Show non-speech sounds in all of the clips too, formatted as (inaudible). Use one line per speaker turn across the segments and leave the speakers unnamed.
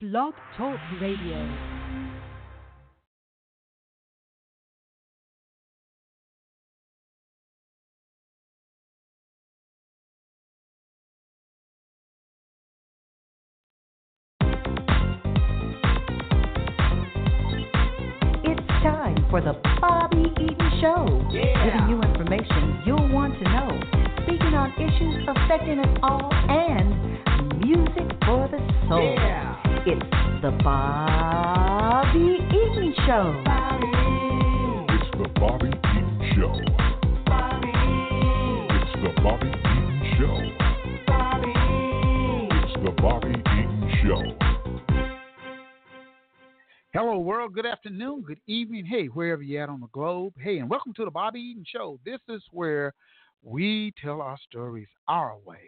Blog Talk Radio.
It's time for the Bobby Eaton Show, giving you information you'll want to know, speaking on issues affecting us all, and music for the soul. It's the Bobby Eaton Show.
It's the Bobby Eaton Show. It's the Bobby Eaton Show. It's the Bobby Eaton Show.
Hello, world. Good afternoon. Good evening. Hey, wherever you're at on the globe. Hey, and welcome to the Bobby Eaton Show. This is where we tell our stories our way.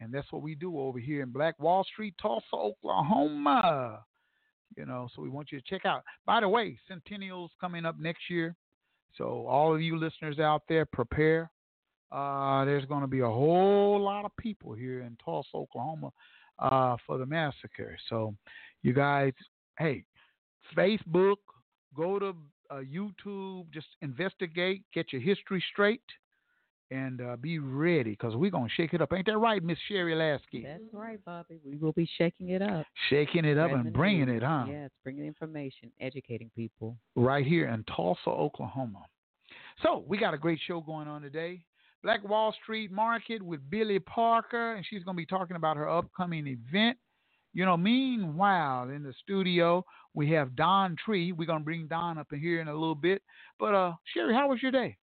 And that's what we do over here in Black Wall Street, Tulsa, Oklahoma. You know, so we want you to check out. By the way, Centennial's coming up next year. So, all of you listeners out there, prepare. Uh, there's going to be a whole lot of people here in Tulsa, Oklahoma uh, for the massacre. So, you guys, hey, Facebook, go to uh, YouTube, just investigate, get your history straight, and uh, be ready because we're going to shake it up. Ain't that right, Miss Sherry Lasky?
That's right, Bobby. We will be shaking it up.
Shaking it up and
Resonating.
bringing it, huh?
Yes, bringing information, educating people.
right here in Tulsa, Oklahoma. So we got a great show going on today. Black Wall Street Market with Billy Parker, and she's going to be talking about her upcoming event. You know, meanwhile, in the studio, we have Don Tree. We're going to bring Don up in here in a little bit. But, uh, Sherry, how was your day?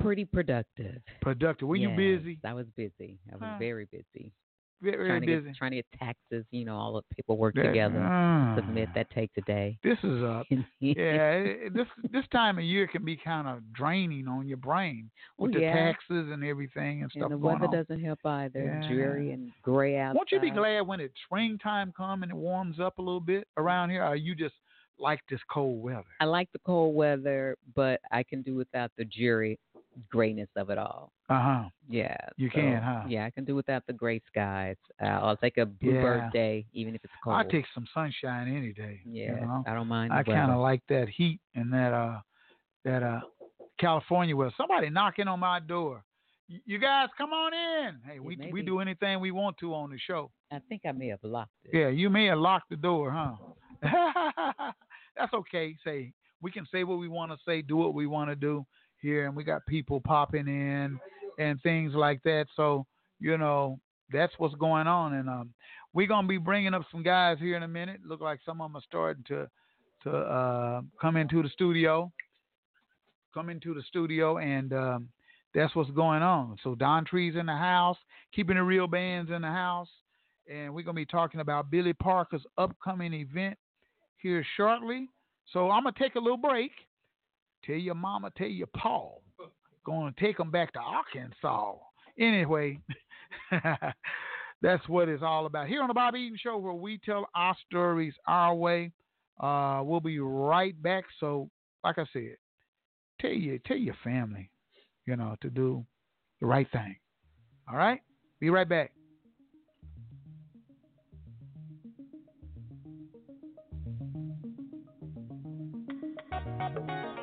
Pretty productive.
Productive. Were you
Yes,
busy?
I was busy. I was
Huh.
very busy.
Very, very
trying to
busy.
get trying to get taxes, you know, (laughs) all the paperwork
That-
together.
ah.
Submit that take today.
This
(laughs)
is a yeah. it- it- this this time of year can be kind of draining on your brain with
Oh,
the
yeah.
taxes and everything and stuff
and the
going
weather
on.
doesn't help either.
Yeah.
Dreary and gray out.
Won't you be glad when it's springtime come and it warms up a little bit around here? Or you just like this cold weather?
I like the cold weather, but I can do without the dreary grayness of it all.
Uh huh.
Yeah.
You
so,
can, huh?
Yeah, I can do without the gray skies. Uh, I'll take a bluebird
Yeah.
day, even if it's cold.
I take some sunshine any day. you
Yeah,
know?
I don't mind.
I
the
kind of
weather.
like that heat and that uh that uh California weather. Somebody knocking on my door. "Y- You guys, come on in. Hey, we
may
we
be.
do anything we want to on the show.
I think I may have locked it.
Yeah, you may have locked the door, huh? (laughs) That's okay. Say we can say what we want to say, do what we want to do here, and we got people popping in and things like that. So you know that's what's going on, and um, we're gonna be bringing up some guys here in a minute. Look like some of them are starting to to uh, come into the studio, come into the studio, and um, that's what's going on. So Don Tree's in the house, keeping the real bands in the house and we're gonna be talking about Billy Parker's upcoming event here shortly. So I'm gonna take a little break. Tell your mama, tell your pa, gonna take them back to Arkansas. Anyway, (laughs) that's what it's all about here on the Bob Eaton Show, where we tell our stories our way. Uh, we'll be right back. So, like I said, tell your tell your family, you know, to do the right thing. All right, be right back.
uh,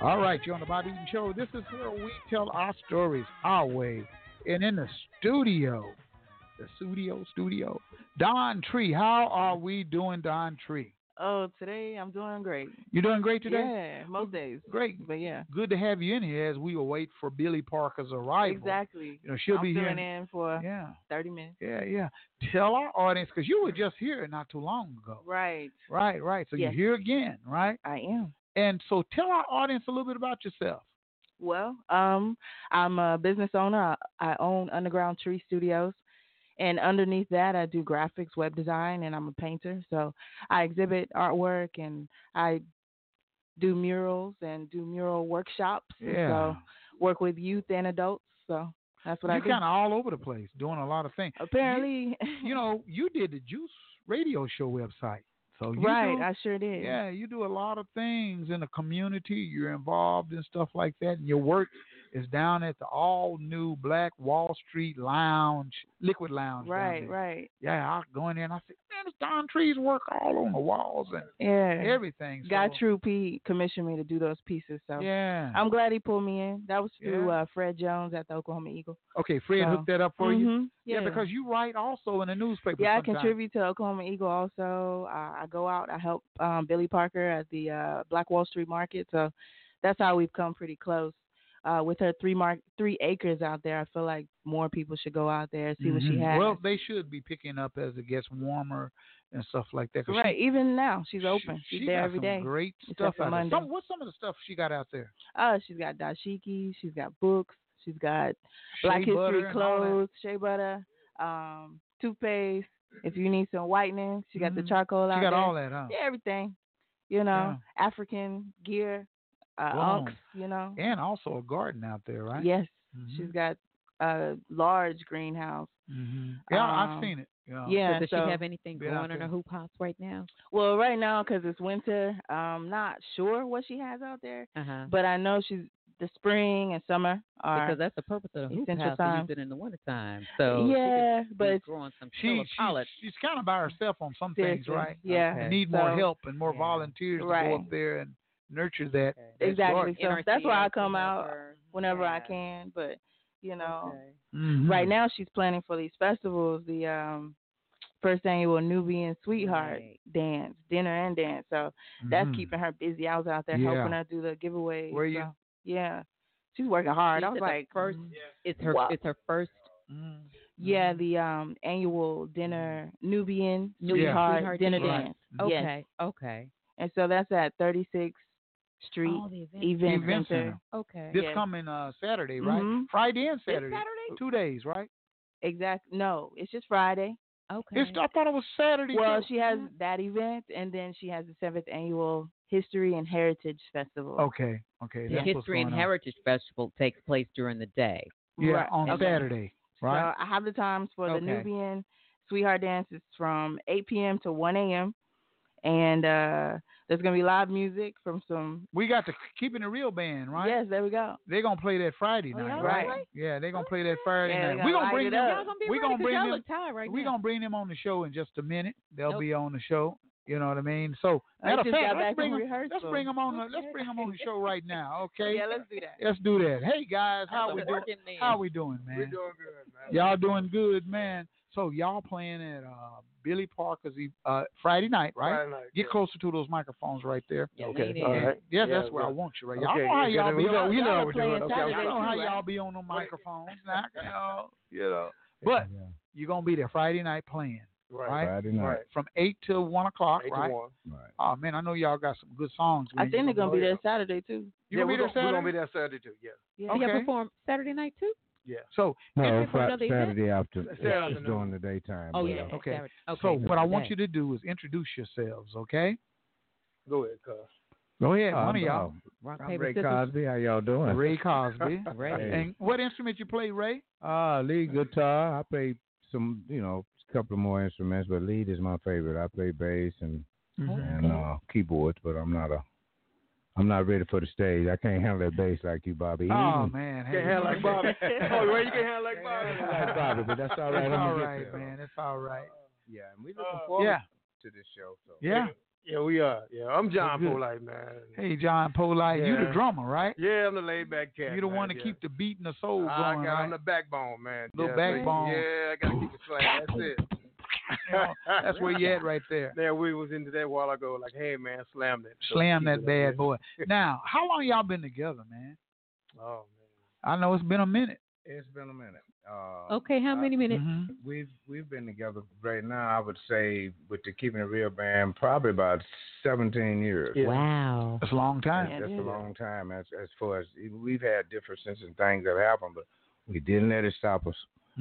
All right, you're on the Bobby Eaton Show. This is where we tell our stories our way. And in the studio, the studio, studio, Don Tree. How are we doing, Don Tree?
Oh, today I'm doing great.
You doing great today?
Yeah, most days.
Great.
But yeah,
Good to have you in here as we await for Billy Parker's arrival.
exactly.
You know, she'll
I'm
be here.
filling in for
Yeah,
30 minutes.
yeah, yeah. Tell our audience, because you were just here not too long ago.
Right.
Right, right. So
Yes.
you're here again, right?
I am.
And so tell our audience a little bit about yourself.
Well, um, I'm a business owner. I, I own Underground Tree Studios. And underneath that, I do graphics, web design, and I'm a painter. So I exhibit artwork and I do murals and do mural workshops. and
Yeah.
So work with youth and adults. So that's what
You're
I do.
kind of all over the place, doing a lot of things.
Apparently,
you know, you did the Juice Radio Show website. So you
right?
do-
I sure did.
yeah, you do a lot of things in the community. You're involved in stuff like that, and your work is down at the all new Black Wall Street Lounge, Liquid Lounge. down
Right.
there.
Right.
Yeah, I go in there and I say, man, it's Don Tree's work all on the walls and
Yeah.
everything. So,
Guy True P commissioned me to do those pieces. So
Yeah.
I'm glad he pulled me in. That was through
Yeah.
uh, Fred Jones at the Oklahoma Eagle. (laughs)
okay, Fred
so-
hooked that up for you.
Mhm, Yeah.
because you write also in the newspaper.
yeah, I
sometimes.
contribute to Oklahoma Eagle also. Uh, I go out, I help um, Billy Parker at the uh, Black Wall Street Market. So that's how we've come pretty close. Uh, with her three mark three acres out there, I feel like more people should go out there see what she
Mhm.
has.
Well, they should be picking up as it gets warmer and stuff like that. 'cause she-
right, even now she's open.
She,
she's
she
there
got
every
some
day.
Great
except
stuff
for
out there.
Monday.
Some, what's some of the stuff she got out there?
Uh, she's got dashiki, she's got books, she's got Black
Shea butter
History
and all that?
clothes, shea butter, um, toothpaste. If you need some whitening, she got
Mhm.
the charcoal out
She got
there.
all that, huh?
Yeah, everything. You know, African gear, uh,
Wow.
unks, you know.
And also a garden out there, right?
Yes,
Mhm.
she's got a large greenhouse.
Mhm. Yeah, I've
um,
seen it. Yeah.
yeah,
so does
so-
she have anything
Been
going
out
on
there.
her hoop house right now?
Well, right now, because it's winter, I'm not sure what she has out there,
Uh-huh.
but I know she's the spring and summer are.
because that's the purpose of the hoop
Essential
house to
time.
use it in the wintertime. So she could
yeah,
be
but it's
growing some
She,
killer
she-
collards.
she's kind of by herself on some things,
Seriously,
right?
yeah.
They
Okay.
need more
So-
help and more
Yeah.
volunteers to go
Right.
up there and nurture that.
Okay.
that
exactly.
garden.
So that's why I
NRCS
come out
whatever.
whenever I
Yeah.
can, but you know,
Okay.
Mhm.
right
Oh,
now she's planning for these festivals, the um first annual Nubian Sweetheart
Right.
dance, dinner and dance. So that's
Mhm.
keeping her busy. I was out there
Yeah.
helping her do the giveaways.
Were you?
so, yeah. She's working hard.
She
I was
said the
like
first it's her
Wow.
it's her first
Mhm.
Yeah, the um annual dinner Nubian
Nubian
Sweetheart
Sweetheart
dinner
Dance.
dance.
okay.
Yes.
Okay.
And so that's at thirty sixth Street
Oh, the event.
Event,
Event
Center.
Center.
Okay.
This
yeah.
coming uh, Saturday, right?
Mhm.
Friday and
This
Saturday.
Saturday?
Two days, right?
Exact no, it's just Friday.
Okay.
It's, I thought it was Saturday. Mm.
Well,
too.
she has that event, and then she has the seventh annual History and Heritage Festival.
Okay, okay.
the
that's what's
History and
going on.
Heritage Festival takes place during the day.
Yeah,
Right.
on
Okay.
Saturday, right?
So I have the times for
Okay.
the Nubian Sweetheart Dance. It's from 8 p.m. to 1 a.m. And uh, there's going to be live music from some.
we got the Keeping It Real band, right?
Yes, there we go.
They're gonna play that Friday
Oh,
night,
y'all
right?
right?
Yeah, they're gonna play that Friday
Yeah, they
night.
gonna
We're gonna
light
bring
it
them.
up.
Y'all gonna be
we
ready
gonna
'cause
bring
y'all
them-
look tired right
We're
now.
gonna bring them on the show in just a minute. They'll
Nope.
be on the show. You know what I mean? So
I
matter of
just
fact,
got
let's
back
bring
from
them. Let's
rehearsal.
bring them on. The, let's bring 'em on the show right now, okay?
Yeah, let's do that.
Let's do that. Hey guys, how
That's
we
a
doing?
working man.
How we doing, man? We're doing good, man. Y'all doing good, man. So y'all playing at uh, Billy Parker's e- uh, Friday night, right? Friday night. Get closer to those microphones right there.
Yeah, Okay, lean in. all
Yeah,
right.
Yeah, that's where I want you right. Y'all know how y'all be. on- y'all
we're doing.
know- y'all know how y'all be on the microphones. Now, you (laughs) know, you know. But you're gonna be there Friday night playing, right?
Friday night.
From eight to one o'clock, right? Oh man, I know y'all got some good songs.
I
man.
think they're going to be there Saturday, too.
You gonna be there Saturday?
there Saturday too. Yeah.
Yeah, y'all
okay.
perform Saturday night too?
So
No, Saturday
after. Saturday it's during the daytime.
Oh yeah.
Okay.
Saturday. Okay.
So what I want you to do is introduce yourselves, okay?
Go ahead, cuz.
Go ahead,
Oh,
one of y'all.
Rock,
I'm
paper,
Ray
scissors.
Cosby. How y'all doing?
Ray
(laughs)
Cosby.
Ray.
And what instrument you play, Ray?
Uh, lead guitar. I play some, you know, a couple of more instruments, but lead is my favorite. I play bass and
Mm-hmm.
and uh, keyboards, but I'm not a, I'm not ready for the stage. I can't handle that bass like you, Bobby.
Oh
Mm.
man, hey,
Can't handle like
(laughs)
Bobby. oh, Ray, you can handle like Bobby. like Bobby, but that's all right.
It's
I'm
all
gonna get
right,
there.
man. It's all right.
Uh, Yeah, and we looking forward
Yeah,
to this show. So.
yeah.
Yeah, we are. Yeah, I'm John
Good.
Polite, man.
Hey, John Polite, you the
Yeah.
drummer, right?
Yeah, I'm the laid back cat.
you the
man,
one to
yeah.
keep the beat and the soul going,
Ah, I got
right?
I'm the backbone, man.
Little
yeah, man.
backbone.
Yeah, I gotta keep it flat.
(laughs)
That's it.
That's where you at right
(laughs)
there.
Yeah, we was into that a while ago. Like, hey man, slam that. So
Slam
keep
that
it up
bad boy. Now, how long y'all been together, man?
there. Oh
I know it's been a minute.
It's been a minute. Uh,
Okay, how many minutes?
Mm-hmm.
We've we've been together right now. I would say with the keeping it real band, probably about seventeen years.
Yeah.
Wow.
That's a long time.
That's, that's
Yeah.
a long time. As as far as we've had differences and things that happened, but we didn't let it stop us.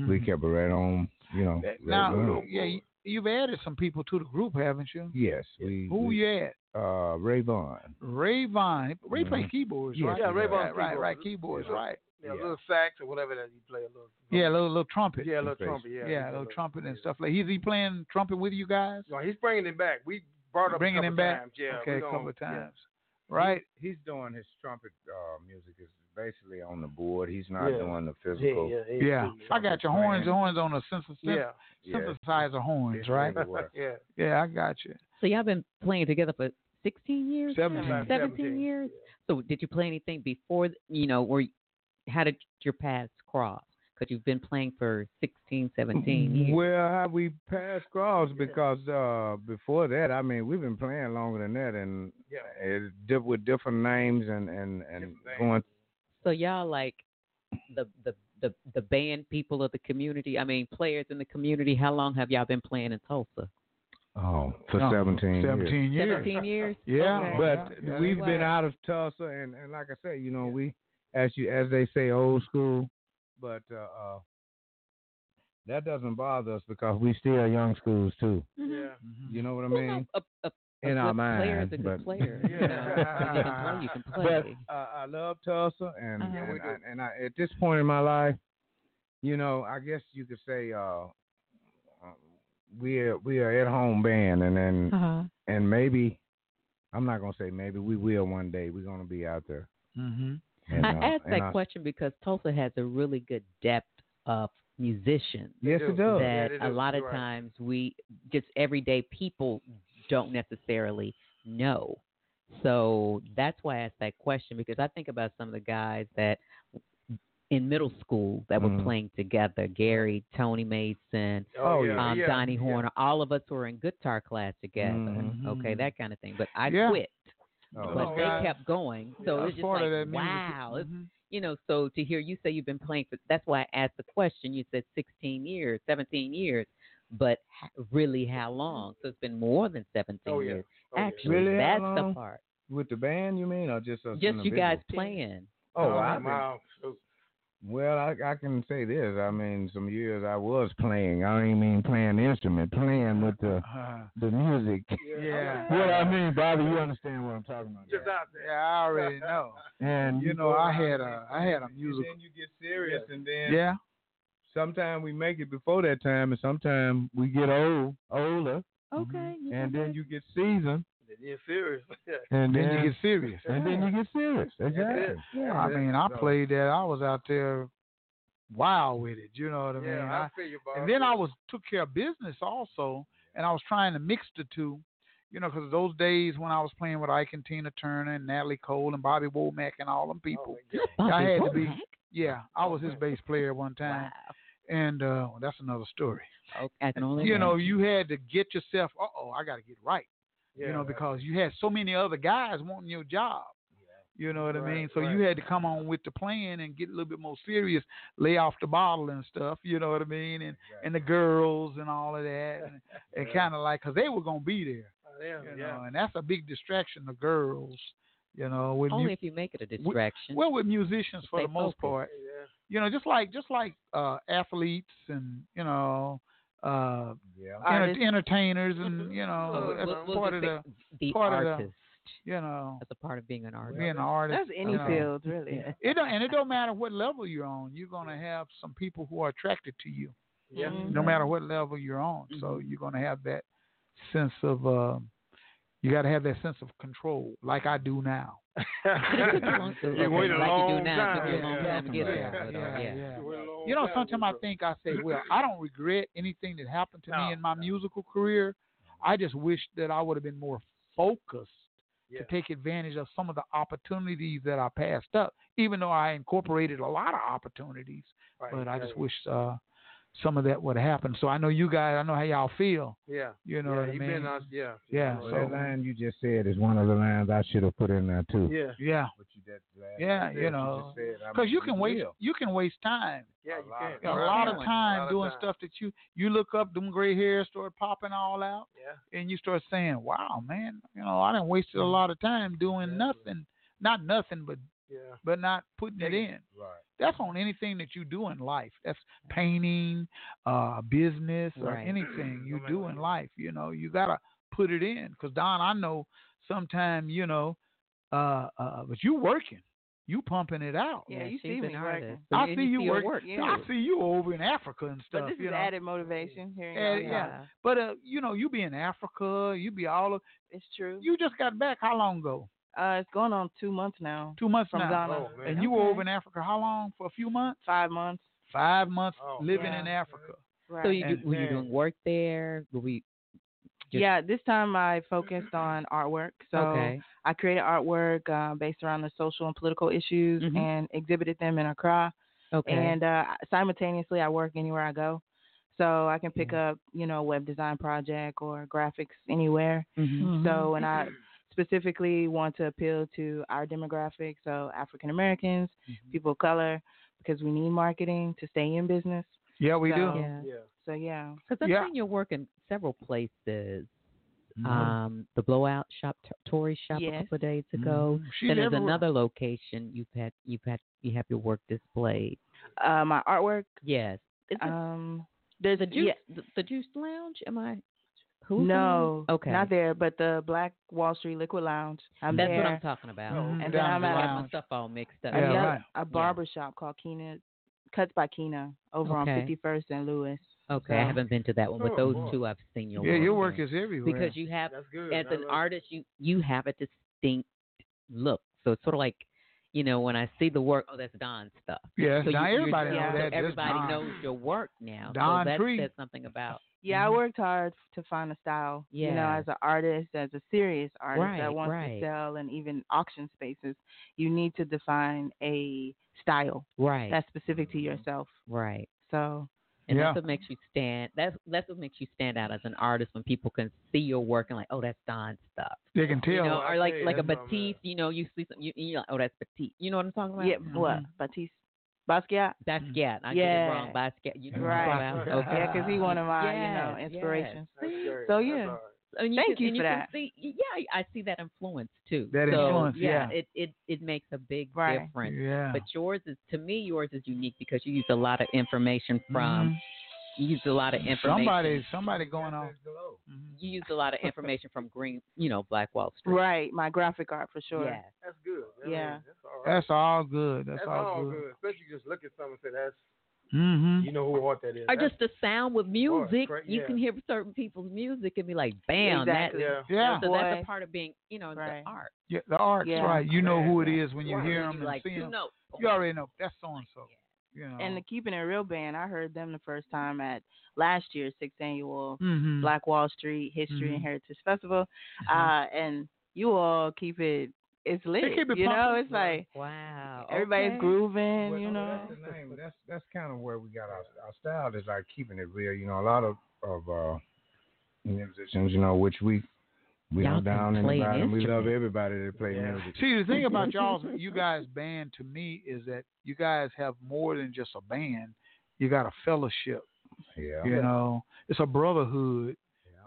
We
Mhm.
kept it right on. You know. right
Now,
on.
yeah, you- you've added some people to the group, haven't you?
Yes. We.
Who
we,
you at?
Uh, Ray Vaughn.
Ray Vaughn. Ray
Mhm.
plays keyboards,
Yeah,
right?
yeah, Ray
Right,
Vaughn's
Right, right,
keyboards.
keyboards,
Yeah.
right.
man. Yeah,
Yeah.
a little sax or whatever that you play. A little.
Yeah, a little, little trumpet.
Yeah, a little
Okay.
trumpet. Yeah.
yeah, a little trumpet and stuff like. Is he playing trumpet with you guys?
No, he's bringing it back. We brought up
Bringing
a
him
couple
back.
Times. Yeah,
okay,
we
a
gonna-
couple of
yeah.
times, right?
He's doing his trumpet uh, music is basically on the board. He's not
Yeah.
doing the physical.
Yeah, yeah,
Yeah, I got your horns. Your horns on a synth-
Yeah,
synth- synthesizer horns,
It's
right?
really what-
yeah.
(laughs) Yeah, I got you.
So y'all been playing together for 16 years?
Seventeen.
now? 17
Seventeen.
years? So did you play anything before, th- you know, or how did your paths cross? Because you've been playing for 16, 17
Mm-hmm.
years.
Well, how we passed cross because uh, before that, I mean, we've been playing longer than that, and
Yeah.
it, di- with different names and and and
Different names.
going.
So y'all like the, the, the, the band people of the community, I mean, players in the community, how long have y'all been playing in Tulsa?
Oh, for
No,
seventeen. years.
Seventeen years.
17 years?
Yeah,
Okay.
But
Yeah.
we've been
Wow.
out of Tulsa, and, and like I say, you know, we as you as they say, old school. But uh, uh, that doesn't bother us because we still young schools too.
Mm-hmm.
Yeah.
Mm-hmm.
You know what I
Well,
mean?
a, a, a
In our
good player is
minds,
a good
but- (laughs)
player. you know. If you can play, you can
but
play.
uh, I love Tulsa, and
Uh-huh.
and, I, and I, at this point in my life, you know, I guess you could say uh, uh, we are we are at home band, and and
Uh-huh.
and maybe I'm not gonna say maybe we will one day. We're gonna be out there.
Mm-hmm.
And,
I
uh,
asked
and
that
I-
question because Tulsa has a really good depth of musicians
Yes,
do.
it does.
Yeah,
that
they
a
do.
lot of
You're right.
times we just everyday people don't necessarily know. So that's why I asked that question because I think about some of the guys that in middle school that were
Mhm.
playing together, Gary, Tony Mason,
Oh, yeah.
um, Donnie Horner, all of us were in guitar class together.
Mhm.
Okay, that kind of thing. But I
Mm-hmm. Yeah.
quit,
Oh,
but
Oh,
they
God.
kept going. So
That's
it's just
part of that
like,
music.
wow, it's
Mhm.
you know, so to hear you say you've been playing for that's why I asked the question. You said 16 years, 17 years, but h- really how long? So it's been more than 17
Oh, yeah.
years.
Oh, yeah.
Actually,
Really, how
that's the
long?
part.
with the band, you mean, or just us
Just you guys
individuals?
playing.
Oh,
Oh,
I've been-
wow. So-
well, I, I can say this. I mean, some years I was playing. I don't even mean playing the instrument, playing with the
Uh,
the music.
Yeah.
what I mean, Bobby, you understand what I'm talking about.
Just out there.
yeah, I already know.
And
You know, I had a, I had a musical.
then you get serious, and then
Yeah.
sometimes we make it before that time, and sometimes we get old, older,
Okay.
and then you get seasoned,
Yeah, serious. Yeah.
and
Then you get serious.
and then you get serious. Exactly.
it.
I mean, I
So-
played that. I was out there wild with it. You know what I mean?
Yeah,
I-
I feel you, Bob.
and then I was took care of business also, and I was trying to mix the two, you know, because those days when I was playing with Ike and Tina Turner and Natalie Cole and Bobby Womack and all
Oh,
them people. I had to be. Yeah, I was his bass player one time, and uh, that's another story.
Okay. I can only
You know,
imagine.
you had to get yourself. Uh oh, I got to get right.
yeah.
you know, because you had so many other guys wanting your job. You know what I
Right,
mean? So you
right.
had to come on with the plan and get a little bit more serious, lay off the bottle and stuff. You know what I mean? And and the girls and all of that,
(laughs)
and, and kind of like, cause they were gonna be there.
Oh, yeah,
You
yeah.
know, and that's a big distraction. The girls, you know, with
only
mu-
if you make it a distraction.
well with musicians for
Stay
the most
focused.
part.
Yeah.
You know, just like just like uh athletes and you know. Uh,
Yeah.
enter-
Artists.
entertainers and you know
Well,
that's
well, well,
part
the
of the
thing- Mm-hmm. the
part of the-
artist.
you know
That's a part of being an artist.
being an artist.
That's any
you know.
field, really.
(laughs) It don't, and it don't matter what level you're on. You're gonna have some people who are attracted to you,
Yeah.
no matter what level you're on. So you're gonna have that sense of uh, you got to have that sense of control, like I do now.
(laughs) you
Okay,
wait a
like
long
you do now, it took you a
time.
long
Yeah.
time to get
Yeah,
there. but, uh,
yeah, yeah.
You wait a long
You know,
time.
sometimes I think I say, well, I don't regret anything that happened to
No,
me in my musical career. I just wish that I would have been more focused
Yeah.
to take advantage of some of the opportunities that I passed up, even though I incorporated a lot of opportunities.
Right,
but I just
right.
wish uh, some of that would have happened. So I know you guys, I know how y'all feel.
Yeah.
You know
yeah,
what I
he
mean?
Been out, yeah.
Yeah.
Well, that
So,
line you just said is one of the lines I should have put in there too.
Yeah.
yeah.
But you did that
Yeah,
last-
you know,
just said, I
because
mean,
you can
you
waste
will.
you can waste time.
Yeah, you can.
a
Right.
lot
Yeah.
of time
A lot
doing stuff that you you look up them gray hairs start popping all out
Yeah.
and you start saying wow man you know i done wasted a lot of time doing nothing not nothing but
Yeah.
but not putting it in
Right.
that's on anything that you do in life that's painting uh business or
Right. (clears throat)
anything you
matter
do
what
in
it is.
life you know you gotta put it in because don i know sometime you know uh uh but you working you pumping it out
Yeah, you
she's
see
an
me
artist.
working.
So
I
you
see you
her
work-
yeah.
i see you over in africa and stuff
But this
you
is
know
added motivation. Hearing
Yeah,
y'all
yeah.
talk.
But uh, you know, you be in Africa, you be all of,
it's true.
you just got back how long ago?
Uh, it's going on two months now.
Two months
From
now.
Ghana.
Oh, man.
And you were
Okay.
over in Africa how long? For a few months?
Five months.
Five months
Oh,
living
yeah.
in Africa.
Right.
So you
And-
do, were you
Yeah.
doing work there? Were we just-
yeah, this time I focused on artwork. So
okay?
I created artwork uh, based around the social and political issues
Mhm.
and exhibited them in Accra.
Okay.
And uh, simultaneously, I work anywhere I go. So I can pick
Mm-hmm.
up, you know, a web design project or graphics anywhere.
Mhm.
Mm-hmm.
So, and I specifically want to appeal to our demographic, so African Americans,
Mm-hmm.
people of color, because we need marketing to stay in business.
Yeah, we
So-
do.
yeah,
Yeah.
So, yeah.
because I've
Yeah. Mm-hmm.
seen you work in several places. Um, the blowout shop, T- Tory shop, a
Yes.
couple of days ago.
She's
then there's
everywhere.
another location you've had you've had you have your work displayed.
Uh, my artwork,
Yes. Is it
um,
there's a juice
yeah.
the, the juice lounge? Am I who's
Mm-hmm.
on-
no,
Okay.
not there, but the Black Wall Street Liquid Lounge. Oh, I'm
That's
there.
what I'm talking about.
Mhm.
And then
Down
I'm
the
at
I got my
lounge.
stuff all mixed up.
I
Yeah,
got
right.
a barber shop called Kina Cuts by Kina over
Okay.
on 51st and Lewis.
Okay, I haven't been to that one, but
Oh,
those
boy.
two I've seen your
Yeah,
work.
your work
in.
is everywhere.
because you have
That's good.
as
I
an
love-
artist you you have a distinct look. So it's sort of like you know when I see the work, oh that's Don's stuff.
yeah,
so you-
now
you're
everybody
doing-
know
knows
yeah,
so
that. That's
everybody
Don.
knows your work now.
Don
so that
Tree.
says something about
Yeah,
Mhm.
I worked hard to find a style. You know,
Yeah.
as an artist, as a serious artist
Right,
that wants
right.
to sell and even auction spaces, you need to define a style
right,
that's specific to yourself.
right.
So
And
Yeah.
that's what makes you stand. That's that's what makes you stand out as an artist when people can see your work and like, oh, that's Don's stuff.
They can tell.
You know,
I
or like
tell you,
like a
that's what I'm
Batiste. You know, you see some. You, you're like, oh, that's Batiste. You know what I'm talking about? Mm-hmm.
yeah, what Batiste Basquiat?
Basquiat. I get it
Yeah.
wrong. Basquiat. You know
Right.
what I'm talking about? Okay.
Mm-hmm. Yeah, because
(laughs)
he one of my you know
Yes, yes.
inspirations.
That's
So,
great. That's
yeah.
all right.
And
Thank
can,
you
and
for
can
that.
see- yeah, I see that influence too.
That
So,
influence,
Yeah,
yeah.
It, it it makes a big
Right.
difference.
Yeah.
But yours is to me, yours is unique because you use a lot of information from.
Mm-hmm.
You use a lot of information.
somebody, somebody going on.
you used a lot of information from Green, you know, Black Wall Street.
Right, my graphic art for sure.
Yeah.
That's good. That
Yeah.
is- That's all right.
That's all good. That's,
That's all good. Especially you just look at something and say that's
Mm-hmm.
you know who art that is.
Or
That's-
just the sound with music.
right,
You
yeah.
can hear certain people's music and be like, bam,
Exactly.
yeah.
that.
Yeah.
So that's a
Boy.
part of being, you know,
Right.
the art.
yeah, the art's
Yeah.
right. You know who it is when you
Right.
hear
When
them
you
and
like
see
two
them.
notes.
You already know that's so and so. You know.
And the Keeping It Real band, I heard them the first time at last year's sixth annual
Mhm.
Black Wall Street History
Mhm.
and Heritage Festival.
Mhm.
Uh, and you all keep it, it's lit.
keep it
you know,
pumping.
it's like
Wow.
everybody's
okay.
grooving,
Well,
you
no,
know.
that's the name. That's that's kind of where we got our our style is like keeping it real. You know, a lot of of uh, musicians, you know, which we we
Y'all
are
can
down in the
play an
bottom. We love
instrument.
everybody that play
Yeah.
music.
See, the
(laughs)
thing about y'all's you guys band to me is that you guys have more than just a band. You got a fellowship.
Yeah.
You know, it's a brotherhood.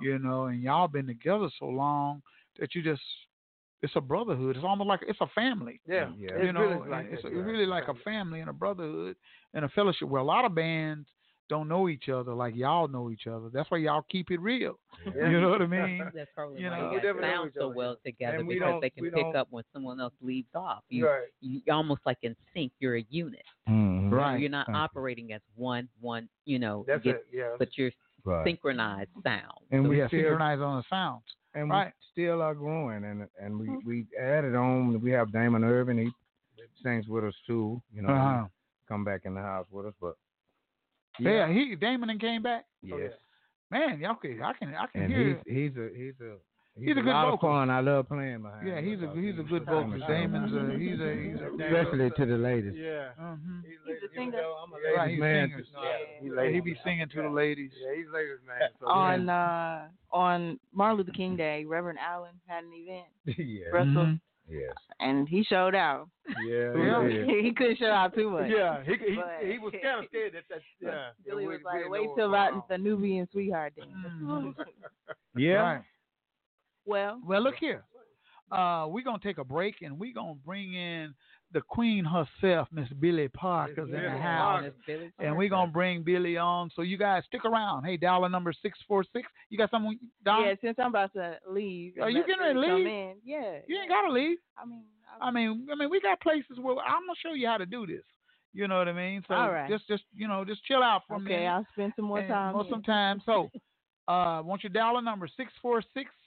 You know, and y'all been together so long that you just it's a brotherhood. It's almost like it's a family.
Yeah.
Yeah.
It's
you know,
really like
it's
that, yeah.
really like a family and a brotherhood and a fellowship where a lot of bands don't know each other like y'all know each other. That's why y'all keep it real. (laughs)
(laughs) Yeah.
You know what I mean?
(laughs) That's probably
You
why
know, we
you guys
definitely know
sound
each
so
other,
well together
And we
because
don't-
they can
we
pick
don't-
up when someone else leaves off. You,
Right.
you, you're almost like in sync. You're a unit.
Mhm.
Mm-hmm. Right.
You're not
Thank you.
operating as one, one, you know,
That's
get-
it. Yeah.
but you're
Right.
synchronized sound.
and
We
we
yeah,
still
synchronize on the sounds.
and
Right. Mm-hmm.
we still are growing and and we we added on we have Damon Irvin he sings with us too you know
Uh-huh.
come back in the house with us but
Yeah. he Damon and came back.
Oh,
yes
yeah.
Man, y'all can I can I can
and
hear
he's he's a he's a
He's
he's
a
a,
good
lot
vocal.
of fun. I love playing behind.
Yeah,
him.
he's a he's a good
Damn
vocalist.
it.
Damon's a he's a he's a damn-
especially to the ladies.
Yeah.
Mhm.
He's a singer. I'm a
Yeah,
ladies'
he's
man.
singers.
No, he's
Yeah,
ladies'
he be
man.
singing to the ladies.
Yeah, he's ladies
(laughs)
man. So
on uh, on Martin Luther King Day, Reverend Allen had an event,
yeah.
Mm-hmm.
Russell,
Yes.
and he showed out.
Yeah.
Yeah.
(laughs) he couldn't show out too much.
Yeah, he he,
But-
he was kind of scared that that yeah.
(laughs) Billy
Yeah,
was
we- we
like,
didn't
"Wait
know
till
what
about
was
the Nubian sweetheart
(laughs)
dance."
Yeah.
Right.
Well,
Well, look here. Uh, we're going to take a break and we're going to bring in the queen herself, Miss Billy Parker's in the
Billie
house.
Parker.
And we're going to bring Billy on. So you guys stick around. Hey, dial number 646. You got someone? Dial?
yeah, since I'm about to leave,
Are
and
you
let
getting ready to
Billy come
leave?
in, Yeah,
You ain't got to leave.
I mean, I,
I mean, I mean, we got places where I'm going to show you how to do this. You know what I mean? So
All right.
just, just you know, just chill out for a
okay,
minute.
I'll spend some more
and
time.
More
here.
some time. So, uh, want your dialer number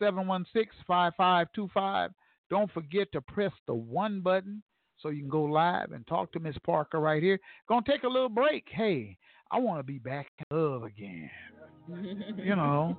646-716-5525. Don't forget to press the one button so you can go live and talk to Miss Parker right here. Gonna take a little break. Hey, I want to be back in love again. (laughs) you know.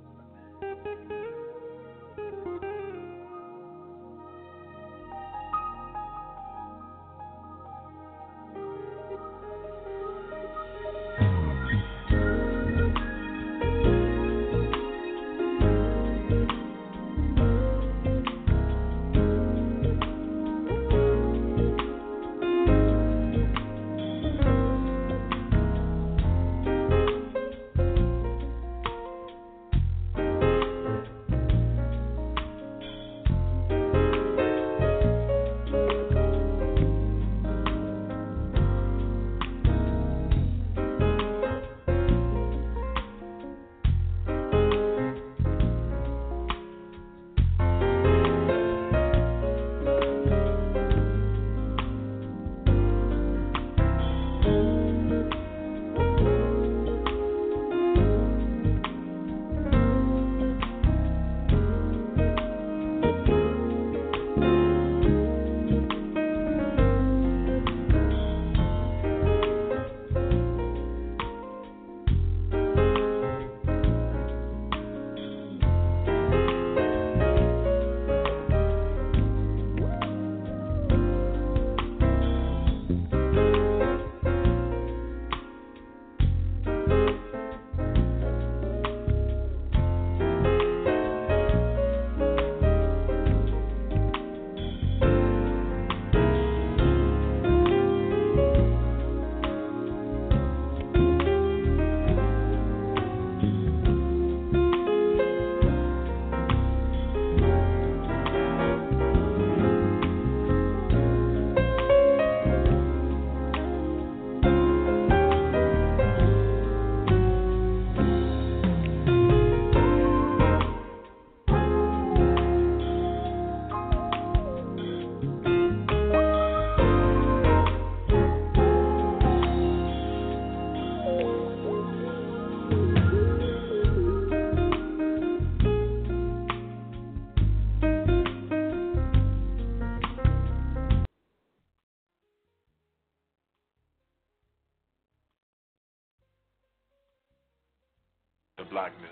the blackness.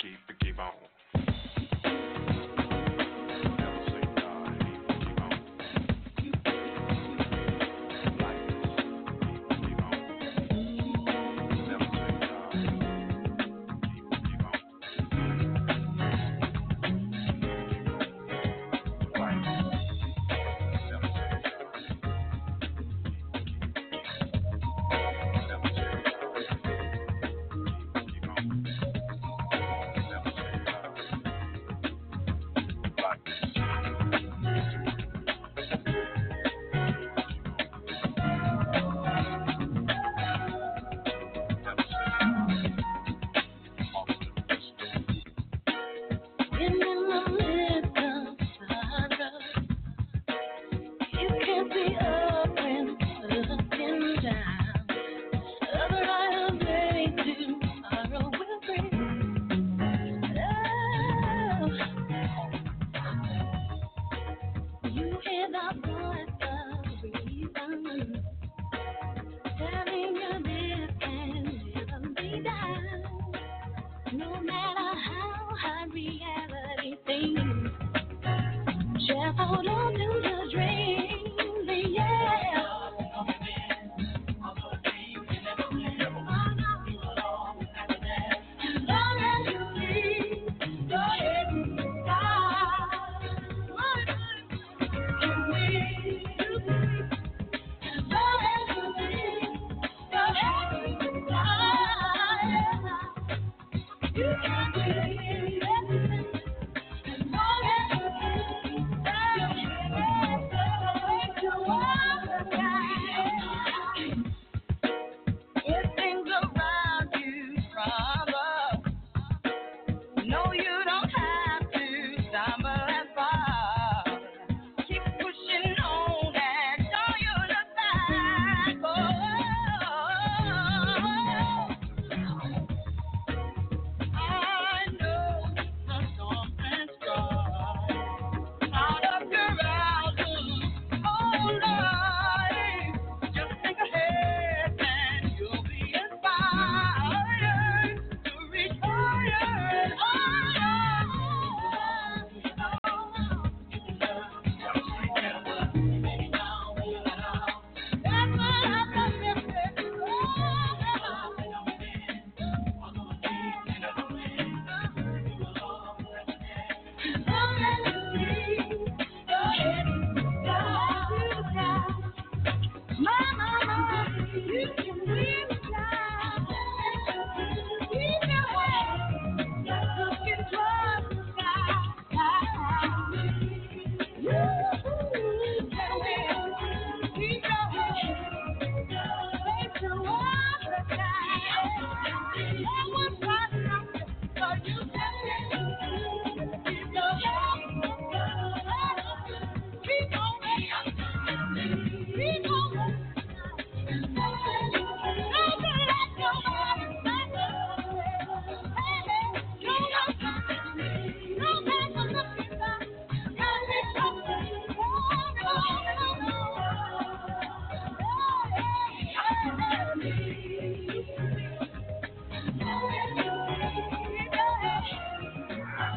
Keep it, keep on. Never say die, keep it, keep on. Blackness, keep it, keep on. Never say die, keep it, keep on. Blackness, never say die, keep it, keep on. Never say die, keep it, keep on. Never say die.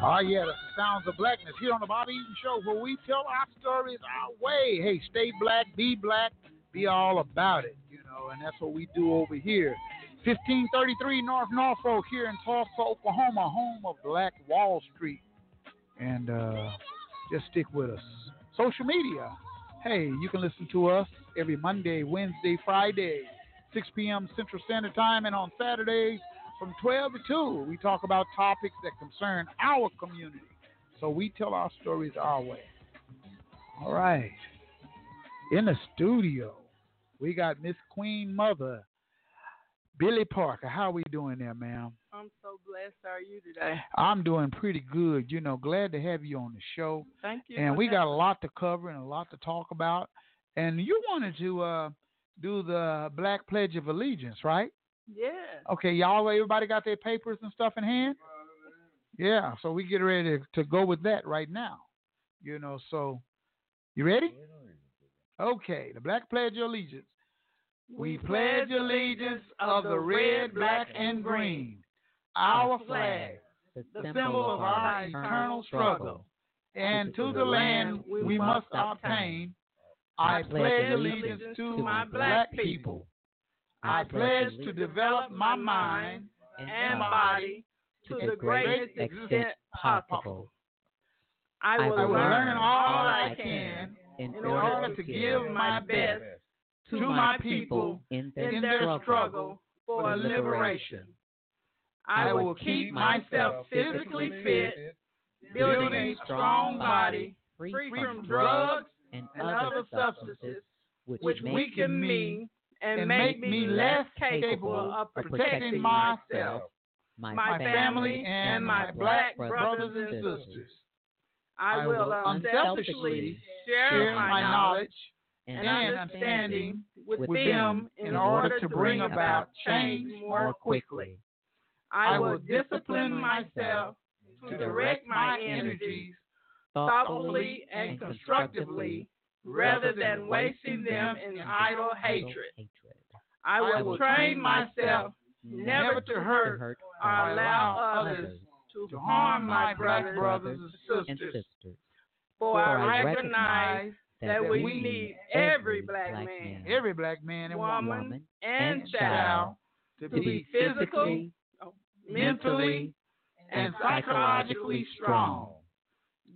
Oh, yeah, the sounds of blackness here on the Bobby Eaton Show, where we tell our stories our way. Hey, stay black, be black, be all about it, you know, and that's what we do over here. 1533 North Norfolk here in Tulsa, Oklahoma, home of Black Wall Street. And uh, just stick with us. Social media. Hey, you can listen to us every Monday, Wednesday, Friday, 6 p.m. Central Standard Time, and on Saturdays, from 12 to 2, we talk about topics that concern our community. So we tell our stories our way. All right. In the studio, we got Miss Queen Mother, Billy Parker. How we doing there, ma'am?
I'm so blessed. How are you today?
I'm doing pretty good. You know, glad to have you on the show.
Thank you.
And
for
we got a
having
lot to cover and a lot to talk about. And you wanted to uh, do the Black Pledge of Allegiance, right?
me. Yeah.
Okay, y'all, everybody got their papers and stuff in hand? Yeah, so we get ready to, to go with that right now. You know, so you ready? Okay, the Black Pledge of Allegiance. We pledge allegiance of the red, black, and green, our flag, the symbol of our eternal struggle, and to the land we must obtain. I pledge allegiance to my black people. I pledge to develop my mind
and body to the greatest extent possible. I
I
will
will
learn all I
can
can in order to give my best
to my people
in their,
in their
struggle
struggle for liberation.
I
I
will
will
keep
keep myself
myself
physically
physically
fit, building a strong body free from drugs
and
and other substances
which,
which
make
weaken me and make me less capable of protecting myself, my family, and my black brothers and sisters. I will unselfishly share my knowledge and understanding with them in order to bring about change more quickly. I will discipline myself to direct my energies thoughtfully and constructively rather than wasting them in idle hatred. I will train myself never to hurt or allow others to harm my black brothers and sisters, for I recognize that we need every black man,
every black man and woman,
woman, and child
to
to be physically, mentally, and psychologically strong.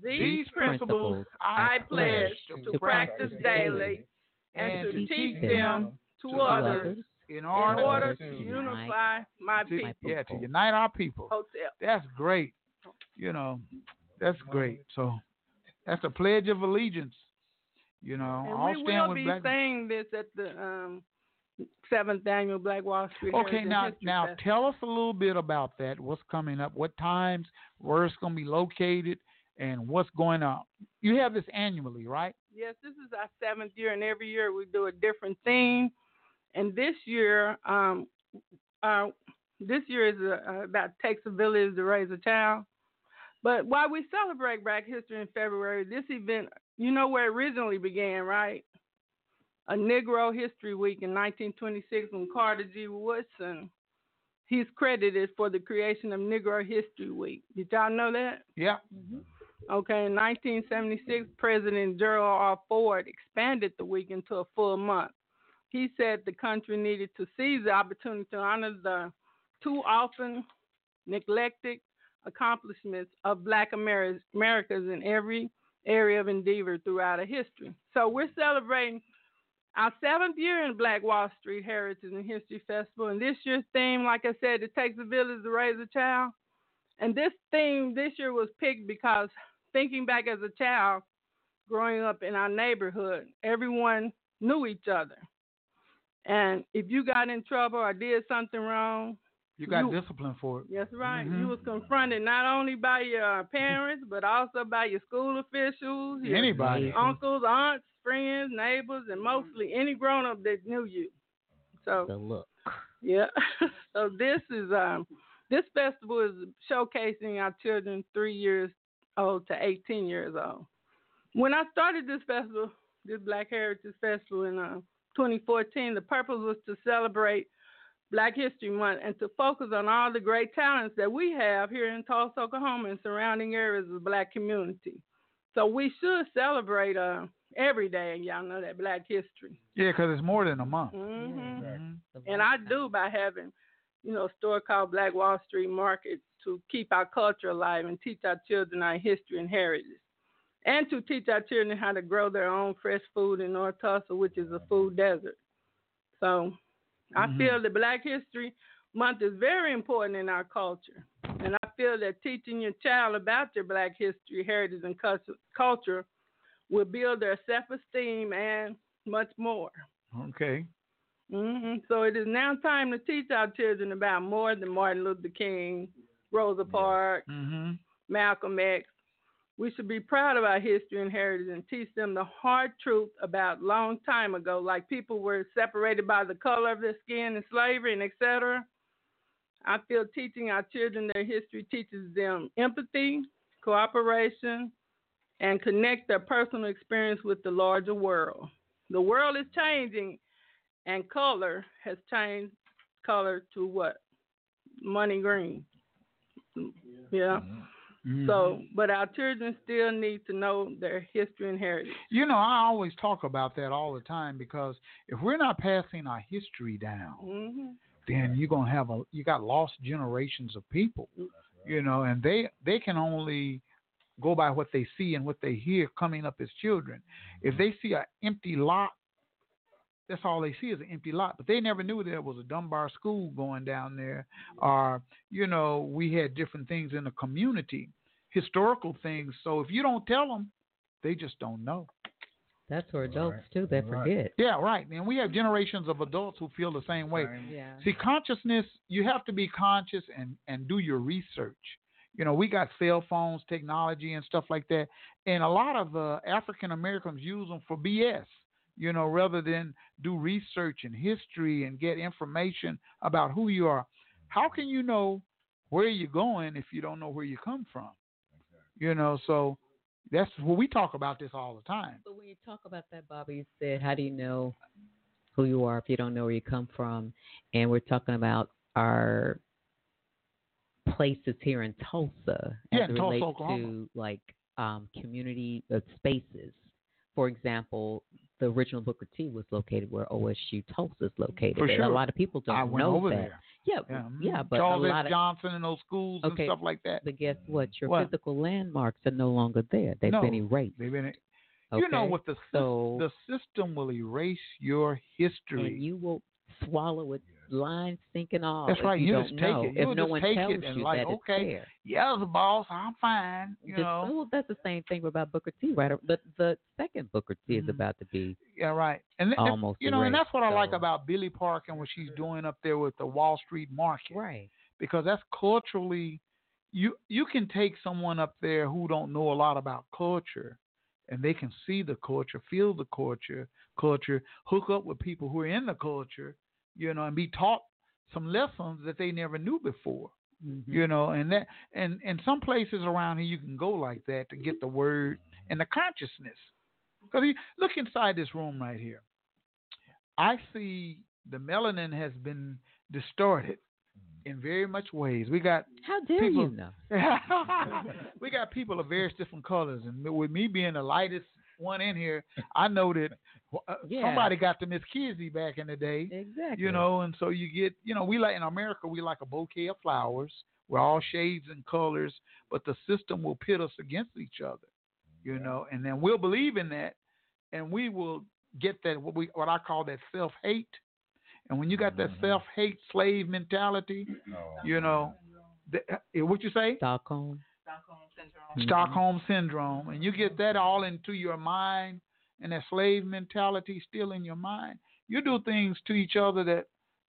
These principles I pledge to practice daily and to teach them to others
in order,
to unify my
to-
people.
Yeah, to unite our people.
Hotel.
That's great. You know, that's great. So that's a pledge of allegiance. You know,
And
I'll
we
stand
will
with
be
black.
saying this at the um, seventh annual Black Wall Street.
Okay,
Heritage
now
History
now
Festival.
tell us a little bit about that. What's coming up? What times? Where it's going to be located? And what's going on? You have this annually, right?
Yes, this is our seventh year, and every year we do a different theme. And this year, um, uh, this year is uh, about takes a village to raise a child. But while we celebrate Black History in February, this event, you know where it originally began, right? A Negro History Week in 1926 when Carter G. Woodson, he's credited for the creation of Negro History Week. Did y'all know that?
Yeah.
Mm-hmm. Okay, in 1976, President Gerald R. Ford expanded the week into a full month. He said the country needed to seize the opportunity to honor the too often neglected accomplishments of Black Ameri- Americans in every area of endeavor throughout our history. So we're celebrating our seventh year in Black Wall Street Heritage and History Festival, and this year's theme, like I said, it takes a village to raise a child. And this theme this year was picked because thinking back as a child, growing up in our neighborhood, everyone knew each other. And if you got in trouble or did something wrong,
You got
You-
discipline for it.
that's right.
Mhm.
You was confronted not only by your parents, but also by your school officials, your
Anybody.
uncles, aunts, friends, neighbors, and mostly any grown up that knew you. So
look.
yeah. (laughs) so this is um this festival is showcasing our children three years old to eighteen years old. When I started this festival, this Black Heritage Festival in uh, 2014, the purpose was to celebrate Black History Month and to focus on all the great talents that we have here in Tulsa, Oklahoma, and surrounding areas of the Black community. So we should celebrate uh, every day, and y'all know that Black history.
Yeah, because it's more than a month.
Mhm. And I do by having, you know, a store called Black Wall Street Markets to keep our culture alive and teach our children our history and heritage. And to teach our children how to grow their own fresh food in North Tulsa, which is a food desert. So I
Mhm.
feel that Black History Month is very important in our culture. And I feel that teaching your child about their Black history, heritage, and cus- culture will build their self esteem and much more.
Okay.
hmm So it is now time to teach our children about more than Martin Luther King, Rosa Parks,
Mm-hmm.
Malcolm X. We should be proud of our history and heritage and teach them the hard truth about long time ago, like people were separated by the color of their skin and slavery and etc. I feel teaching our children their history teaches them empathy, cooperation, and connect their personal experience with the larger world. The world is changing, and color has changed color to what? Money green. Yeah.
Mm-hmm.
Mm-hmm.
So, but our children still need to know their history and heritage.
You know, I always talk about that all the time because if we're not passing our history down, Mm-hmm.
hmm
then you're gonna have a you got lost generations of people, you know, and they they can only go by what they see and what they hear coming up as children. If they see an empty lot, that's all they see is an empty lot. But they never knew there was a Dunbar school going down there, or you know, we had different things in the community, historical things. So if you don't tell them, they just don't know.
That's where adults too. They forget.
Yeah, right. And we have generations of adults who feel the same way.
Yeah.
See, consciousness, you have to be conscious and, and do your research. You know, we got cell phones, technology, and stuff like that. And a lot of uh, African Americans use them for BS, you know, rather than do research and history and get information about who you are. How can you know where you're going if you don't know where you come from? You know, so that's what we talk about this all the time.
So when you talk about that, Bobby, you said, how do you know who you are if you don't know where you come from? And we're talking about our places here in Tulsa
Yeah,
as
in
it
Tulsa,
relates
Oklahoma.
to like um, community uh, spaces. For exel, the original Booker T was located where OSU Tulsa is located.
For
and
sure.
A lot of people don't
I went
know
over
that.
there.
Yeah,
Yeah,
yeah, but
Charles
a
S.
lot of
Johnson and those schools
Okay,
and stuff like that.
But guess what? Your
What?
physical landmarks are no longer there. They've
No,
been erased.
They've been. e-, You know
Okay,
what the sys-
so-
the system will erase your history.
And you will swallow it, line sink and all.
That's
if
right.
You,
You,
don't
just take
know
it.
if no
You just
one
take
tells
it and
you
like,
that it's
okay,
there.
yeah, the boss, I'm fine. You
Just-
know.
well, that's the same thing about Booker T. Right, but the second Booker T is about to be
Mm-hmm. Yeah, right. And th- th-
almost
you know, and
erased,
that's what I like
so-
about Billy Park and what she's doing up there with the Wall Street market.
Right.
Because that's culturally you you can take someone up there who don't know a lot about culture and they can see the culture, feel the culture, culture, hook up with people who are in the culture, you know, and be taught some lessons that they never knew before. You know, and that and and some places around here you can go like that to get the word and the consciousness. Because look inside this room right here. I see the melanin has been distorted in very much ways. We got
How dare
people, (laughs)
you know?
we got people of various different colors, and with me being the lightest one in here, I know that uh,
Yeah.
somebody got the Miss Kizzy back in the day.
Exactly.
You know, and so you get, you know, we like in America, we like a bouquet of flowers. We're all shades and colors, but the system will pit us against each other. You know, and then we'll believe in that, and we will get that what we what I call that self hate. And when you got that self hate slave mentality, you know, th- eh, what you say? Mm-hmm.
Stockholm.
Stockholm syndrome, and you get that all into your mind, and that slave mentality still in your mind. You do things to each other that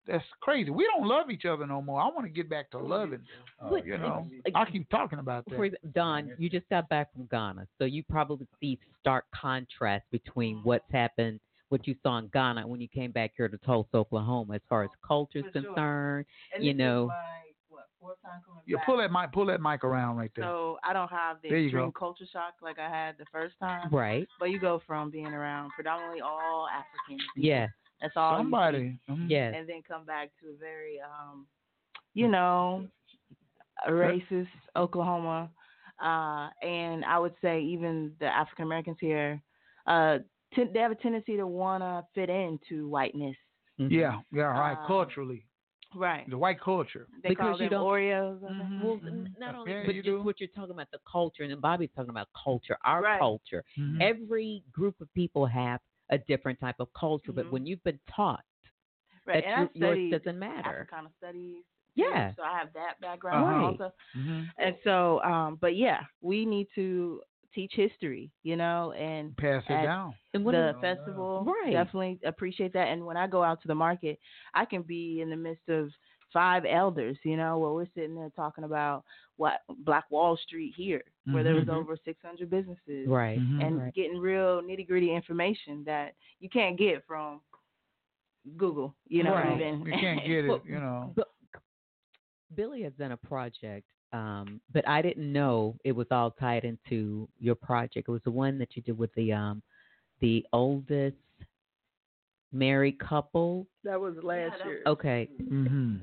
that's crazy. We don't love each other no more. I want to get back to loving.
But
you know,
it's-
I keep talking about
For
that.
ex- Don, you just got back from Ghana, so you probably see stark contrast between what's happened, what you saw in Ghana, when you came back here to Tulsa, Oklahoma, as far as culture is concerned.
And
you
this is
know,
my, what, fourth time coming
Yeah,
back.
pull that mic, pull that mic around right there.
So I don't have the
There you
extreme
go.
culture shock like I had the first time.
Right.
But you go from being around predominantly all Africans.
yeah,
That's all. you
Somebody,
see.
mhm.
Yes.
Mm-hmm. And then come back to a very, um, you know, a racist Oklahoma. Uh, and I would say even the African Americans here, uh, t- they have a tendency to want to fit into whiteness.
Yeah,
Mm-hmm.
yeah, right.
Um,
culturally,
Right.
the white culture.
They call them Oreos. I think.
Well, n- not only,
Yeah,
Mm-hmm. but
you
just what you're talking about, the culture, and then Bobby's talking about culture, our
Right.
culture.
Mm-hmm.
Every group of people have a different type of culture, but when you've been taught
Mm-hmm. Right.
that
and I
you- yours
studied
doesn't matter.
Africana studies.
Yeah. Mm-hmm.
So I have that background
Right.
also. And so, um, but yeah, we need to teach history, you know, and
Pass it
at
down.
And what
the
is-
festival,
Right.
Definitely appreciate that. And when I go out to the market, I can be in the midst of five elders, you know, where we're sitting there talking about what Black Wall Street here, where there was
Mhm.
over 600 businesses,
Right.
Mm-hmm.
Mhm.
and
Right.
getting real nitty gritty information that you can't get from Google, you know,
Right.
even
You can't
(laughs)
get it, you know.
Billy has done a project, um, but I didn't know it was all tied into your project. It was the one that you did with the um, the oldest married couple.
That was last year.
Okay,
Mm-hmm.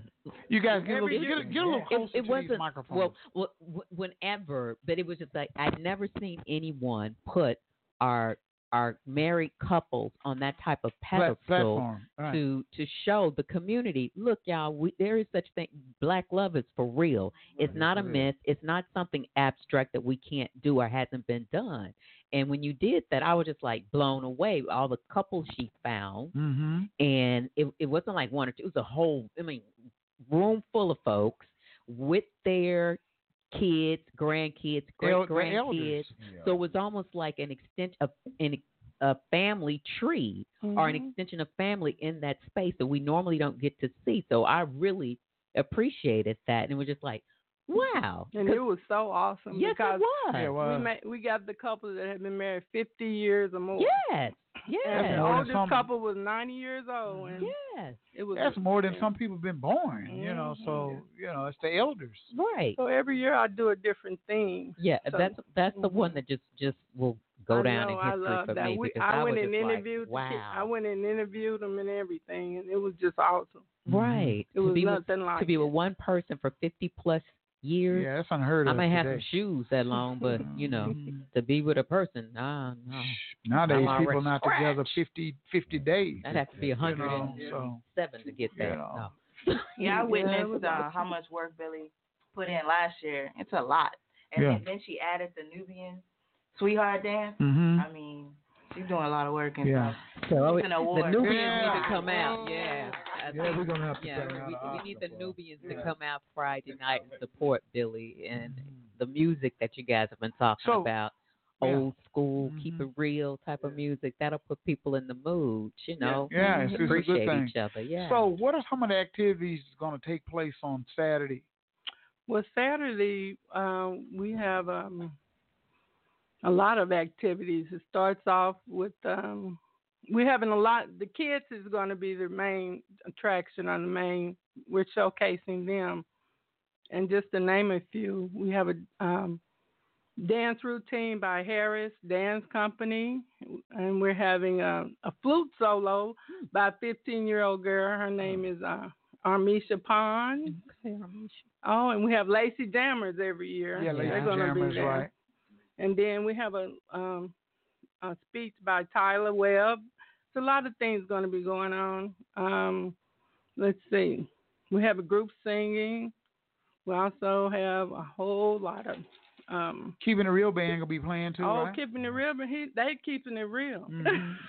You guys get a little,
Every
get, a- get a little closer
it, it
to
wasn't
these microphones.
well, well wh- whenever but it was just like i'd never seen anyone put our our married couples on that type of pedestal
platform, right.
to to show the community look y'all we, there is such thing black love is for real it's not a myth it's not something abstract that we can't do or hasn't been done and when you did that i was just like blown away all the couples she found
mm-hmm.
and it, it wasn't like one or two. It was a whole, I mean, room full of folks with their kids, grandkids, great
El- the
grandkids.
elders.
So it was almost like an extension of an a family tree or an
Mm-hmm.
Mhm.
extension of family in that space that we normally don't get to see. So I really appreciated that, and it was just like, wow.
And
'Cause-
it was so awesome.
Yes, it
because
was. Yeah, it
We,
was.
met, we got the couple that had been married 50 years or more.
yes,
And
yes,
the
more than
oldest
some-
couple was 90 years old. And
yes.
it was
That's more than some people have been born, you know.
Mm-hmm.
So you know, it's the elders.
Right.
So every year I do a different thing.
Yeah,
So- mm-hmm.
that's that's the one that just just will go
I
down
know,
in history
I love
for
that.
me
we,
because
I,
was
went and
just like,
interviewed. the
wow,
kid- I went and interviewed them and everything, and it was just awesome.
right?
Mm-hmm. It was
to be with,
nothing like
to be
it.
with one person for fifty plus years.
Yeah, that's unheard
I
of
might have some
today.
shoes that long,
(laughs)
but you know,
Mm-hmm.
to be with a person, nah, no.
Nowadays,
I'm
people
already
not together 50, 50 days.
I'd have to be a
You know,
hundred and
so-
seven to get that.
Yeah. (coughs)
Yeah, I witnessed
Yeah.
uh, how much work Billy put in last year. It's a lot. And
Yeah.
then- then she added the Nubian sweetheart dance.
Mhm.
I mean, She's doing a lot of work. And
Yeah.
stuff.
So
Oh,
I would-
An
the
award. Oh,
Nubians need to come out. Yeah. I
Yeah,
think-
we're gonna have to
yeah,
bring out
we,
an
we need the Nubians
Yeah.
to come out Friday night and support Billy and
Mm-hmm.
the music that you guys have been talking about.
yeah.
Old school, keep it real type of music. That'll put people in the mood, you know.
Yeah,
and
it's- it's a good
appreciate
thing.
each other. Yeah.
So-
So,
Oh, what are some of the activities that's going to take place on Saturday?
Well, Saturday um, we have um, a lot of activities. It starts off with um, we're having a lot. The kids is going to be the main attraction on the main. We're showcasing them, and just to name a few, we have a um, dance routine by Harris Dance Company, and we're having a, a flute solo by a 15-year-old girl. Her name
Mm.
is uh, Armisha
Mm-hmm.
Pond. Oh, and we have Lacey Dammers every year.
Yeah, Lacey
They're gonna
Dammers,
be there.
right.
And then we have a um, a speech by Tyler Webb. It's a lot of things going to be going on. Um, let's see. We have a group singing. We also have a whole lot of um,
Keeping the Real Band going to be playing too,
oh,
right? Mm-hmm.
keeping it real, but he, they keeping it real.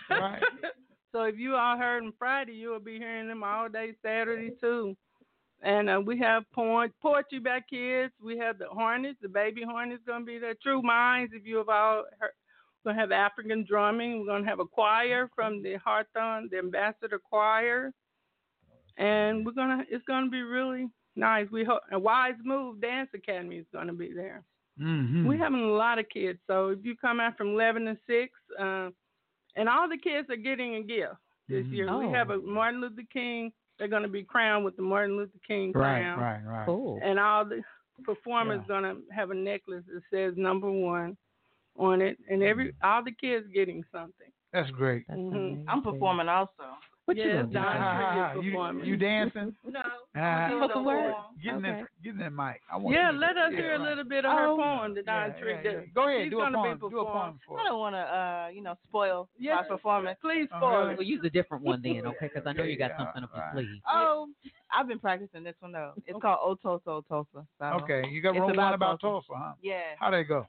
Right.
(laughs) so if you all heard them Friday, you will be hearing them all day Saturday too. And uh, we have point, poetry by kids. We have the Hornets. The baby Hornets going to be there. True Minds. If you have all heard, we're going to have African drumming. We're going to have a choir from the Hawthorne, the Ambassador Choir. And we're gonna. It's gonna be really nice. We hope. And Wise Move Dance Academy is gonna be there.
Mm-hmm.
We're having a lot of kids. So if you come out from 11 to 6, uh, and all the kids are getting a gift this
Mhm.
year.
Oh.
We have a Martin Luther King. They're going to be crowned with the Martin Luther King
Right,
crown.
right, right.
Cool.
And all the performers going to have a necklace that says number one on it.
Hmm.
And every all the kids getting something.
That's great.
Mhm.
I'm performing also.
What
yes,
gonna do? Ah, (laughs)
Don
you-
Tree is performing.
you
(laughs)
dancing?
(laughs) No.
Ah.
Give us a word.
Getting that, getting that mic. I want
Yeah,
you to-
let us hear a
right.
little bit of her
Oh.
poem that Don Tree
yeah,
did.
yeah. Go ahead,
She's
do a
gonna be
poem. Do a
performing.
poem for
I
us.
don't want to, uh, you know, spoil
Yes,
my performance.
Please
Oh,
spoil
uh,
really?
it.
well, use a different one then, okay? Because I know you got
Yeah,
something up your
right.
sleeve.
Oh, I've been practicing this one though. It's called O Tulsa, O Tulsa. So
Okay, you got
it's
wrong one about Tulsa, huh?
Yeah,
How'd it go?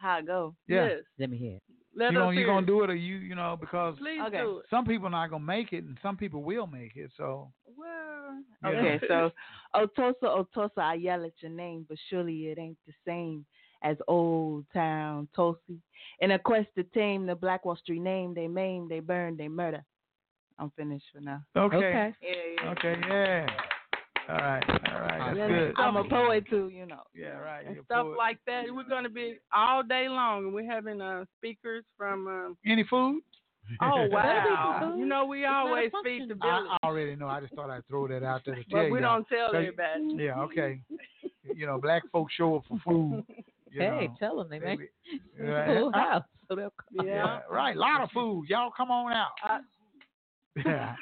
how it go?
Yeah.
Yes.
Let me hear. it.
Let
you
us
gonna, you
hear
gonna
it.
do it or you you know because
Please
Okay.
do it.
some people not gonna make it and some people will make it. So Yeah.
Okay,
(laughs)
so O Tulsa, O Tulsa, I yell at your name, but surely it ain't the same as Old Town Tulsa. In a quest to tame the Black Wall Street name, they maim, they burn, they murder. I'm finished for now.
Oh.
okay.
Okay.
Yeah, yeah.
Okay, yeah. All right, all right, that's good.
I'm a poet too, you know.
Yeah, right.
and
you're a
stuff
poet.
like that. We're going to be all day long, and we're having uh, speakers from.
(laughs)
Um,
Any food? (laughs)
oh
some
wow!
food.
You know we
not a
always
function. Uh-uh.
feed the village,
I already know. I just thought I'd throw that out there to tell
(laughs) but
you.
we don't tell
So-
everybody.
Yeah, okay. You know, black folks show up for food. You
Hey,
know.
tell them they (laughs)
(laughs)
make
Yeah.
a full house, so they'll come.
Yeah.
right. Lot of food. Y'all come on out.
Uh,
(laughs)
(laughs)
yeah.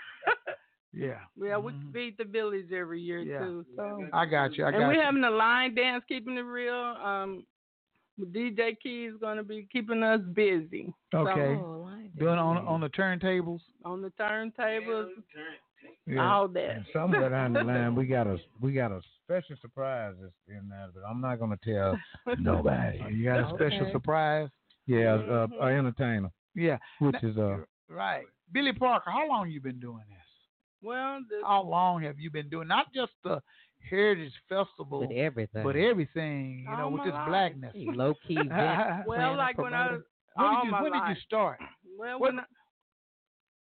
Yeah.
Yeah, we feed the village every year
Mm-hmm. Yeah.
too. So.
I got you. I got
and we're
you.
having a line dance, keeping it real. Um, DJ Key is going to be keeping us busy
okay.
Oh, line dance.
Doing on on the turntables.
on the turntables,
Yeah.
all that.
And somewhere down the
(laughs)
line, we got a we got a special surprise that's in there, but I'm not gonna
(laughs)
tell nobody.
You
(laughs)
got a special
Okay.
surprise. Mm-hmm.
Yeah, uh, a entertainer,
Yeah.
which is uh,
Right. Billy Parker, how long you been doing this?
Well, the,
How long have you been doing not just the Heritage Festival,
With everything.
but everything, you know,
All
with
Oh my
this
life.
blackness.
Low
(laughs)
key.
well, like when I was
When
all
did you
my
when
life.
did you start?
Well,
What-
when, I-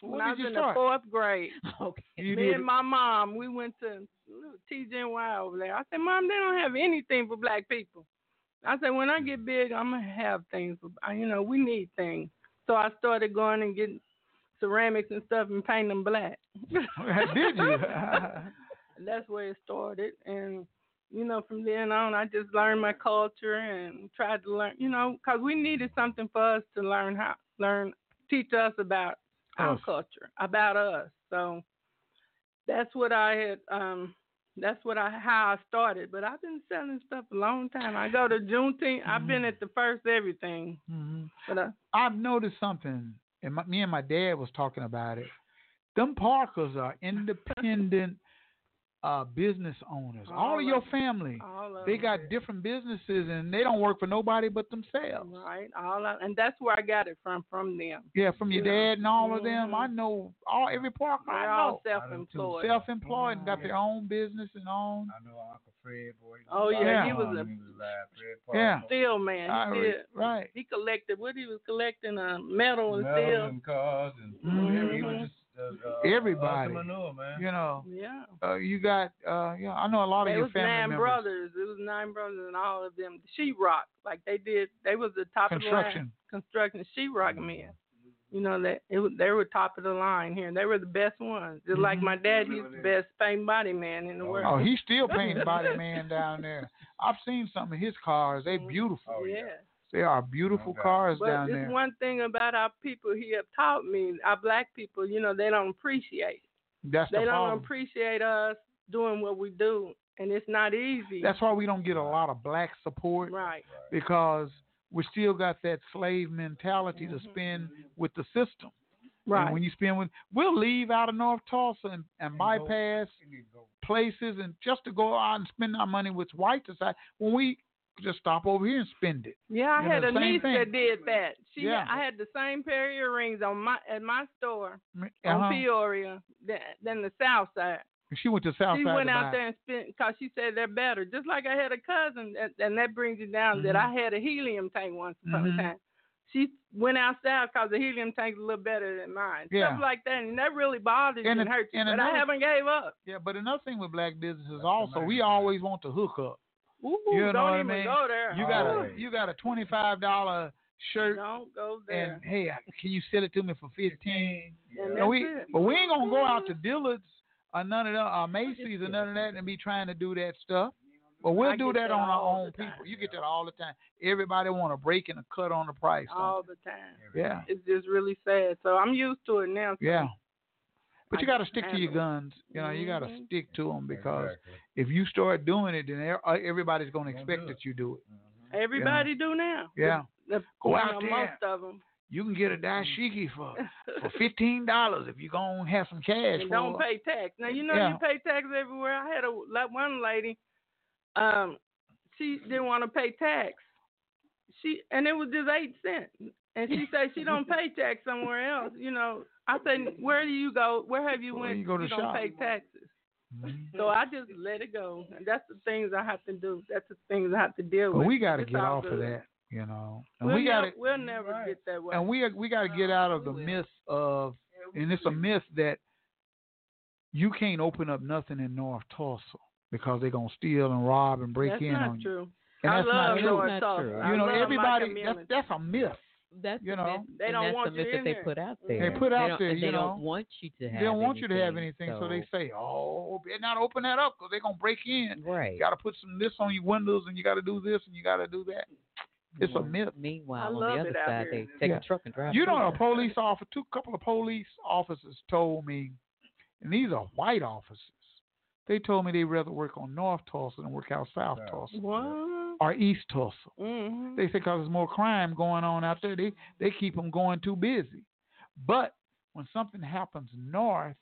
when
when I was
did you
in
start?
the fourth
(laughs)
grade,
Okay.
You
me
did
and my mom, we went to TGNY over there. I said, Mom, they don't have anything for black people. I said, when I get big, I'm gonna have things. For, I- you know, we need things. So I started going and getting ceramics and stuff and painting them black.
did you?
(laughs)
(laughs)
And that's where it started, and you know, from then on, I just learned my culture and tried to learn. You know, because we needed something for us to learn how learn teach us about our
Us.
culture, about us. So that's what I had. Um, that's what I how I started. But I've been selling stuff a long time. I go to Juneteenth. I've been
Mm.
at the first everything.
Mhm.
But I,
I've noticed something, and my, me and my dad was talking about it. Them Parkers are independent uh, business owners. All,
All (laughs)
of your
of 'em.
family
all of
They
them.
got different businesses and they don't work for nobody but themselves.
right. All of, and that's where I got it from from them.
Yeah, from your
Yeah. Mm-hmm.
dad and all of them. I know all every park I
They're
know.
all self-employed.
Self-employed and got their own business and own. I know Uncle Fred boy.
Oh yeah,
yeah.
he was a
Yeah.
steel man.
I re-
He did-
right.
He collected what he was collecting uh, metal and
Metal
steel. Mm-hmm.
and cars and he was just uh, uh,
Everybody.
entrepreneur, man.
You know.
Yeah.
Uh, you got uh yeah, I know a lot of
it
your
Mm-hmm. was
family
nine
members.
brothers. It was nine brothers, and all of them she rock like they did. They was the top
Construction.
of the line construction she rock men. You know that it was, they were top of the line here. They were the best ones. Just like my dad, he's the best paint body man in the world.
Mm-hmm. Oh, he's
(laughs)
still painting body man down there. I've seen some of his cars. They beautiful.
Oh,
yeah.
They are beautiful cars
Mm-hmm. But
down
it's
there.
one thing about our people he have taught me, our black people, you know, they don't appreciate.
That's
they
the
don't
problem.
appreciate us doing what we do. And it's not easy.
That's why we don't get a lot of black support
right.
because we still got that slave mentality to spend with the system.
Mm-hmm. Right.
And when you spend with, we'll leave out of North Tulsa and, and, bypass places and just to go out and spend our money with white society when we just stop over here and spend it.
Yeah, I
You know,
had a
same
niece
thing.
that did that. She,
Yeah.
I had the same pair of earrings on my at my store
Uh-huh.
on Peoria than, than the South Side.
She went to South
she
Side
went
to
out
buy it.
there and spent because she said they're better. Just like I had a cousin, and, and that brings it down that
Mm-hmm.
I had a helium tank once upon
Mhm.
a time. She went outside because the helium tank's a little better than mine.
Yeah.
Stuff like that, and that really bothers you
And
and,
it-
hurts you.
and
but
another-
I haven't gave up.
Yeah, but another thing with black businesses also, we always want to hook up.
Ooh,
you know
don't
what I
even
mean?
go there.
You got a
Always.
you got a twenty five dollar shirt.
Don't go there.
and hey, I- can you sell it to me for fifteen?
And
And we,
that's it. Mm-hmm.
but we ain't gonna go out to Dillard's or none of that, or Macy's or none of that, and be trying to do that stuff. But we'll
I
do
get
that
that
on our
all
own
the time.
people. You get that all the time. Everybody want a break and a cut on the price. don't
all the time.
Yeah.
It's just really sad. So I'm used to it now. so
they? yeah. But you got
I
to stick to your
handle it.
guns. You know, you got to
Mhm.
stick to them because if you start doing it, then e- everybody's gonna expect that you do it. Mm-hmm.
Everybody do now.
Yeah.
The,
Go
you
out
know,
there.
Most of them.
You can
Mm-hmm.
get a dashiki for
(laughs)
for fifteen dollars if you gonna have some cash.
and
for
don't
it.
pay tax. Now you know
Yeah.
you pay tax everywhere. I had a like one lady, um, she didn't want to pay tax. She and it was just eight cents, and she said she don't pay tax somewhere else. You know, I said where do you go? Where have you
Well,
went?
you go to Mm-hmm.
don't
shop.
pay taxes. So I just let it go. And that's the things I have to do. That's the things I have to deal
But
with.
we got to
It's
get
all
off of
good.
that, you know. And
We'll,
we got to
nev- we'll never get that way.
and we we got to get out of the myth of and it's a myth that you can't open up nothing in North Tulsa because they're going to steal and rob and break
That's
in
not
on you.
true.
And
I
that's
love
not true.
North That's not Tulsa. true. I
You know,
love my
everybody that's
community.
that's a myth.
That's
you
the
know.
myth, and that's the myth that they put out there.
They put out
don't-
there,
and
you
they
know.
don't want you to have.
they don't want you to have anything,
anything,
so, they say, "Oh, better not open that up because they're gonna break in."
Right.
You got to put some this on your windows, and you got to do this, and you got to do that. It's a
Well,
myth.
Meanwhile, on the other side, they take
Yeah.
a truck and drive.
You
through
know, a
it.
police officer, two couple of police officers told me, and these are white officers. They told me they'd rather work on North Tulsa than work out South Tulsa
What?
or East Tulsa.
Mhm.
They said because there's more crime going on out there, they they keep them going too busy. But when something happens north,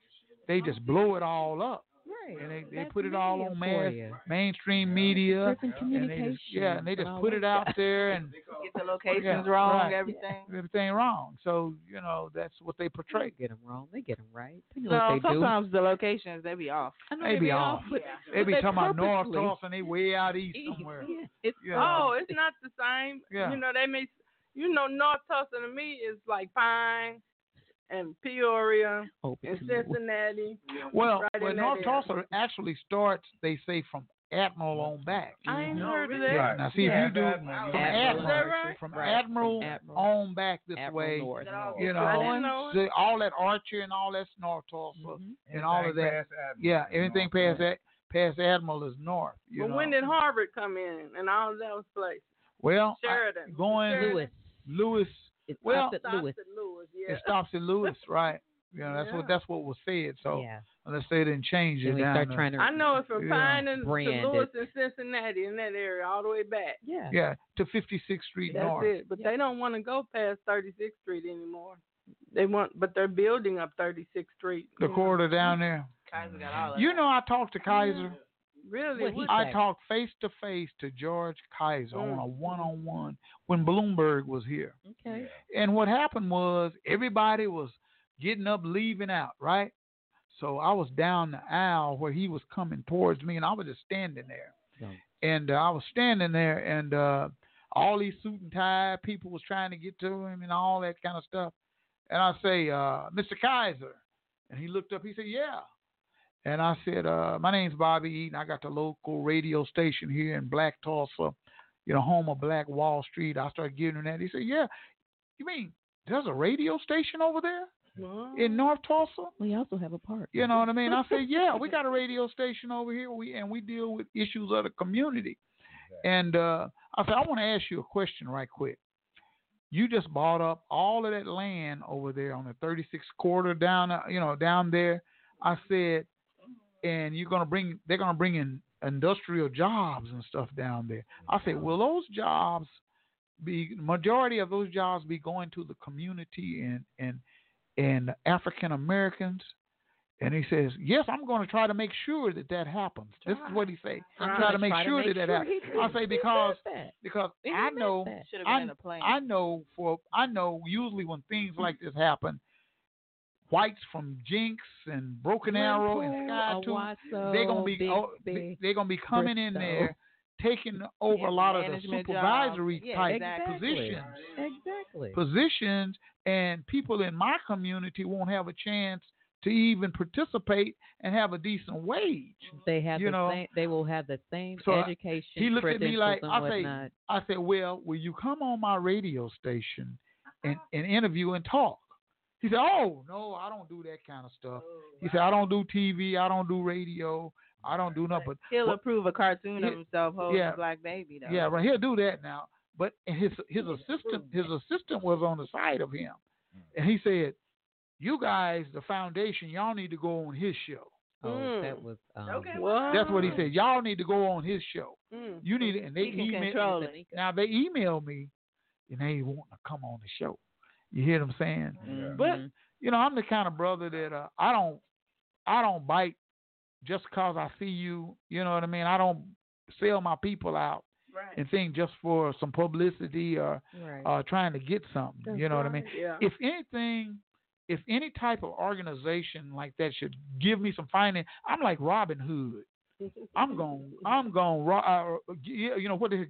they just blow it all up.
Right.
And they, they
That's
put it all
media
on
for
mass,
you.
mainstream media.
Different
and they just, yeah, and they
communications
just
and
put
all
it
that
out
stuff.
there and
Get the locations
yeah,
wrong,
right.
everything.
everything wrong. So you know that's what they portray.
Get them wrong. They get them right. They know
No,
what they do.
sometimes the locations they be off.
I know
They be off.
but-
They
but
be
they
talking about North
purposely-
Tulsa and they way out east somewhere.
It's
Yeah.
Oh, it's not the same.
Yeah.
You know, they may, you know, North Tulsa to me is like Pine and Peoria
Open
and
to you.
Cincinnati.
Well,
right
well
in that
North
area.
Tulsa actually starts, they say, from Admiral on back.
I ain't heard of that.
Now, see
Yeah.
if you do from
Admiral.
Admiral,
Is that right?
from,
Right,
Admiral
from Admiral.
on back this
Admiral
way,
North.
you know,
I didn't know
see, uh, all that Archer and all that's North Tulsa
Mm-hmm.
and all of
Anything
that.
past Admiral
Yeah,
is
anything
north.
past that, past Admiral is North. You
But
know.
when did Harvard come in and all those places?
well, I-
Sheridan.
going
Sheridan.
Lewis,
It's
well,
opposite
Stops
Lewis.
at Lewis,
it stops at
(laughs)
Lewis, right? You know, that's what
Yeah.
that's what was said. So
Yeah.
unless they didn't change it
Then we
down
start
to-
trying
yeah.
to.
I know it from
Yeah.
Pine and to
Brand
Lewis
it.
and Cincinnati in that area all the way back.
Yeah.
yeah to 56th Street
That's
North.
it. But they don't want to go past 36th Street anymore. They want, but they're building up 36th Street. Mm.
the
you know.
corridor down there.
Kaiser got all
You know, I talked to Kaiser.
Really?
What he
would-
I talked face to face to George Kaiser on a one on one when Bloomberg was here.
Okay.
And what happened was everybody was getting up, leaving out, right? So I was down the aisle where he was coming towards me, and I was just standing there. And uh, I was standing there, and uh, all these suit and tie people was trying to get to him and all that kind of stuff. And I say, uh, Mr. Kaiser. And he looked up. He said, Yeah. And I said, uh, My name's Bobby Eaton. I got the local radio station here in Black Tulsa, you know, home of Black Wall Street. I started giving him that. He said, Yeah. You mean there's a radio station over there in North Tulsa?
We also have a park.
You know what I mean? I
(laughs)
said, yeah, we got a radio station over here. We and we deal with issues of the community. And uh, I said, I want to ask you a question right quick. You just bought up all of that land over there on the 36th quarter down, uh, you know, down there. I said, and you're gonna bring, they're gonna bring in industrial jobs and stuff down there. I said, will those jobs be majority of those jobs be going to the community and and and African Americans? And he says, "Yes, I'm going to try to make sure that that happens." This is what he say.
Right.
I'm trying to make
Try to
sure
make
that
sure
that
he
happens. I
said-
say
he
because
said that.
because
He
I
said
know
that. Should've been
I,
in a plane.
I know for I know usually when
(laughs)
things like this happen, whites from Jinx and Broken
Glenn
Arrow and
Poole,
Sky
Owasso,
they're gonna be
Big
oh,
Big
they- they're gonna be coming in
Bristol.
there taking over a lot of the
Management
supervisory
jobs. Yeah,
type
exactly.
positions
Exactly.
positions and people in my community won't have a chance to even participate and have a decent wage.
They have
you
the
know.
same. They will have the same
So I-
education.
he looked at me like
credentials and
I say
whatnot.
I said, Well, will you come on my radio station and, and interview and talk? He said, Oh no, I don't do that kind of stuff.
Oh,
He said, I don't do TV, I don't do radio, I don't do nothing but
He'll
but-
approve a cartoon
Yeah,
of himself holding
yeah.
a black baby though.
yeah, right. He'll do that now. But his his assistant his assistant was on the side of him, and he said, "You guys, the foundation, y'all need to go on his show."
Oh,
Mm.
that was. Um,
That's what he said. Y'all need to go on his show.
Mm.
You need, and they
He can
email
control it.
now. They email me, and they want to come on the show. You hear what I'm
(laughs)
saying? But
Mm-hmm.
you know, I'm the kind of brother that uh, I don't, I don't bite just cause I see you. You know what I mean? I don't sell my people out
Right.
and think just for some publicity or
Right.
uh, trying to get something. you
That's
know what I mean?
right, yeah.
If anything, if any type of organization like that should give me some finance, I'm like Robin Hood. I'm going. I'm going. Uh, gi- you know what? They,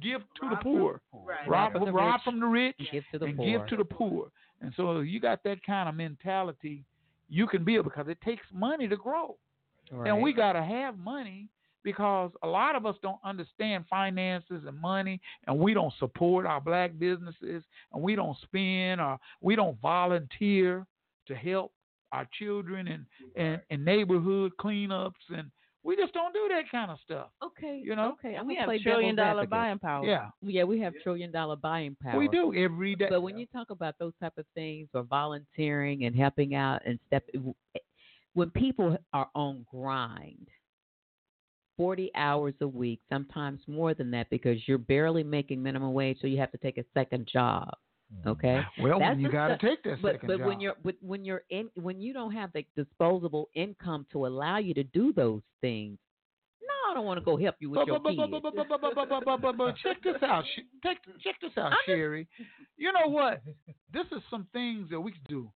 give to the poor.
Right.
Rob,
Rob from the
rob
rich.
from the rich
give to the
and
poor.
give to the poor. And so you got that kind of mentality, you can build because it takes money to grow.
Right.
And we got to have money because a lot of us don't understand finances and money, and we don't support our black businesses, and we don't spend, or we don't volunteer to help our children and, and, and neighborhood cleanups, and we just don't do that kind of stuff.
Okay.
You know?
Okay. I'm
We
gonna
have
play
trillion
devil's
dollar
advocate.
buying power. Yeah.
Yeah, we have trillion dollar buying power.
We do every day.
But when you talk about those type of things, or volunteering and helping out and step, eh, when people are on grind, forty hours a week, sometimes more than that, because you're barely making minimum wage, so you have to take a second job. Okay.
Mm-hmm. Well,
That's
when you
the
got to
stuff-
take that
but,
second
but
job.
when you're but when you're in when you don't have the disposable income to allow you to do those things, no, I don't want to go help you with
But-
your
but- but-
kids.
but- but- but- but- but- but- but- but- but Check this out. Sh- (laughs) Check, check this out, Sherry. You
(laughs)
know what? This is some things that we can do.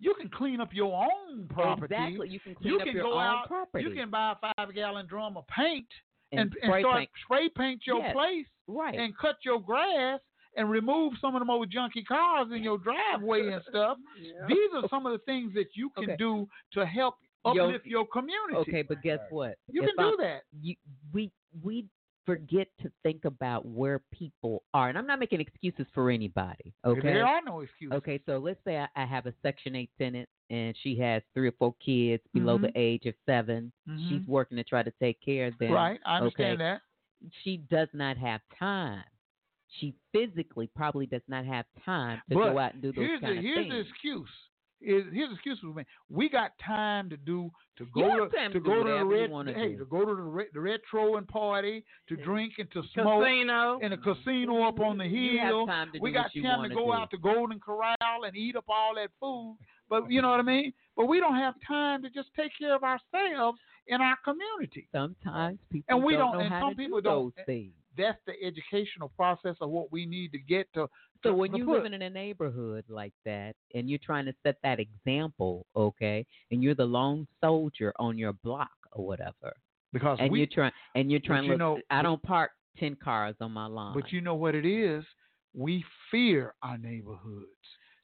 You can clean up your own property.
Exactly. You can clean up your
go
own
out,
property.
You can buy a five gallon drum of paint
And
and,
spray
start
paint.
spray paint your
Yes.
place
Right.
and cut your grass and remove some of them old junky cars in your driveway and
(laughs)
stuff. These are some of the things that you can
Okay.
do to help
Yo-
uplift your community.
Okay, but guess what?
You
If
can do
I'm-
that.
You, we we forget to think about where people are, and I'm not making excuses for anybody. Okay,
There are no excuses.
Okay, so let's say I, I have a Section Eight tenant, and she has three or four kids below
Mhm.
the age of 7 She's
Mhm.
working to try to take care of them.
Right, I understand
okay?
that.
She does not have time. She physically probably does not have time to
but
go out and do those
here's
kind
the,
of
here's
things.
the excuse. Is, here's the excuse we make. We got time to do to go
You have
to,
time
to
to do
go to the
whatever you
red
wanna
hey
do.
to go to the, re, the retro and party to drink and to smoke
uh,
Casino.
and a casino up on the hill.
You have time to
we
do
got
what you
time
wanna
to go
do.
out to Golden Corral and eat up all that food. But you know what I mean. But we don't have time to just take care of ourselves in our community.
Sometimes people
and we don't,
know
and
how
some
to
people
do
don't.
those things.
That's the educational process of what we need to get to.
So
to-
when
to
you
put-
live in a neighborhood like that and you're trying to set that example, okay, and you're the lone soldier on your block or whatever.
Because
and
we-
you're trying and you're
but
trying
you
to look,
know-
I don't park ten cars on my lawn.
But you know what it is? We fear our neighborhoods.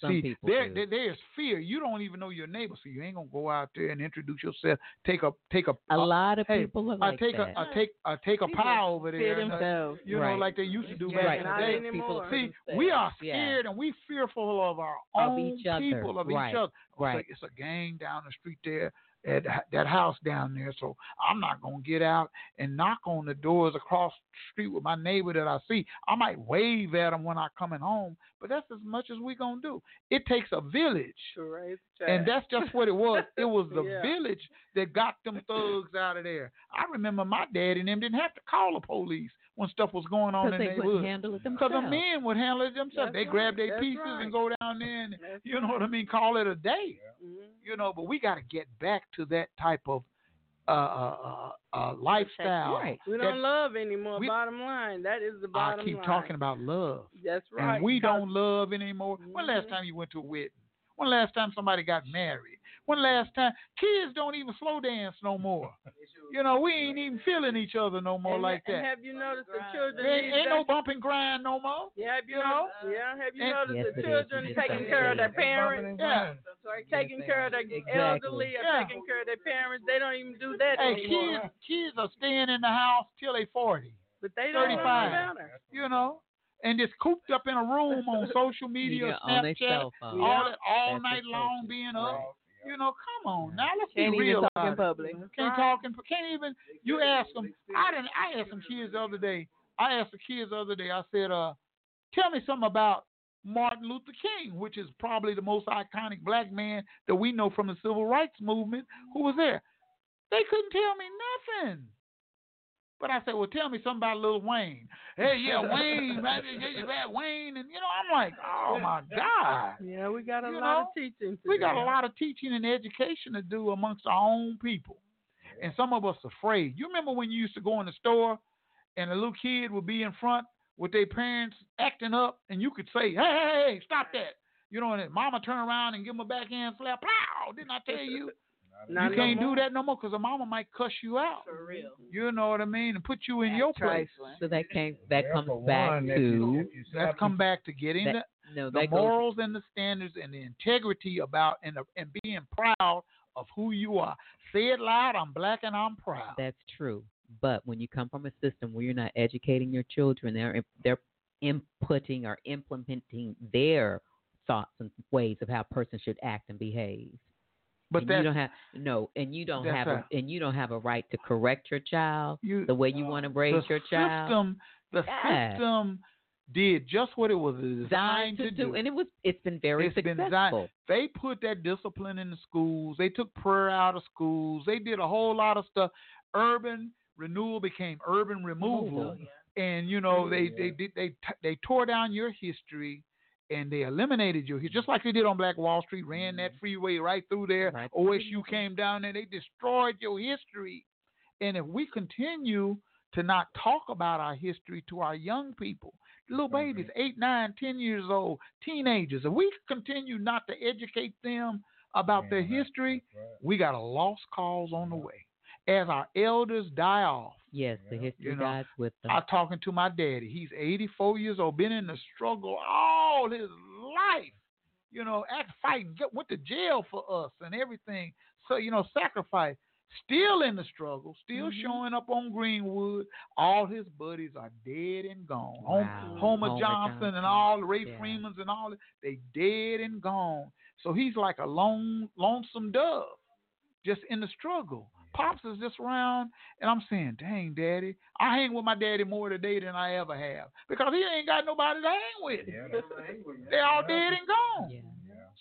Some
See,
people
there,
do.
there- there's fear. You don't even know your neighbor, so you ain't gonna go out there and introduce yourself. Take a take a uh,
A lot of
hey,
people are
I
like
take
that.
a I take I take a
People
pie over there.
fear
and, uh,
themselves.
You know,
Right.
like they used to do
Yeah,
back
not
in the day.
anymore.
See,
People
we are
themselves. Yeah.
scared and we fearful of our
Of
own
each other.
people of
Right.
each other. It's a-
Right.
It's a, gang down the street there at h- that house down there, so I'm not gonna get out and knock on the doors across the street with my neighbor that I see. I might wave at them when I'm coming home, but that's as much as we gonna do. It takes a village. And that's
(laughs)
just what it was. It
(laughs)
was the
Yeah.
village that got them thugs out of there. I remember my dad and them didn't have to call the police when stuff was going on
because
in
they
the
couldn't
neighborhood.
handle it
Because
themselves.
the men would handle it
That's
themselves. they grab
right.
their
That's
pieces
right.
and go down there and you know what I mean, call it a day.
Mm-hmm.
You know, but we got to get back to that type of uh, uh, uh, uh, lifestyle.
We
that-
don't love anymore.
we-
bottom line, that is the
I
bottom
keep
line.
talking about love.
That's right. Mm-hmm.
And we
because-
don't love anymore. When last time you went to a wedding? When last time somebody got married? When last time kids don't even slow dance no more? You know, we ain't even feeling each other no more
and,
like that.
And have you noticed the children?
There
these
ain't no
days-
bump and grind no more.
Yeah, have you,
you know?
noticed- Yeah, have you
And-
noticed
Yes,
the
it is.
children
It's
taking
just
care of
that
their
it is.
parents?
Yeah.
Taking care of their elderly, or
Yeah.
taking care of their parents. They don't even do that
Hey,
anymore.
kids, kids are staying in the house till they forty.
but they don't know
35.
better.
You know. And just cooped up in a room
(laughs)
on social media,
Media, on their
Snapchat,
cell phone.
all that, all
That's
night
the
long, being up. You know, come on now, let's
Can't
be
even
real.
talk
about
in
it.
public.
Can't
(laughs)
talk and can't even. You ask them. I didn't. I asked some kids the other day. I asked the kids the other day. I said, uh, "Tell me something about Martin Luther King, which is probably the most iconic black man that we know from the civil rights movement, who was there." They couldn't tell me nothing. But I said, "Well, tell me something about Lil Wayne." Hey,
(laughs)
yeah, Wayne. right, yeah, yeah, yeah, Wayne, and you know, I'm like, "Oh my God."
Yeah, we got a
You
lot
know,
of teaching. to
We got
do.
a lot of teaching and education to do amongst our own people. And some of us afraid. You remember when you used to go in the store and a little kid would be in front with their parents acting up and you could say, Hey, hey, hey, stop that. You know, and then mama turn around and give them a backhand slap. Pow! Didn't I tell you?
(laughs) Not
you
no
can't
more.
do that no more because the mama might cuss you out.
For real.
You know what I mean? And put you in your place.
So that came that comes
for
back
one, if you-
to
if you Let's come back to getting
that,
the,
no,
the
that goes-
morals and the standards and the integrity about and the, and being proud of who you are. Say it loud. I'm black and I'm proud.
That's true. But when you come from a system where you're not educating your children, they're they're inputting or implementing their thoughts and ways of how a person should act and behave.
But
and you
that's-
don't have no, and you don't
That's
have
right.
a, and you don't have a right to correct your child
You- uh,
the way you want to raise
the
your child.
system, the
Yeah.
system did just what it was designed,
Designed
to,
to
do.
do, and it was it's been very
It's been
successful.
designed. They put that discipline in the schools. They took prayer out of schools. They did a whole lot of stuff. Urban renewal became urban
Oh,
removal, and you know they they did they t- they tore down your history. And they eliminated you, just like they did on Black Wall Street, ran that freeway Mm-hmm. right through there. OSU came down there, they destroyed your history. And if we continue to not talk about our history to our young people, little babies, eight, nine, ten years old, teenagers, if we continue not to educate them about their history, we got a lost cause on the way. As our elders die off,
Yes, the history
you know,
dies with them.
I'm talking to my daddy. He's 84 years old, been in the struggle all his life. You know, act fighting, get, went to jail for us and everything. So you know, sacrifice. Still in the struggle, still showing up on Greenwood. All his buddies are dead and gone. Hom-
Wow.
Homer,
Homer
Johnson,
Johnson.
and all the Ray
Yeah.
Freemans and all that, they dead and gone. So he's like a lone, lonesome dove, just in the struggle. Pops is just around, and I'm saying, dang, daddy, I hang with my daddy more today than I ever have because he ain't got nobody to hang with. (laughs) they all dead and gone.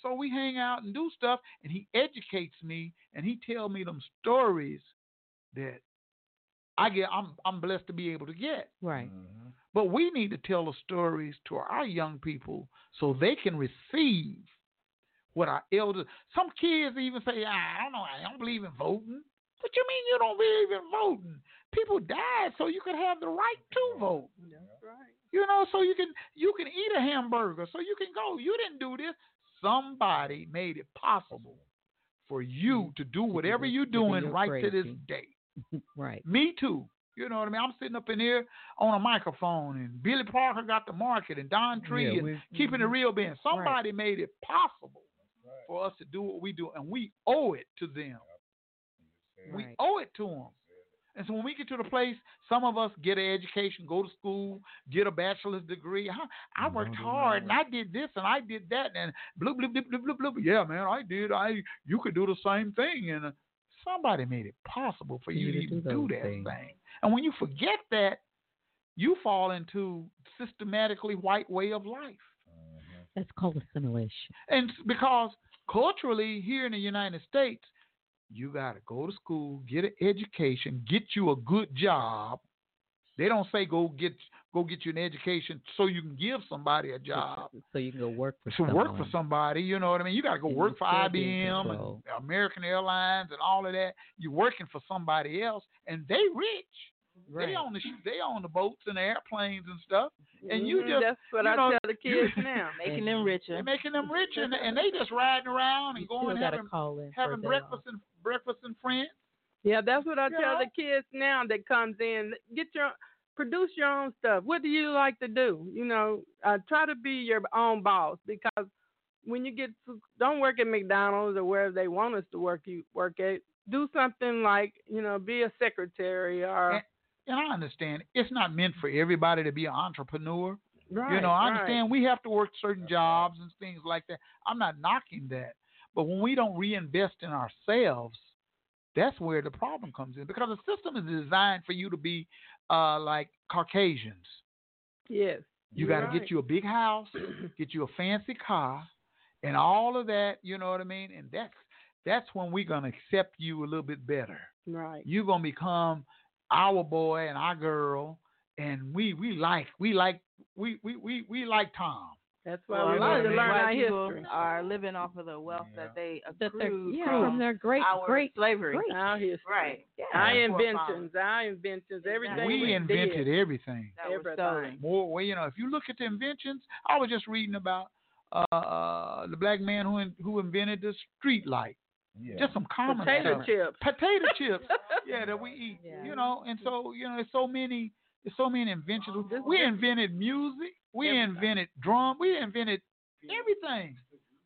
So we hang out and do stuff, and he educates me, and he tell me them stories that I get. I'm I'm blessed to be able to get.
right.
But we need to tell the stories to our young people so they can receive what our elders. Some kids even say, "Ah, I don't know, I don't believe in voting. What you mean you don't believe in voting? People died so you could have the right to vote.
That's right.
You know, so you can you can eat a hamburger, so you can go. You didn't do this. Somebody made it possible for you to do whatever you're doing right to this day.
(laughs) right.
Me too. You know what I mean? I'm sitting up in here on a microphone, and Billy Parker got the market, and Don Tree,
Yeah,
and
we-
keeping it real. Being somebody made it possible for us to do what we do, and we owe it to them. We
Right.
owe it to them. And so when we get to the place, some of us get an education, go to school, get a bachelor's degree. I, I worked hard, and I did this, and I did that, and bloop bloop bloop bloop bloop bloop. Yeah, man, I did. I you could do the same thing, and uh, somebody made it possible for you, to even do,
those
that
things.
thing. And when you forget that, you fall into systematically white way of life.
That's called assimilation.
And s- because culturally here in the United States, you got to go to school, get an education, get you a good job. They don't say go get go get you an education so you can give somebody a job
So you can go work for
to
someone.
work for somebody. You know what I mean? You got to go
And
work
you
for
still be in
IBM and
control.
American Airlines and all of that. You're working for somebody else, and they rich. They
Right.
own the sh- they own the boats and the airplanes and stuff, and you
Mhm,
just
that's what
you
I
know,
tell the
you-
kids
(laughs)
now. Making
them richer.
They're making them richer, and, and they just riding around and going
still gotta
having
call in
having
for their
breakfast and breakfast and friends.
Yeah, that's what I tell
Yeah.
the kids now that comes in. Get your produce your own stuff. What do you like to do? You know, uh, try to be your own boss because when you get to, don't work at McDonald's or wherever they want us to work you work at. Do something like you know, be a secretary or
And I understand it's not meant for everybody to be an entrepreneur.
Right,
you know, I
right.
understand we have to work certain jobs and things like that. I'm not knocking that, but when we don't reinvest in ourselves, that's where the problem comes in because the system is designed for you to be uh, like Caucasians.
yes.
You
You're
got to
right.
get you a big
(clears throat)
house, get you a fancy car, and all of that. You know what I mean? And that's that's when we're gonna accept you a little bit better.
Right.
You're gonna become our boy and our girl, and we we like we like we we we, we like Tom.
That's
why
Well,
we
a lot of
learn
white
our
people
history.
are living off of the wealth that they
That they're-
accrued
yeah,
from
from their great-
our
great-
slavery.
great.
Our history.
Right.
Our
Yeah.
inventions, our inventions, everything
we,
did.
invented everything.
That was
Everything.
stolen.
More, well, you know, if you look at the inventions, I was just reading about uh, uh, the black man who in, who invented the street light. Just some common
Potato
stuff.
chips.
Potato
(laughs)
chips. yeah, that we eat. You know, and so you know, there's so many, there's so many inventions.
Oh,
we invented music. We invented drum. We invented everything.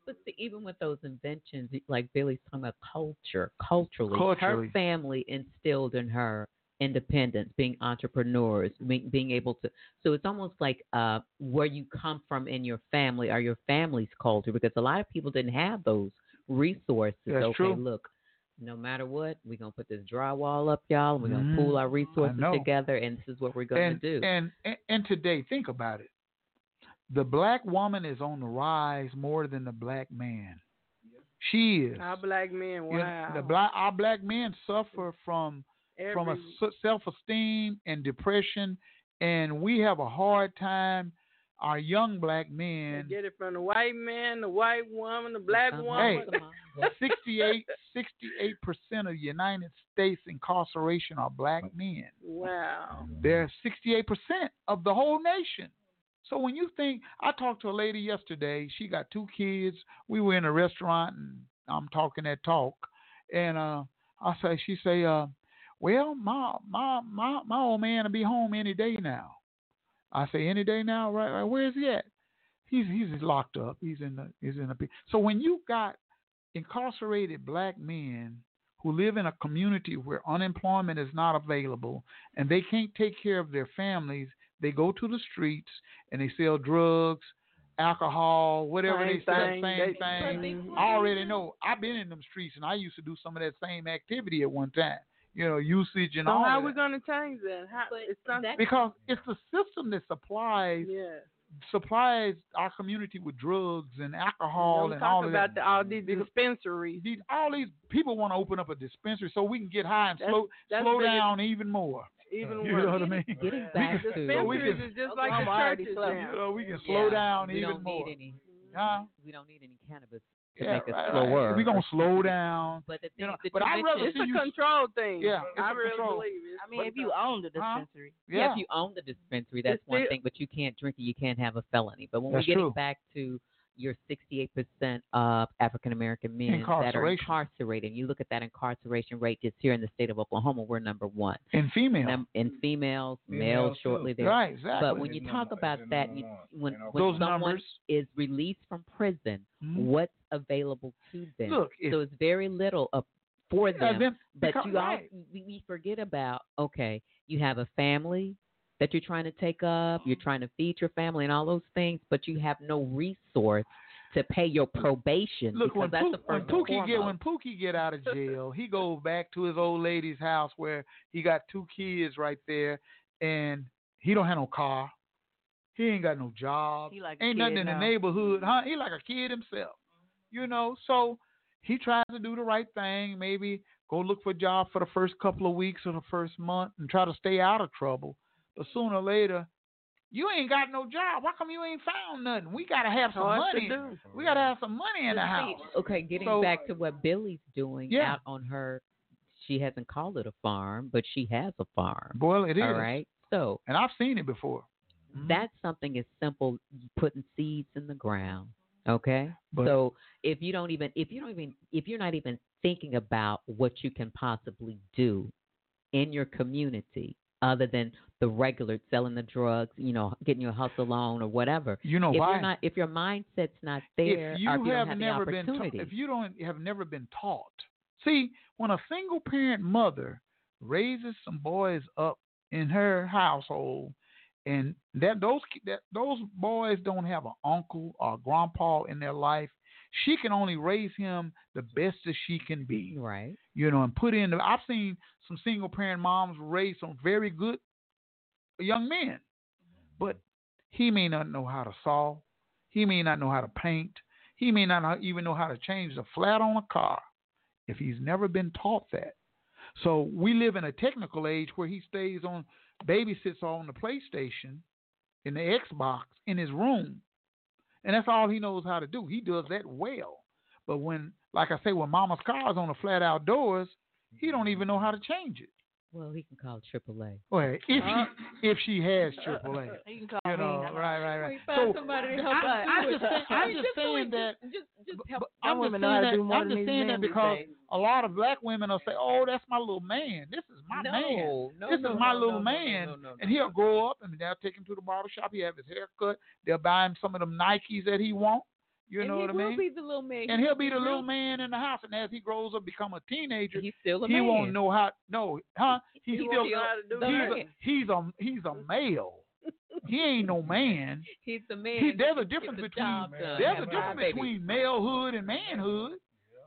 But see, even with those inventions, like Billy's talking about culture, culturally,
Culturally.
her family instilled in her independence, being entrepreneurs, being, being able to. So it's almost like uh, where you come from in your family or your family's culture, because a lot of people didn't have those resources.
That's
okay,
true.
look. No matter what, we're gonna put this drywall up, y'all. and We're gonna
Mhm.
pool
I
our resources
know.
together, and this is what we're gonna
and,
do.
And, and and today, think about it. The black woman is on the rise more than the black man. She is.
Our black men,
You know,
Ah, wow.
the black our black men suffer from from a
Every-
self esteem and depression, and we have a hard time. Our young black
They
men
get it from the white man, the white woman, the black
Hey,
woman.
(laughs) 68 percent of United States incarceration are black men.
Wow.
They're 68 percent of the whole nation. So when you think, I talked to a lady yesterday. She got two kids. We were in a restaurant, and I'm talking that talk, and uh, I say, she say, uh, well, my my my my old man will be home any day now. I say any day now, right? right where is he at? He's he's locked up. He's in the he's in the. So when you got incarcerated black men who live in a community where unemployment is not available and they can't take care of their families, they go to the streets and they sell drugs, alcohol, whatever
Same
they sell,
thing.
same
They-
thing. I already know. I've been in them streets and I used to do some of that same activity at one time. You know, usage and
so
all
how
of
we
that.
gonna change that? How, it's not
because it's the system that supplies
yeah.
supplies our community with drugs and alcohol
I'm
and
talking
all of
about
that.
the, all these dispensaries.
These all these people want to open up a dispensary so we can get high and
That's-
slow
that's
slow
big-
down even more.
Even
you
worse.
know what I mean?
Getting
We
back
can-
to-
so (laughs) we
Dispensaries
can-
is just like
I'm
the
already
churches
slow.
now.
you know, we can slow
Yeah,
down
we
even
don't
more.
Need any,
Huh?
we don't need any cannabis to
Yeah,
make us
right, right.
slower.
We gonna slow down.
But the thing,
You know,
the
but I'd rather
dimensions-
see you-
control thing.
Yeah,
I
it's a
really
control.
believe it.
I mean, if you own the
Huh?
dispensary,
yeah. if you own the dispensary, that's
It's
one
still-
thing, but you can't drink and you can't have a felony. But when
That's
we get
true.
it back to your 68% of African American men that are
Incarceration.
incarcerated, and you look at that incarceration rate just here in the state of Oklahoma, we're number one.
And female.
Num- in females,
Females,
males
too.
shortly there.
Right, exactly.
But when you
It's
talk about that, you, when, when
Those
someone
numbers.
is released from prison,
Mhm.
what's available to them?
Look, if-
so it's very little up for
Yeah,
them.
then-
but
because-
you all
right.
we, we forget about okay, you have a family that you're trying to take up,
Mm-hmm.
you're trying to feed your family and all those things, but you have no resource to pay your probation
Look,
because
when,
that's
Pooh-
the
when
first and
Pookie get
foremost.
when Pookie get out of jail, he goes back to his old lady's house where he got two kids right there, and he don't have no car. He ain't got no job.
He like a
ain't
kid
nothing in
now.
the neighborhood, huh? He like a kid himself,
Mm-hmm.
you know. So he tries to do the right thing. Maybe go look for a job for the first couple of weeks or the first month and try to stay out of trouble. But sooner or later, you ain't got no job. Why come you ain't found nothing? We gotta have some
Hard to
money.
do.
We gotta have some money in the
But see,
house.
Okay, getting
So-
back to what Billy's doing
Yeah.
out on her, she hasn't called it a farm, but she has a farm.
Well, it is.
All right, so
And I've seen it before.
that's something as simple as putting seeds in the ground. Okay,
But-
so if you don't even if you don't even if you're not even thinking about what you can possibly do in your community other than the regular selling the drugs, you know, getting your hustle on or whatever.
You know
if
why?
You're not, if your mindset's not there,
if you
or if you don't
have
have
never
the
been
opportunity,
taught, if you don't have never been taught. See, when a single parent mother raises some boys up in her household, and that those ki- that those boys don't have an uncle or a grandpa in their life, she can only raise him the best that she can be.
right?
you know, and put in. The, I've seen some single parent moms raise some very good young men, but he may not know how to saw, he may not know how to paint, he may not know- even know how to change the flat on a car if he's never been taught that. So we live in a technical age where he stays on, babysits on the PlayStation, in the Xbox, in his room, and that's all he knows how to do. He does that well. But when, like I say, when Mama's car is on the flat out doors, he don't even know how to change it.
Well, he can call AAA.
Well, if
Uh-huh.
she if she has
(laughs)
AAA,
you can call
you know,
me.
right, right, right.
found
So
somebody to
I-
help
I,
us.
I'm just saying, I'm just saying that. but I'm just saying that. I'm just saying that because a lot of black women will say, "Oh, that's my little man. This is my
no,
man.
no,
this
no,
is my
no,
little
no,
man."
No, no, no, no.
And he'll grow up, and they'll take him to the barber shop. He'll have his hair cut. They'll buy him some of them Nikes that he want. You
And
know
he
what I
will
mean?
be the little man.
and he'll be the
real-
little man in the house. And as he grows up, become a teenager,
He's still a
he
man.
won't know how. No, huh? He's
He
still
won't know how to do
he's, a,
nothing.
he's a he's a male. he ain't
(laughs)
no man.
(laughs) He's the man.
He, there's
that can
a
get
difference
the
between
job done,
there's
have
a
a
difference
baby.
between malehood and manhood.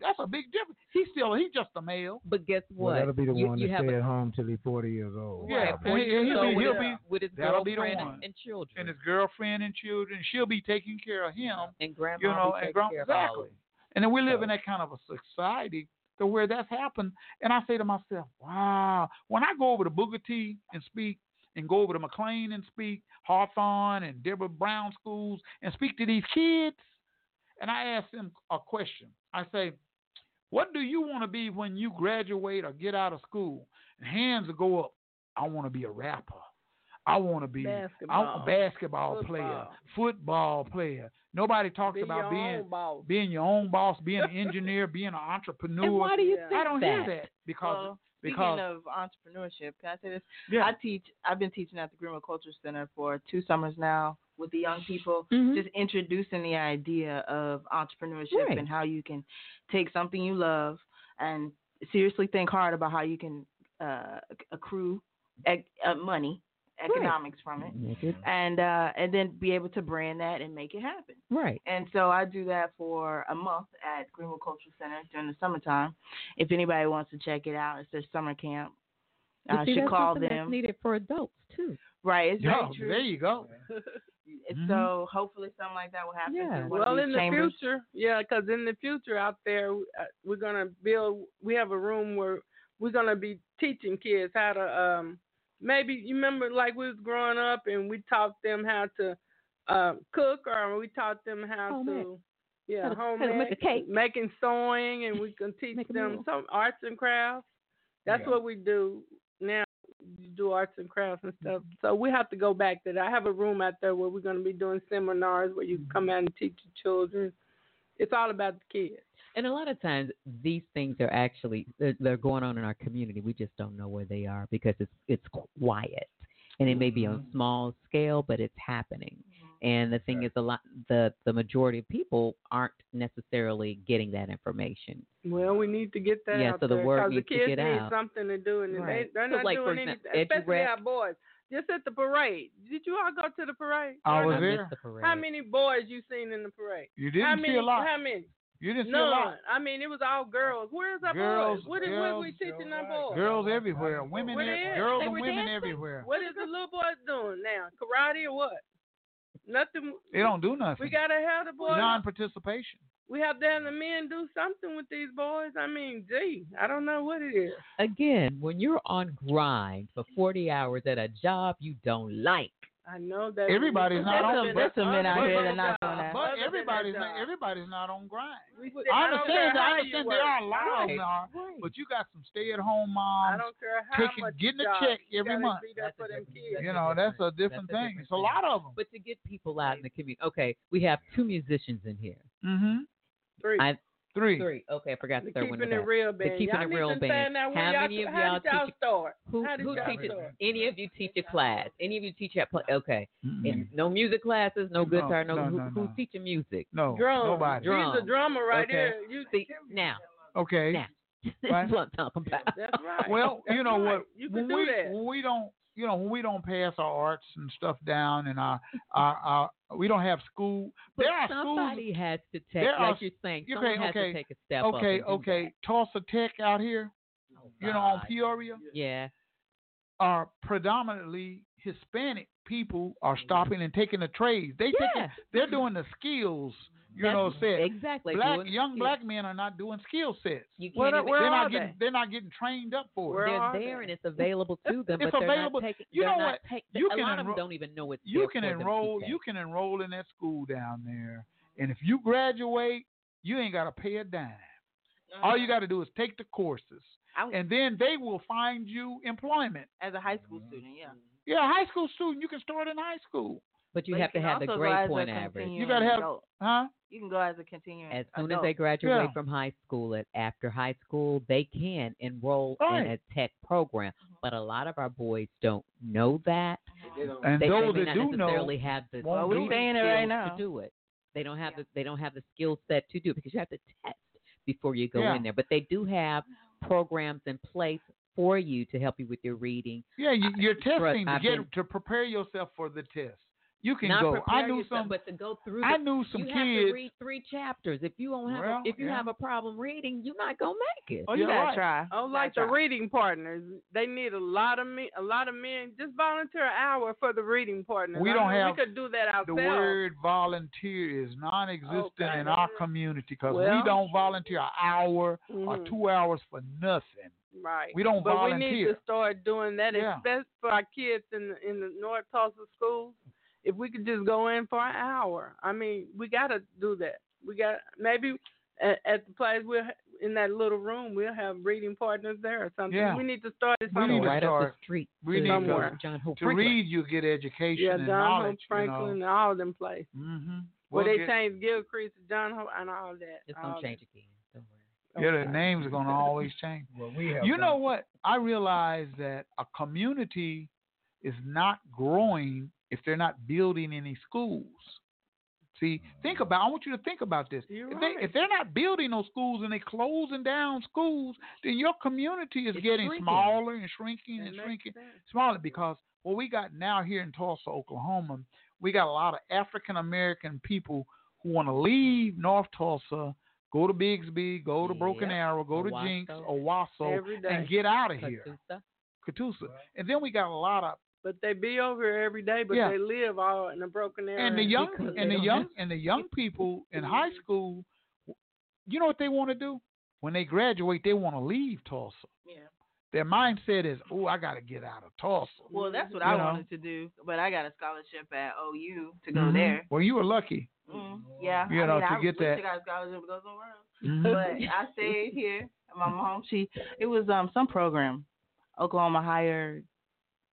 That's a big difference. He's still he's just a male.
But guess what?
Well, that'll be the
you,
one
you
that
have
stay
a,
at home till he's 40 years old.
Yeah,
Right.
and he- he'll
so
be-
with
he'll
his,
be-
with his
that'll be the
girlfriend
one.
and, and children
And his girlfriend and children, she'll be taking care of him.
and grandma.
you know,
will
and
take
grown,
care of all
exactly.
of
And then we live in that kind of a society to where that's happened. And I say to myself, wow. When I go over to Booker T and speak, and go over to McLean and speak, Hawthorne and Deborah Brown schools, and speak to these kids, and I ask them a question. I say, what do you want to be when you graduate or get out of school? And hands will go up. I want to be a rapper. I want to be I'm a
Basketball.
basketball player, football
Football.
player. Nobody talks
Be
about
your
being
own boss.
being your own boss, being
(laughs)
an engineer, being an entrepreneur.
it. And why do you
I
think
I don't
that?
hear that because
Well,
because
Speaking of entrepreneurship, can I say this?
yeah,
I teach. I've been teaching at the Greenwood Culture Center for two summers now with the young people,
Mhm.
just introducing the idea of entrepreneurship
Right.
and how you can take something you love and seriously think hard about how you can uh, accrue ec- uh, money, economics from it,
Make it-
and uh, and then be able to brand that and make it happen.
Right.
And so I do that for a month at Greenwood Cultural Center during the summertime. If anybody wants to check it out, it's their summer camp.
But
I
see,
should
that's
call
something that's
them.
needed for adults too.
Right, it's
yeah
very true.
there
(laughs)
you go. Mm-hmm.
And So hopefully something like that will happen.
Yeah.
through one of
Well,
these
in the
chambers.
future, yeah, because in the future out there, uh, we're gonna build. We have a room where we're gonna be teaching kids how to. um Maybe you remember, like we was growing
Oh,
up, and we taught them how to uh, cook, or we taught them how
Home
to. Yeah,
Gotta- gotta
homemade,
make a cake.
making sewing, and we can teach
Make a
them
meal.
some arts and crafts. That's
Yeah.
what we do now. You do arts and crafts and stuff. So we have to go back to that. I have a room out there where we're going to be doing seminars where you can come out and teach the children. It's all about the kids.
And a lot of times, these things are actually they're, they're going on in our community. We just don't know where they are because it's it's quiet, and it may be on
Mm-hmm.
small scale, but it's happening. And the thing is, a lot the the majority of people aren't necessarily getting that information.
Well, we need to get that
Yeah,
out
so the
there
word
because the
needs to
kids
get
need
out.
something to do, and
Right.
they, they're
So,
not
like, for
doing
example,
anything. Especially
EduRec.
our boys. Just at the parade. Did you all go to the parade?
I was
Or not?
there. I missed the parade.
How many boys you seen in the parade?
You didn't
how
see
many,
a lot.
How many?
You didn't see a
None.
lot.
I mean, it was all girls. Where's our
Girls-
boys? What is
girls-
what we teaching our boys?
Girls everywhere, women,
What
ev-
is?
girls
They
and
were
women
dancing?
everywhere.
What is the little boys doing now? Karate or what? Nothing.
They don't do nothing.
We gotta have the boys.
Non-participation.
we have to have the men do something with these boys. I mean, gee, I don't know what it is.
Again, when you're on grind for 40 hours at a job you don't like,
I know that
Everybody's not on. but- but-
doing that.
But everybody's not, everybody's not on grind.
We-
I
I don't care
understand.
how
I
you
understand they
work.
are allowed
Right.
now, but you got some stay-at-home moms.
I don't care how
taking,
much
getting
you
a
got,
check
you
every
gotta
month.
(laughs)
be there for them kids.
You know, that's a different
That's a
thing. It's a lot of them.
But to get people out in the community, okay, we have two musicians in here.
Mm-hmm.
Three.
I,
three.
Three. Okay, I forgot the third
The
one.
Keeping
about-
It Real
The
Band.
keeping
Y'all
it
need
real
to
band.
find out where
how
y'all-
many of
how
y'all
did y'all
teach?
start?
Who,
How did
who
y'all
teaches?
start?
Any of you teach a class? Any of you teach at? pla- Okay, and no music classes, no
No,
guitar, no,
no,
who,
no,
who's teaching music?
No,
Drums. nobody. He's a
Drums.
drummer right
okay.
there. You-
see now.
Okay.
Now. That's
Right.
what I'm talking about.
That's right. (laughs)
Well, you know
right.
what?
You can
when
do
we
that.
when we don't you know when we don't pass our arts and stuff down and our our, our we don't have school.
But
there are
somebody
schools.
has to take,
there
like
are-
you're saying,
okay,
someone has
okay,
to take a step up
okay,
and do Oh,
okay. Toss a tech out here.
Oh
you know, on
God.
Peoria.
Yeah.
Are predominantly Hispanic people are stopping and taking the trades. They
Mm-hmm. Yeah.
taking, they're doing the skills. You
That's-
know, set
exactly,
Black
doing the
young
skills.
black men are not doing skill sets.
You
Where
can't
the-
even-
they're
where
not
are
getting
they?
they're not getting trained up for it.
they're there and
(laughs)
it's available to them,
It's
but they're
available.
not taking.
You
they're
know
not
what?
Take,
You
a
can
lot of them
enroll-
don't even know what's
you
there
can
for them to
enroll
take.
you can enroll in that school down there and if you graduate you ain't got to pay a dime (laughs)
Uh-huh.
all you got to do is take the courses and then they will find you employment
As a high
Mm-hmm.
school student, yeah.
yeah high school student you can start in high school
But you
But
have
you
to
can
have the
also go
grade
as a
point average.
continuing
you got to have
adult.
huh
You can go as a continuing.
As soon as
adult.
they graduate
Yeah.
from high school, at after high school, they can enroll in a
Right.
tech program. But a lot of our boys don't know that.
And
they,
those
they may
that
not
do know
necessarily have the
won't Well, we do it. saying it
skills
right
to
now.
do it. They don't have the they don't have the skill set to do it because you have to test before you go
Yeah.
in there. But they do have programs in place for you to help you with your reading.
yeah you, you're testing to
I've
get
been-
to prepare yourself for the test you can
Not
go i
prepare
knew
yourself,
some
but to go through.
i
the-
knew some
you
kids
have to read three chapters. If you don't have
Well,
a, if you
yeah.
have a problem reading, you're not gonna make it.
Oh, you You're gotta right. try.
Oh,
You
like
gotta
the
try.
reading partners. They need a lot of men. A lot of men just volunteer an hour for the reading partners.
We
I
don't
mean,
have
We could do that ourselves.
The word volunteer is non-existent in our community because
Well-
we don't volunteer an hour or
Mm.
Mhm.
two hours for nothing.
Right.
We don't
but we need
volunteer.
to start doing that,
Yeah.
especially for our kids in the, in the North Tulsa schools. If we could just go in for an hour, I mean, we got to do that. We got maybe at, at the place we're in that little room, we'll have reading partners there or something.
Yeah.
We need to start it
We
somewhere.
need to start. we
to
need
somewhere.
to,
John Hope
to
Franklin.
read. You get education
yeah,
and
John Hope
knowledge.
Franklin,
You know.
and all them places.
Mm-hmm. We'll
Where they
get-
changed Gilchrist to John Hope and all that.
It's
all
gonna
that.
change again. Don't worry.
Yeah, the names are gonna always change.
Well, we have
you
done-
know what? I realize that a community is not growing if they're not building any schools. See,
Mm-hmm.
think about. I want you to think about this.
You're
if,
right.
they, if they're not building those schools and they're closing down schools, then your community is getting
shrinking.
smaller and shrinking
That
and
makes
shrinking,
sense.
smaller because what we got now here in Tulsa, Oklahoma, we got a lot of African American people who want to leave North Tulsa, go to Bigsby, go to Broken
Yep.
Arrow, go to
Owasso.
Jinx, Owasso,
Every day.
and get out of here,
Catoosa.
Catoosa. And then we got a lot of
But they be over here every day, but
Yeah.
they live all in a broken area.
and the young
Because they
and the
don't
young
have-
and the young people in high school you know what they want to do when they graduate they want to leave tulsa
Yeah.
Their mindset is, oh, I got to get out of Tulsa.
Well, that's what
You
I
know?
wanted to do, but I got a scholarship at OU to go
Mhm.
there.
Well, you were lucky.
Mm, yeah,
You
I
know,
mean,
to
I
get
wish I
that-
got a scholarship to go somewhere else.
Mhm.
But I stayed here. at My mom, she it was um some program, Oklahoma hired.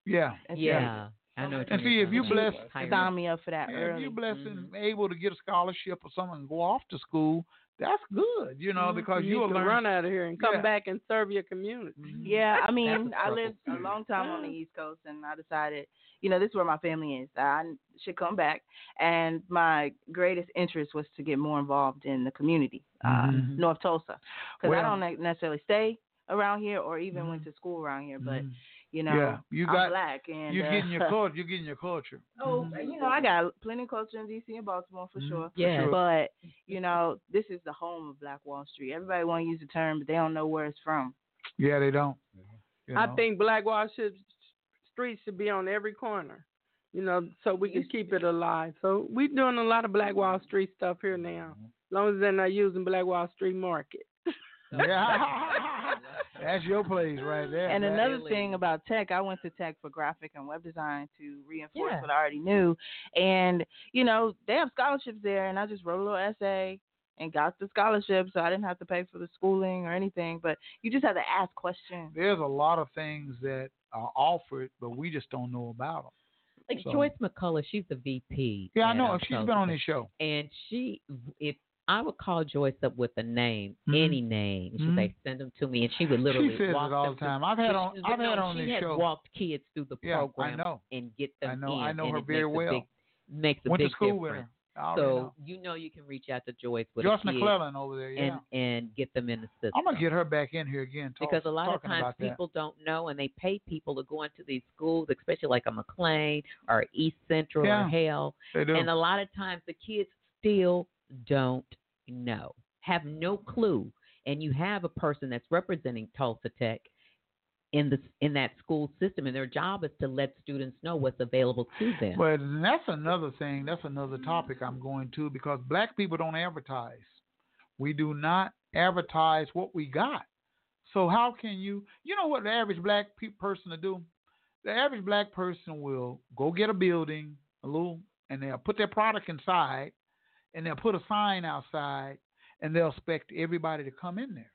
Yeah.
Yeah. I know. what you
And
mean.
see, if you
She
bless,
hired-
Sign me up for that
if
early.
you blessed
Mm-hmm.
and able to get a scholarship or something and go off to school, that's good, you know, because
Mm-hmm. you,
will
can
learn.
run out of here and come
Yeah.
back and serve your community.
Yeah, I mean,
That's a
I
struggle,
lived a long time on the East Coast, and I decided, you know, this is where my family is. I should come back. And my greatest interest was to get more involved in the community, uh,
Mm-hmm.
(laughs)
Mhm.
North Tulsa, because
Well-
I don't ne- necessarily stay around here or even went to school around here. But you know,
Mm-hmm. Yeah, you
I'm
got-
black, and
you're
uh,
getting
(laughs)
your culture. You're getting your culture.
Oh, you know, I got plenty of culture in D.C. and Baltimore for sure.
Mm-hmm. Yeah. sure.
but you know, this is the home of Black Wall Street. Everybody want to use the term, but they don't know where it's from.
Yeah, they don't. You know?
I think Black Wall should, Street should be on every corner, you know, so we can keep it alive. So we're doing a lot of Black Wall Street stuff here now, as long as they're not using Black Wall Street Market.
Yeah. (laughs) That's your place right there.
and
man.
another thing about tech, I went to tech for graphic and web design to reinforce
Yeah.
what I already knew. And, you know, they have scholarships there, and I just wrote a little essay and got the scholarship, so I didn't have to pay for the schooling or anything, but you just have to ask questions.
There's a lot of things that are offered, but we just don't know about them.
Like
So-
Joyce McCullough, she's the VP.
Yeah, I
at
know.
October.
She's been on this show.
And she, if I would call Joyce up with a name, any name, she'd say, "Send them to me," and she would literally.
Mm-hmm. she says it
walk
all
them
the time.
through-
I've had
she-
on.
she-
I've had
no,
on
she
this
has
show.
walked kids through the
Yeah, I
program
know.
and get them
I know.
in.
I know
and
her
it
very
makes a
well.
big- makes a
Went
big
to school with
difference.
her. I already
So
know.
you know you can reach out to Joyce with
Joyce
a kid
McClellan over there, yeah.
and and get them in the system.
I'm gonna get her back in here again. Talk,
because a lot of
talking
times
about that.
people don't know and they pay people to go into these schools, especially like a McLean or East Central
Yeah,
or Hale.
they do.
And a lot of times the kids still don't know, have no clue. And you have a person that's representing Tulsa Tech in the in that school system, and their job is to let students know what's available to them.
But that's another thing. That's another topic I'm going to because black people don't advertise. We do not advertise what we got. So how can you? You know what the average black pe- person to do? The average black person will go get a building, a little, and they'll put their product inside, and they'll put a sign outside, and they'll expect everybody to come in there.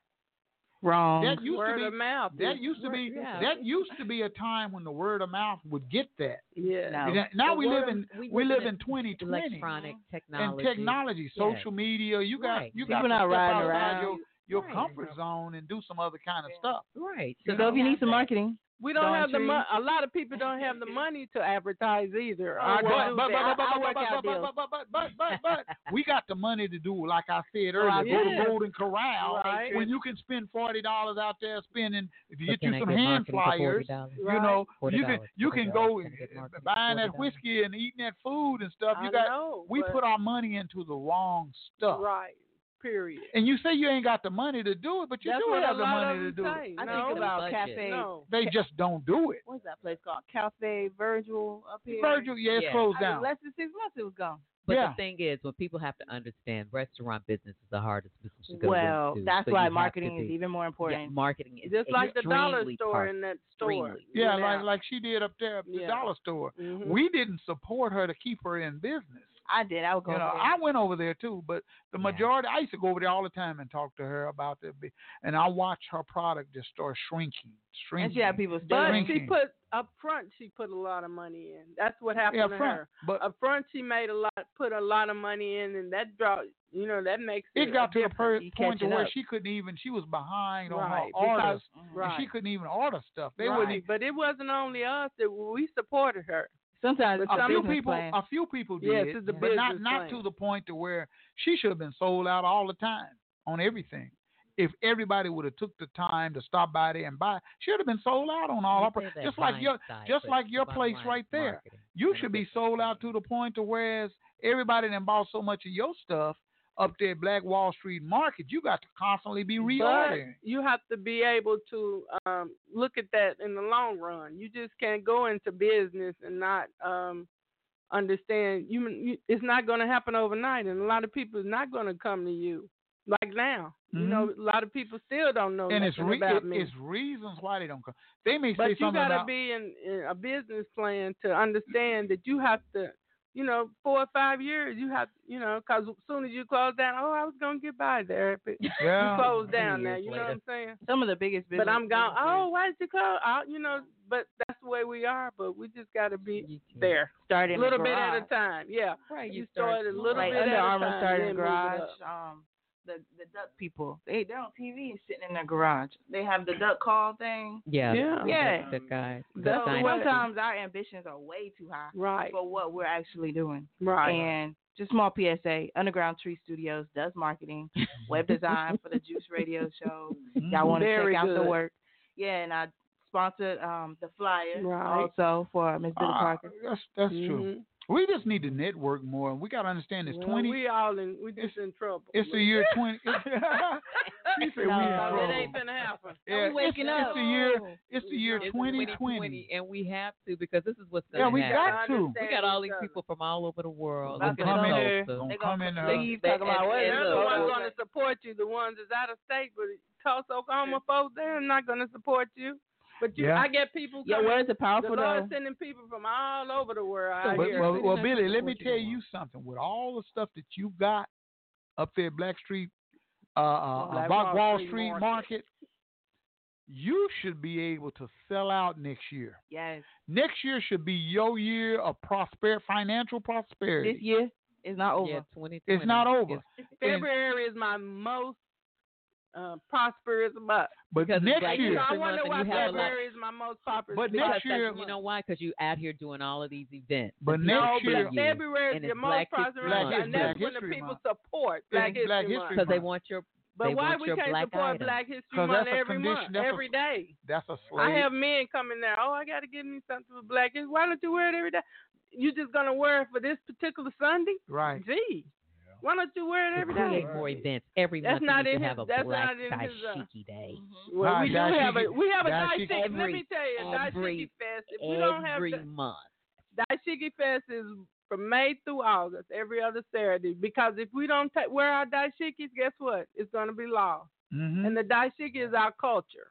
Wrong.
That used
Word
to be.
of mouth.
That used to be.
Yeah.
That used to be a time when the word of mouth would get that.
Yeah.
Now- Now
The
we live
word of-
in we, live in 2020
electronic
and
technology,
technology,
Yeah.
social media. You got
Right.
you
People
got to
not
step
riding
outside
around.
your your comfort zone and do some other kind of stuff.
Right.
You
So go if you need some marketing.
We don't
Dawn
have the
Tree.
mo- a lot of people don't have the money to advertise either.
I
Oh, well,
but- but-
do that.
but-
I- I
but-
work
but-
out
but-
deals.
but- but- but- but- but-
(laughs)
we got the money to do, like I said
Well,
earlier, go
yeah.
to Golden Corral
Oh, Right.
when you can spend forty dollars out there spending. If you
But
get you
can I
some
get
hand
marketing for
flyers,
$40?
you
Right.
know you can
$40,
you can
$40,
go
can I get marketing for
buying that
$40?
whiskey and eating that food and stuff. You
I
got
know,
we
but-
put our money into the wrong stuff.
Right. Period.
And you say you ain't got the money to do it, but you
That's
do
what
have
a
the
lot
money
of
to
them
do
say.
it.
I
No.
think about
Budget.
cafe.
No.
They just don't do it.
What's that place called? Cafe Virgil up here.
Virgil, yeah, it's Yeah. closed
I mean,
down.
less than six months it was gone.
But
Yeah.
the thing is, when people have to understand, restaurant business is the hardest business to go
Well,
into.
that's
so you
why
have to
marketing is
be-
even more important.
Yeah, marketing is
Just like the dollar
extremely
store
part-
in that store.
extremely.
Yeah, like like she did up there at the
Yeah.
dollar store.
Mhm.
We didn't support her to keep her in business.
Mm-hmm. I did. I would
You
go.
know,
over there.
I went over there too, but the majority I used to go over there all the time and talk to her about the bi- and I watched her product just start shrinking, shrinking.
And she had people
But
shrinking.
she put up front. She put a lot of money in. That's what happened
Yeah,
to
front,
her.
but-
up front, she made a lot, put a lot of money in, and that draw. You know that makes it,
it got to a per-
difference.
point to
Catching
where
up.
she couldn't even she was behind on
Right,
her orders.
because-
and
right.
she couldn't even order stuff. They
Right,
wouldn't
But it wasn't only us that we supported her.
Sometimes
But
a
some
few
business
people
plan.
a few people did
Yes, it's a
but not
business
not
plan.
to the point to where she should have been sold out all the time on everything if everybody would have took the time to stop by there and buy she would have been sold out on all
They
her pro-
say that
just like your
hindsight,
just
but
like your
bottom
place
line is
right there
marketing.
you should be sold out to the point to whereas everybody then bought so much of your stuff up there at black wall street market you got to constantly be
But
reordering
you have to be able to um, look at that in the long run. You just can't go into business and not um, understand. You, you it's not going to happen overnight, and a lot of people is not going to come to you Like now, you know, a lot of people still don't know
Mm-hmm. and it's
nothing
re-
about
it-
me.
it's reasons why they don't come. They may
but
say
you
something
gotta
about
be in, in a business plan to understand that you have to, you know, four or five years. You have, you know, because as soon as you close down, oh, I was gonna get by there, but
Yeah.
(laughs) (laughs) you close
Two
down now.
years
You know what
later.
I'm saying?
Some of the biggest
But I'm
businesses
gone.
are-
Oh, why did you close? Oh, you know, but that's the way we are. But we just gotta be there,
Start in
a
the
little bit at a
garage.
time. Yeah,
Right,
You,
you
start,
start
a little
Like
bit
Under
at
Armour
a time,
started
then move it
garage,
up.
Um, the the duck people. They they're on TV sitting in their garage. They have the duck call thing.
Yeah.
yeah. yeah.
The, the guy. the
So
sign-
sometimes our ambitions are way too high
Right.
for what we're actually doing.
Right.
And just small PSA, Underground Tree Studios does marketing, web design for the Juice Radio Show.
mm-hmm.
Y'all want to
Very
check out the
good.
work. Yeah, and I sponsored um, the flyer
Right.
also for Miss Biddy
Ah,
Parker.
That's that's
Mm-hmm.
true. We just need to network more, and we got to understand it's
Well,
twenty. (laughs)
We all in. We just in trouble.
it's the
(laughs)
year twenty. (laughs) She said we in
No,
trouble.
It ain't gonna happen.
Yeah,
waking
it's,
up.
It's the year.
Oh.
It's the year
It's
twenty
2020,
twenty.
and we have to because this is what's
Yeah,
going
we got to.
We got all these people from all over the world.
Gonna
Look at
come in
us
there.
also.
Gonna come in there.
leave
They're
talking about, "Well,
the
look,
ones
look."
going to support you. The ones that's out of state, but Tulsa, Oklahoma folks, they're not going to support you. But you,
Yeah.
I get people.
Your
coming-
words are powerful,
The Lord
though.
sending people from all over the world out
But-
here.
well, well, Billy, let me tell you something. With all the stuff that you got up there, at Black Street, uh, uh,
Black
uh, Wall,
Wall
Wall
Street
Street Market.
Market.
you should be able to sell out next year.
Yes.
Next year should be your year of prosper, financial prosperity.
This year is not over.
Yeah, 2020.
it's not over.
(laughs) February is my most uh, prosperous month.
But
Because it's
next
Black
year,
So I
History
wonder
Month
why
and you have a lot-
February is my most popular.
But
Because
next
that's-
year-
you know why? Because you out here doing all of these events.
But
And
next
people
year-
love you.
February is
And
the
it's
most
Black History
prosperous
Black
month,
History-
and that's
Black
when the
History
people
Month.
support Black
It's
History
Black
Month.
History
because they
Month.
want your.
But
they
why
want
we
your
can't
black
support
item.
Black History
'Cause
Month
that's a
every
condition,
month,
that's a-
every day?
that's a
I
slave.
have men coming there. Oh, I got to give me something for Black History. Why don't you wear it every day? You just gonna wear it for this particular Sunday?
right.
Gee, why don't you wear it
To
every day?
create more events every
That's
month.
not
you
in
should
his-
have a
that's
black
not in his, uh,
dashiki day.
Well, we do
Nah,
have a
dashiki-
we have a
dashiki-
dashiki. Let me
Every-
tell you, a
every-
dashiki fest. If we don't have
every
the-
month.
Daishiki Fest is from May through August, every other Saturday. Because if we don't ta- wear our daishikis, guess what? It's going to be lost.
Mhm.
And the daishiki is our culture.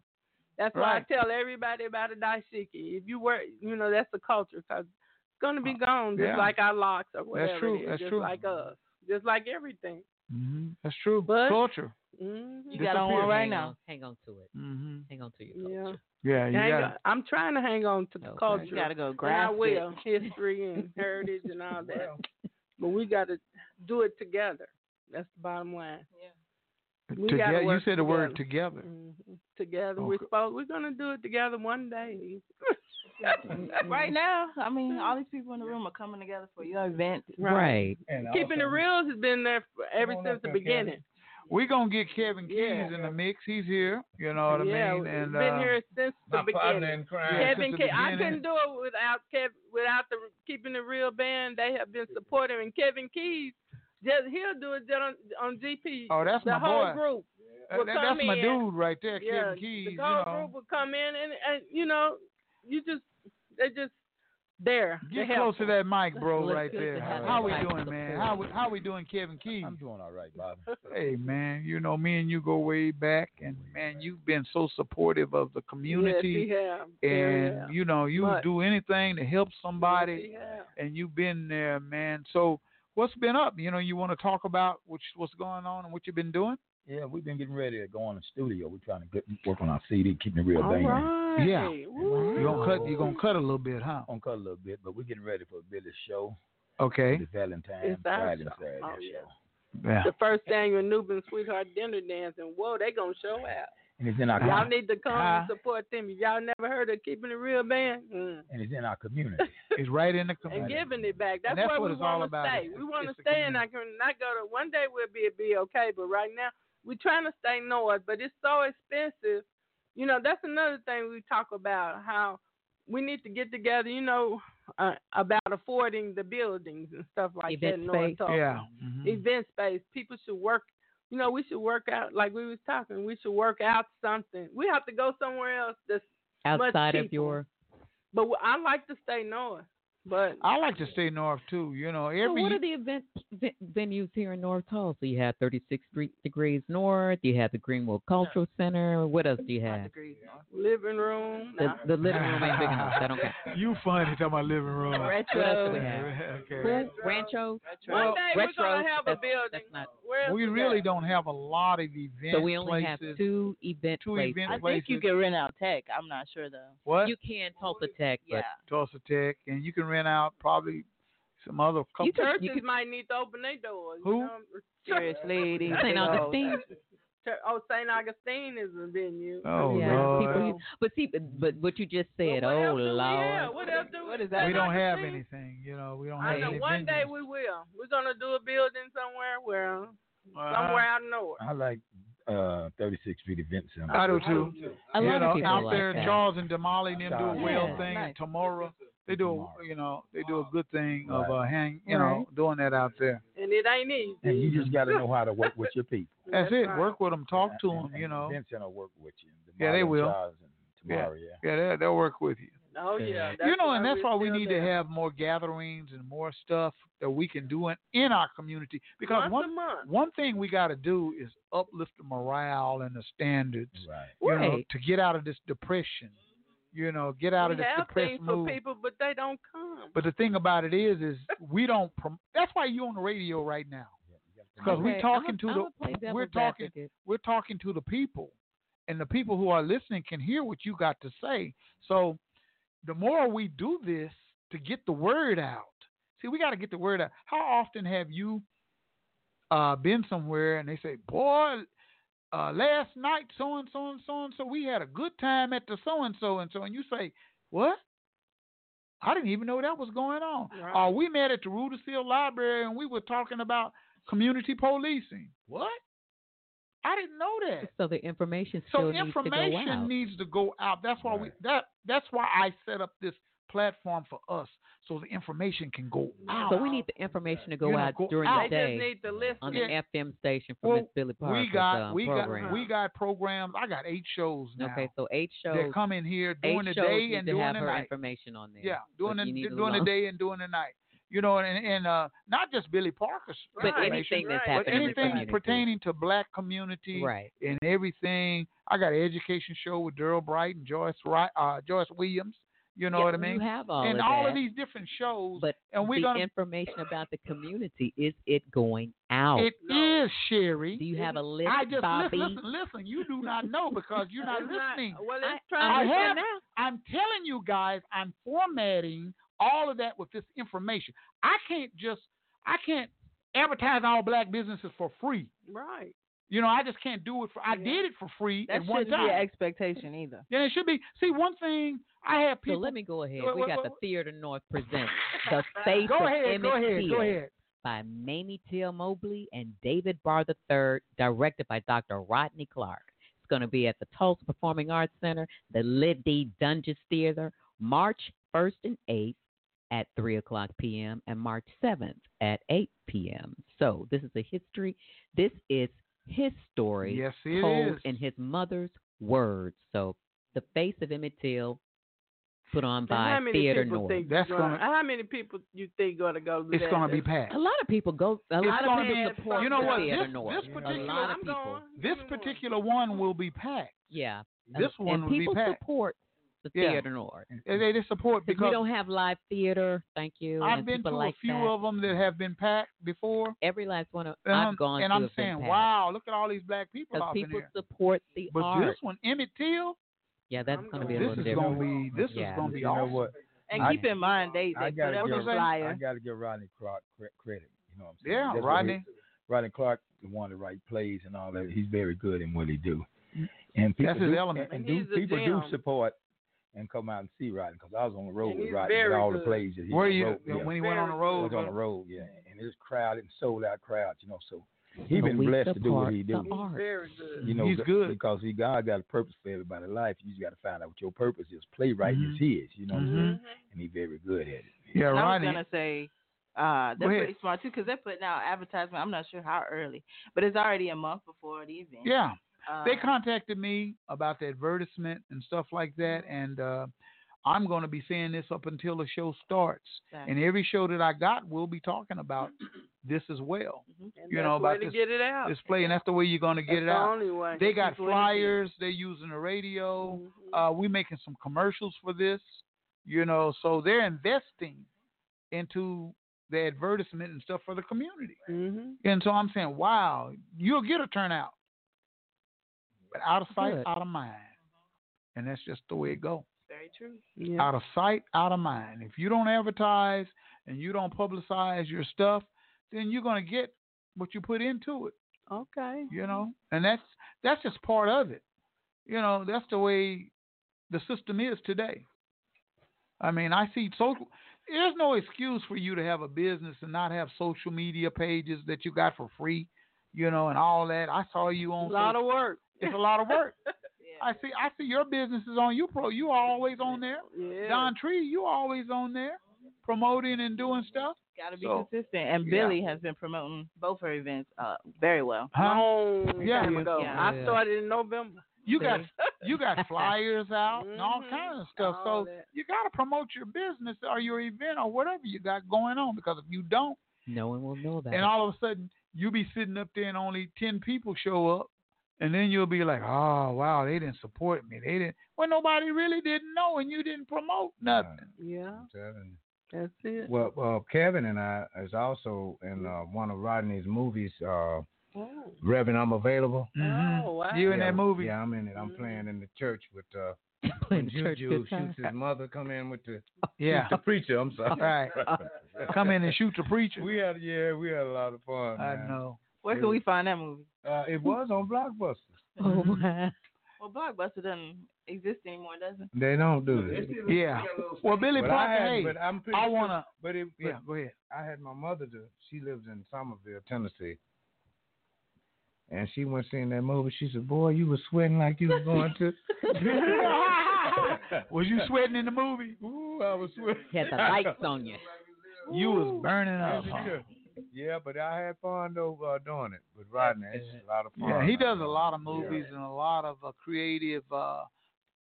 That's why
Right.
I tell everybody about a daishiki. If you wear, you know, that's the culture because it's going to be gone, just
yeah.
like our locks or whatever. it
true,
is,
that's
just
true.
like us, just like everything.
Mhm. That's true.
But-
Culture.
Mhm.
Mm-hmm. You got on one
Disappear.
right
Hang
now.
on- hang on to it.
hmm
Hang on to your
Yeah.
culture.
Yeah, you
Hang
got
on. I'm trying to hang on to the
Okay.
culture.
You gotta go
and I
grasp it.
will history
(laughs)
and heritage and all that. But we got to do it together. That's the bottom line. We gotta
Together, you
work
said the word together.
Mhm. Together, we're
Okay.
supposed we're gonna do it together one day. (laughs)
right now, I mean, all these people in the room are coming together for your event.
Right.
Keeping it real has been there for, ever
on
since
up
the
here, Kevin.
beginning.
We're gonna get Kevin Keys
Yeah.
in the mix. He's here. You know what
yeah,
I mean?
we've
And
been
uh,
here since the
My partner
beginning.
in crime.
Yeah.
Kevin,
since the
Ke- I
beginning.
couldn't do it without Kev, without the keeping the real band. They have been supportive, and Kevin Keys, just he'll do it just on, on GP.
Oh, that's
the
my
whole
boy.
group.
that-
will
that-
come
that's my
in.
dude right there, Kevin Keys.
The
you
whole
know.
group would come in, and, and you know, you just they're just there.
Get
to
close
help.
to that mic, bro,
Let's
right
get
there.
to have
How
that
we
mic
doing, man?
support.
How we, how we doing, Kevin Keys?
I'm doing all right,
(laughs)
Bob.
Hey, man, you know me and you go way back, and man, you've been so supportive of the community,
Yes, we have.
and
yeah.
you know you
Much.
do anything to help somebody.
Yes, we have.
and you've been there, man. So what's been up? You know, you want to talk about what's what's going on and what you've been doing?
Yeah, we've been getting ready to go on the studio. We're trying to get, work on our CD, keeping it real
All
bang. on.
right.
Yeah.
Woo.
You're gonna cut. You're gonna cut a little bit, huh?
On cut a little bit, but we're getting ready for Billy's show.
Okay.
The Valentine's
It's our
Friday,
show.
Saturday
Oh,
show.
yeah.
Yeah.
The first annual Nubian Sweetheart Dinner Dance, and whoa, they gonna show out.
And it's in our
Y'all need to come
Uh-huh.
and support them. If y'all never heard of keeping it real, man, mm.
and it's in our
(laughs)
community.
It's right in the
and
community.
giving it back. That's,
that's
where
what
we
it's all
wanna
about.
Stay.
It's-
we want to
it's the
stay, and I can not go to. One day we'll be be okay, but right now we're trying to stay north. But it's so expensive. You know, that's another thing we talk about how we need to get together. You know, uh, about affording the buildings and stuff like that.
Event
in North
space.
Tulsa
Yeah. Mhm.
event space. People should work. You know, we should work out like we was talking. We should work out something. We have to go somewhere else. That's,
Outside of
people.
your
but I like to stay north.
But
I like to stay north too. You know,
So
every
what are the event ve- venues here in North Tulsa? You have 36 dre- degrees north. You have the Greenwood Cultural Center. What else do you have?
living room.
The,
Nah.
the living room ain't big enough. I don't
(laughs)
care.
you funny talking about living room.
What else do we have?
(laughs) okay.
Rancho.
One day we're gonna have a
That's-
building.
that's not-
Where
We
is it
really
at?
don't have a lot of event
So we only have
places.
two event
Two
places.
event
I think you
places.
can rent out tech. I'm not sure though.
what?
You can Tulsa Tech, but
Yeah.
Tulsa Tech, and you can rent out probably some other couple.
Churches might need to open their doors. you
Who?
know?
Seriously, these
St.
big old-
Augustine.
Chur- Oh, St. Augustine is a venue.
Oh,
yeah,
Lord.
people- but see, but, but what you just said,
What
oh
else do we have?
Lord,
What else do
What is that?
we don't have anything. You know, we don't
I
have
know.
any
One day
venues.
we will. We're gonna do a building somewhere where
Uh,
somewhere out north.
I like uh, 36 Street Event Center.
I do too.
A
you
lot of
know,
people
out
like
there,
that.
Charles and Damali and them do a
Yeah.
well thing, and
Nice.
tomorrow they do, a, you know, they do a good thing of uh, hang, you know,
Right.
doing that out there.
And it ain't easy.
And you just got to know how to work with your people.
That's,
That's
it.
right.
Work with them, talk to them,
And-
you
and
know.
Event Center work with you.
Yeah, they
Demari and
will.
Charles and Tamara, yeah.
Yeah, they, they'll work with you.
Oh yeah.
you know, and that's why we
we're
need
still
to
there.
have more gatherings and more stuff that we can do in, in our community. Because
Once a
one
month.
one thing we got to do is uplift the morale and the standards.
Right.
You know,
Right.
to get out of this depression. You know, get out of
we
this
have
depressed
things for
mood.
people, but they don't come.
But the thing about it is, is we don't. Prom- that's why you on the radio right now, because
Okay,
we're talking
I'ma-
to
I'ma
the
play devil's
we're talking
advocate.
we're talking to the people, and the people who are listening can hear what you got to say. So, the more we do this to get the word out, see, we got to get the word out. How often have you uh, been somewhere and they say, "Boy, uh, last night so and so and so and so we had a good time at the so and so and so," and you say, "What?" I didn't even know that was going on.
Right.
Uh, we met at the Rudersfield Library and we were talking about community policing. What? I didn't know that.
so the information still
So
needs to go
information
out.
needs to go out. That's why we that that's why I set up this platform for us so the information can go out.
So we need the information to
You
go
know,
out
go
during the
out.
they
day
just need to
on
listen.
the FM station for
Well,
Miss Billy Parker's
we got
um,
we
program.
got we got programs. I got eight shows now.
okay, so eight
That
shows.
come in here during
eight
the
shows
day
need
and
to
during
have
the
her
night.
information on there.
Yeah, during
but
the
you need to
during the
know-
day and during the night. You know, and and uh, not just Billy Parker's
But
information,
anything that's
Right.
but
happening in the
anything
community.
pertaining to Black community
Right.
and everything. I got an education show with Daryl Bright and Joyce Wright, uh, Joyce Williams. You know
Yeah,
what I
you
mean?
have all
and
of
all of
that.
these different shows.
But
and we're
the
gonna
information about the community is it going out?
It is Sherry.
Do you have a list,
I just
Bobby?
listen, listen, listen. You do not know because you're
(laughs)
not
It's not-
listening.
well, it's
I
trying to
have,
now.
I'm telling you guys, I'm formatting all of that with this information. I can't just, I can't advertise all black businesses for free.
Right.
You know, I just can't do it for. I did it for free
That
at one
shouldn't be
time.
an expectation either.
yeah, it should be. See, one thing I have
So
people.
let me go ahead.
Wait,
we
wait,
got
wait,
the Theater North
(laughs)
presents The Face
go
of
ahead,
Emmett
go ahead,
Till
go ahead.
by Mamie Till Mobley and David Barr III, directed by Dr. Rodney Clark. It's going to be at the Tulsa Performing Arts Center, the Liddy Dungeons Theater, March 1st and 8th at 3 o'clock p.m. and March 7th at 8 p.m. So this is a history. This is his story
Yes, it is.
told in his mother's words. So the face of Emmett Till, put on
And
by
how many
Theater
people
North.
Think
That's
gonna,
gonna-
how many people you think gonna go? To
It's
that?
going to be packed.
a lot of people go. A
It's
lot of
gonna
people
be-
support
you know what,
Theater
this-
North.
this particular-
a lot of
I'm
people.
going.
This
Give me one.
particular one will be packed.
Yeah.
This
and,
one
and
will be
people
packed.
support the
Yeah.
Theater North
They, they support
because we
because
don't have live theater. Thank you.
I've
and
been to
people like
a few
that.
of them that have been packed before.
Every last one of
And
I've
I'm-
gone
and
to
I'm
have been
saying,
packed.
wow, look at all these black people
'Cause
off in
people
here.
support the
But
art.
this one, Emmett Till,
yeah, that's
I'm
gonna be
going.
a
this
little
is
different.
gonna be this
Yeah.
is gonna be
You know
awesome.
what?
And
I-
keep in mind they
I
they put
gotta
up
give,
a
I
flyer.
got to give Rodney Clark cre- credit. You know what I'm saying?
Yeah,
That's what
Rodney.
he- Rodney Clark, the one that write plays and all that. He's very good in what he do. And people
Mm. That's his
do,
element.
And,
And
do,
he's a
people do
gem.
support and come out and see Rodney because I was on the road
And
with
he's
Rodney with
very
all the
good.
plays that he
Where
wrote.
you
yeah.
when he went on the
I
road?
was on the road, yeah, and it was crowded and sold out crowds, you know. So he
So
been
we
blessed to do what
support
he do.
the art.
Very good.
You know,
He's
g-
good.
because he God got a purpose for everybody's life. You just got to find out what your purpose is. Playwrighting is his, you know, what I'm
Mhm.
saying? and he very good at it.
Yeah,
And Mm-hmm. I was
Rodney.
gonna say uh,
Go
they're
ahead.
pretty smart too because they're putting out advertisement. I'm not sure how early, but it's already a month before the event.
Yeah,
Uh,
they contacted me about the advertisement and stuff like that, and uh, I'm going to be saying this up until the show starts,
Exactly.
and every show that I got, we'll be talking about this as well.
And
you
that's
know
the way
about
to
this
get it out.
display, and that's the way you're going to get
That's
it
the
out.
only way.
They got
That's the Mm-hmm. way to get it.
flyers. They're using the radio. Uh, we're making some commercials for this. You know, so they're investing into the advertisement and stuff for the community.
Mm-hmm.
And so I'm saying, wow, you'll get a turnout, but out of sight,
Good.
out of mind, and that's just the way it goes
Very true.
out of sight, out of mind. If you don't advertise and you don't publicize your stuff, then you're going to get what you put into it,
Okay.
you know?
Mm-hmm.
And that's that's just part of it. You know, that's the way the system is today. I mean, I see social there's no excuse for you to have a business and not have social media pages that you got for free, you know, and all that. I saw you on
A lot
social-
of work.
It's a lot of
(laughs)
work. I see. I see your business is on you pro. You are always on there.
Yeah.
Don Tree, you always on there, promoting and doing stuff.
Got to be
So,
consistent. And
yeah.
Billy has been promoting both her events uh, very well.
Huh?
Long
Yeah.
time ago.
Yeah.
I started in November.
You got
See?
you
(laughs)
got flyers out and all kinds of stuff.
All
so
that.
you got to promote your business or your event or whatever you got going on. Because if you don't,
No one will know about
and
it.
all of a sudden you be sitting up there and only ten people show up, and then you'll be like, oh wow, they didn't support me. They
(laughs)
didn't. Well, nobody really didn't know, and you didn't promote nothing.
Yeah.
I'm telling you.
That's it.
Well, uh, Kevin and I is also in uh, one of Rodney's movies. Uh,
Oh.
Reverend, I'm available.
Mm-hmm.
Oh, wow.
You in
Yeah,
that movie?
Yeah, I'm in it. I'm playing in the church with
(laughs)
uh,
Playing
when
church
Juju
this time?
shoots his mother. Come in with the
Yeah.
the preacher. I'm sorry. (laughs)
Right. Come in and shoot the preacher.
We had (laughs) yeah, we had a lot of fun.
I
man.
know.
Where can we find that movie?
Uh, it was
(laughs)
on Blockbuster.
Oh, wow.
Well, Blockbuster doesn't exist anymore, does it?
They don't do it.
Yeah. Well, Billy
But I
Parker,
had-
hey,
but I'm pretty
I
sure-
wanna.
But it,
Yeah,
but
go ahead.
I had my mother do. She lives in Somerville, Tennessee, and she went seeing that movie. She said, "Boy, you were sweating like you was going
(laughs)
to." (laughs)
was you sweating in the movie?
Ooh, I was sweating.
Had the lights on you.
You was burning up.
Yeah,
huh?
sure. Yeah, but I had fun though uh, doing it with Rodney. It's a lot of fun.
Yeah, he does a lot of movies and a lot of uh, creative uh,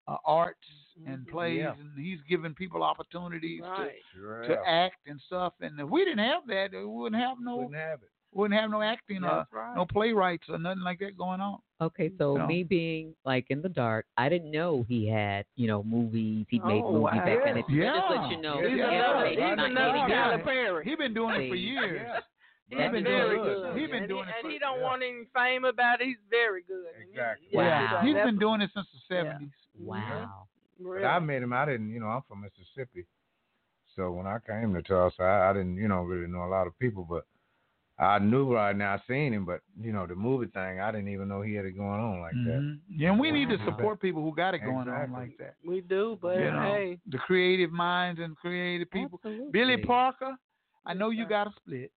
uh, arts and plays,
Mm-hmm. Yeah.
and he's giving people opportunities
Right.
to,
Sure.
to act and stuff. And if we didn't have that, we wouldn't have no
Wouldn't have it.
wouldn't have no acting or
That's right.
no playwrights or nothing like that going on.
Okay, so
No.
me being like in the dark, I didn't know he had, you know, movies. He made
Oh,
movies
wow.
back then. It-
Yeah.
Just let you know.
He's
the
another-
information
he's
is not
another
getting
Tyler
out.
Yeah.
Perry.
He's been doing it for
See.
years.
Yeah.
He's
He's
That's
been
very
doing
good.
it. He's been
and
doing
he,
it for
And he don't want any fame about it. He's very good. And
Exactly.
He,
Wow.
He's been
That's-
doing it since the
Yeah.
70s.
Wow.
But
Really.
I met him. I didn't, you know, I'm from Mississippi, so when I came to Tulsa, I, I didn't, you know, really know a lot of people. But I knew right now, I seen him. But you know, the movie thing, I didn't even know he had it going on like that.
Mhm. Yeah, and we need to
Mm-hmm. Wow.
support people who got it going on
Exactly.
like that.
we do, but
you know,
hey.
the creative minds and creative people.
Absolutely.
Billy Parker, I know you got a split.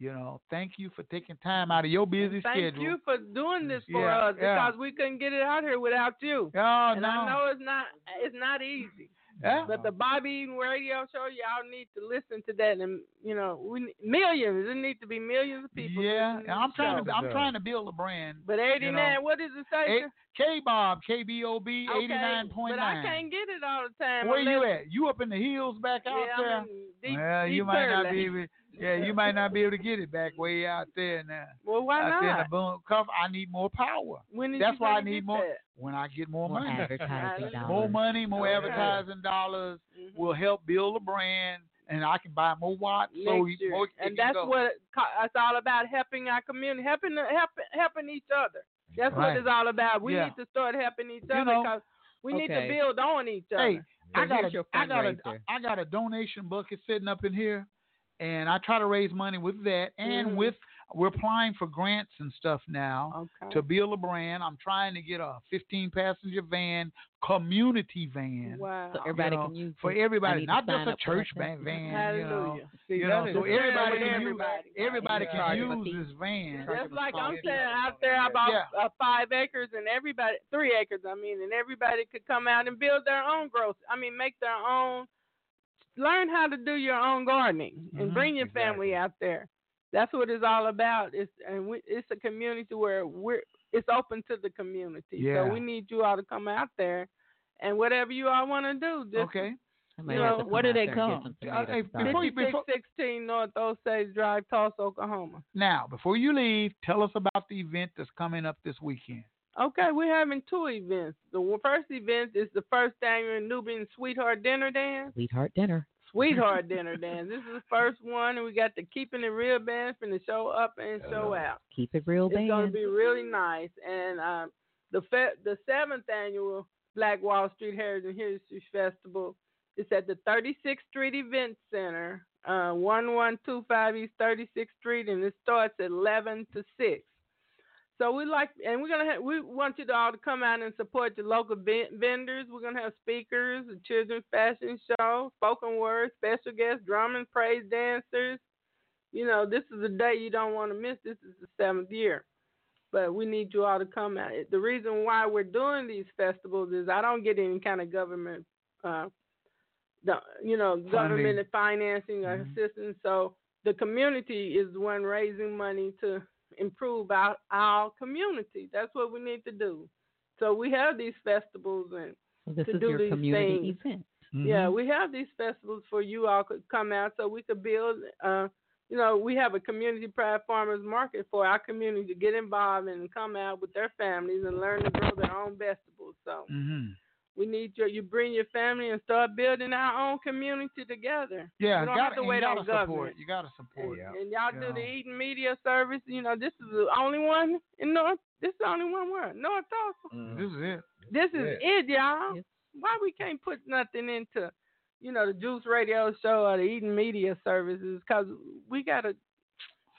You know, thank you for taking time out of your busy
Thank
schedule.
you for doing this for
Yeah,
us
yeah.
because we couldn't get it out here without you.
Oh
and
no,
I know it's not it's not easy.
Yeah.
But the Bobby Eaton radio show, y'all need to listen to that, and you know, we ne- millions. It need to be millions of people.
yeah.
listening to
I'm
the
trying
show.
to I'm trying to build a brand.
But 89,
know,
what is the station?
K Bob K B O B
Okay,
eighty nine point
But I
nine.
can't get it all the time.
Where you
unless-
at? You up in the hills back out
Yeah,
there?
I'm in deep,
well,
deep
you might not
Maryland.
be able. Yeah, you might not be able to get it back way out there now.
(laughs) Well, why
out there in
not?
the boom cuff. I need more power.
When did
That's
you
why I
finna
need
get
more
that?
when I get more,
More
money.
(laughs)
advertising
More
dollars.
more money, more
Okay.
advertising dollars
Mhm.
will help build a brand, and I can buy more watts. so
Next
you-
year.
more, it can
and that's
go.
what co- it's all about helping our community, helping the- helping helping each other. That's
Right.
what it's all about. We
Yeah.
need to start helping each
You
other
know-
because we need to
Okay.
build on each other.
Hey, I
So
got
here's
a,
your
I got a,
fundraiser.
I got a donation bucket sitting up in here, and I try to raise money with that, and
Mhm.
with we're applying for grants and stuff now
okay.
to build a brand. I'm trying to get a 15 passenger van, community van.
wow.
So everybody
You know,
can use
For
it. I
everybody,
need to
not
sign
just a
up for
church
that.
van, van, you know.
Hallelujah.
You
See,
know,
that is-
so everybody can
Share with
use
everybody.
everybody
Charge
can
them a
use this van.
Just like I'm
Yeah.
saying out there, I bought uh, five acres and everybody, three acres, I mean, and everybody could come out and build their own growth. I mean, make their own, learn how to do your own gardening and
Mhm,
bring your family
exactly.
out there. That's what it's all about. It's and we, it's a community where we're it's open to the community.
Yeah.
So we need you all to come out there and whatever you all want to do. Just,
okay. Uh,
You
might have
know,
to
where
come
do
out
they
there and get
come?
some tomatoes
Hey,
started.
before you- before-
5616 North Osage Drive, Tulsa, Oklahoma.
Now, before you leave, tell us about the event that's coming up this weekend.
Okay, we're having two events. The w- first event is the first annual Nubian Sweetheart Dinner Dance.
Sweetheart dinner.
Sweetheart
(laughs)
Dinner Dance. This is the first one, and we got the Keeping It Real Band from the show up and show out.
Keep it real,
It's going to
band.
be really nice. And um, the fe- the seventh annual Black Wall Street Heritage History Festival is at the 36th Street Event Center, uh, 1125 East 36th Street, and it starts at 11 to 6. So we like, and we're gonna have, we want you to all to come out and support your local ven- vendors. We're gonna have speakers, a children's fashion show, spoken word, special guests, drum and praise dancers. You know, this is a day you don't want to miss. This is the seventh year, but we need you all to come out. The reason why we're doing these festivals is I don't get any kind of government, uh, the, you know, government financing
Mm-hmm.
or assistance. So the community is the one raising money to improve our, our community. That's what we need to do. So we have these festivals and
So this
to
is
do
your
these
community
things.
event.
Mm-hmm.
yeah, we have these festivals for you all could come out so we could build. Uh, you know, we have a community pride farmers market for our community to get involved and come out with their families and learn to grow their own vegetables. So we need your you bring your family and start building our own community together.
Yeah,
we don't
gotta,
have to
and
wait
you
on
gotta
government.
support. You gotta support.
And y'all do the eating media service. You know, this is the only one in North. This is the only one where North Tulsa.
This is it.
This is
it.
it, y'all. Why we can't put nothing into, you know, the Juice Radio Show or the Eating Media Services? Because we gotta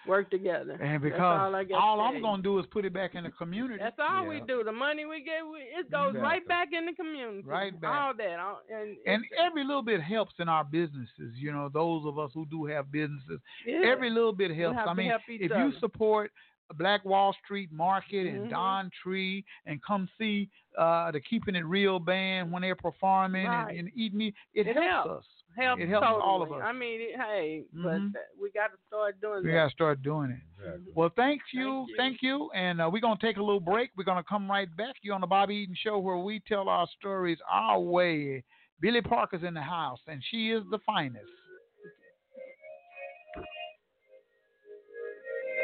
work together.
And because
That's all, I gotta
I'm
say.
gonna do is put it back in the community.
That's all we do. The money we get, we, it goes right
Exactly.
back in the community.
Right back.
All that. All, and,
And every little bit helps in our businesses. You know, those of us who do have businesses,
Yeah.
every little bit
We
helps.
have
I
to
mean,
help each
if you
other.
support Black Wall Street Market and
Mhm.
Don Tree, and come see uh, the Keeping It Real band when they're performing
Right.
and, and eat me, it,
It
helps,
helps.
us.
helps
it helps all of
totally.
us.
I mean, it, hey,
Mhm.
but we got to start doing
We
that.
gotta start doing it. Well, thank you,
you.
thank you, and uh, we're gonna take a little break. We're gonna come right back. You're on the Bobby Eaton Show, where we tell our stories our way. Billy Parker's in the house, and she is the finest.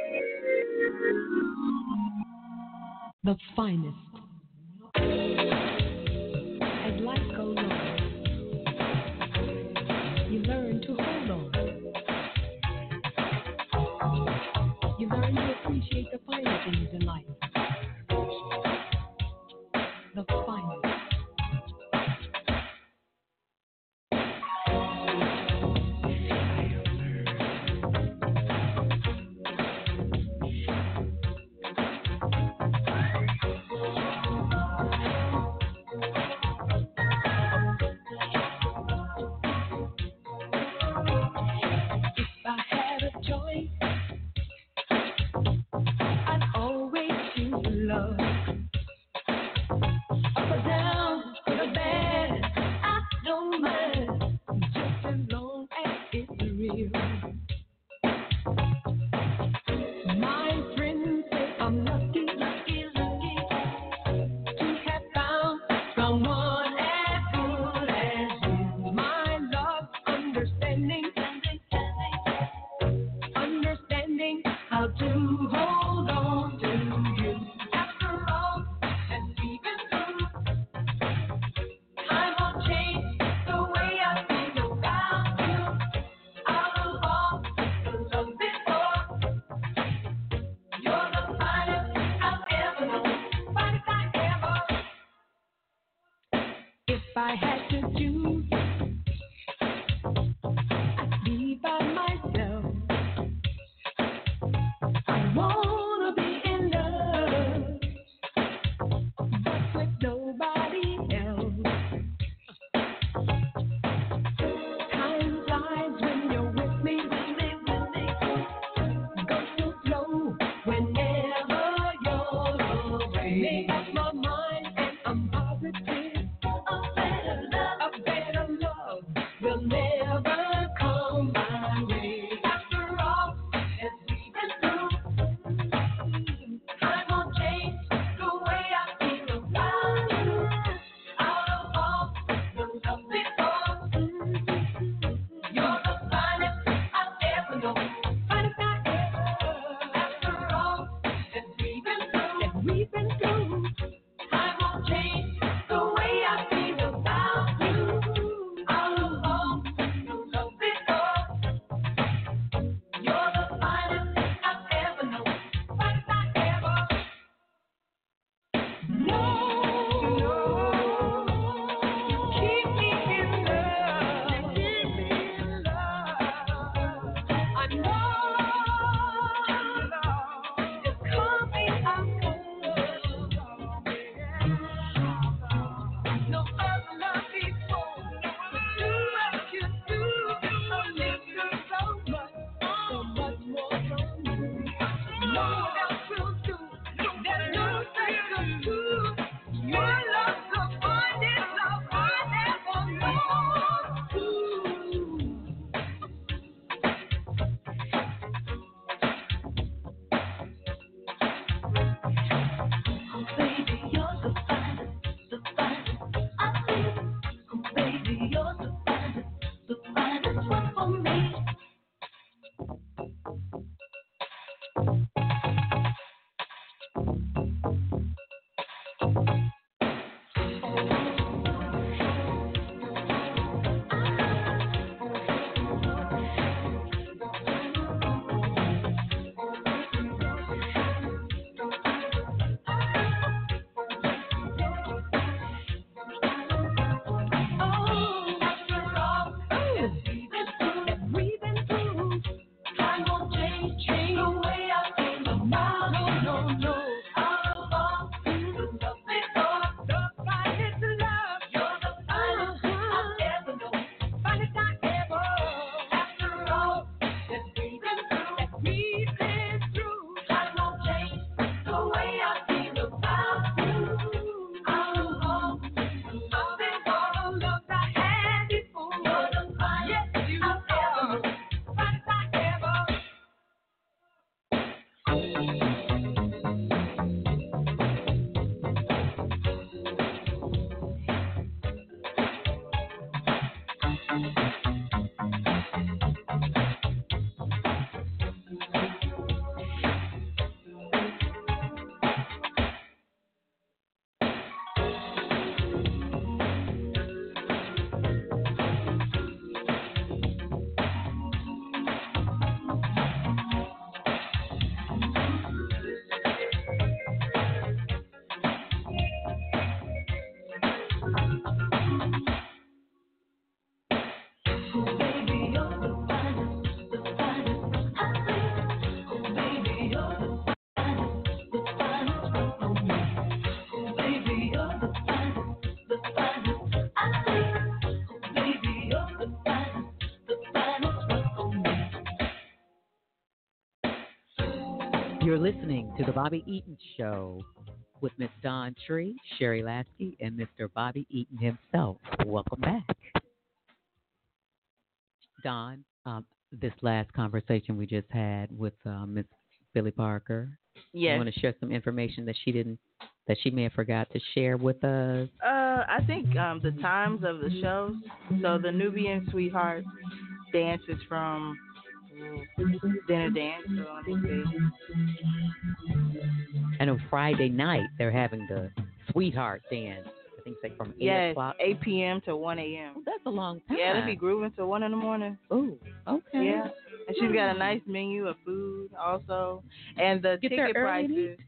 Mm-hmm.
The finest. As life goes on, you learn to hold on. You learn to appreciate the finer things in life. The finest. If I had a choice, I'd always choose love. Up or down, good or bad, I don't mind, just as long as it's real. My friends say I'm lucky, lucky, lucky to have found someone as good as you. My love, understanding, understanding how to hold on to you. After all has been through, time will change the way I think about you. I will all the love before. You're the finest I've ever known, finest I ever. If I had to choose, I'd be by myself. I wanna be in love, but with nobody else. Time flies when you're with me, with me, with me. Goes too slow whenever you're away. Make up my mind and I'm positive. A better love, a better You're listening to the Bobby Eaton Show with Miss Don Tree, Sherry Lasky, and Mr. Bobby Eaton himself. Welcome back, Don. Um, this last conversation we just had with uh, Miss Billy Parker.
Yes.
You want to share some information that she didn't, that she may have forgot to share with us.
Uh, I think um, the times of the shows. So the Nubian Sweethearts dance is from Dinner Dance. So let me see.
And on Friday night they're having the sweetheart dance. I think it's like from eight
Yes,
o'clock. Oh,
8 p.m. to 1 a.m.
that's a long
Yeah,
time.
they'll be grooving till 1 in the morning.
Ooh, okay. Hmm.
Yeah. And she's got a nice menu of food also. And the
Get there
ticket
early and
prices.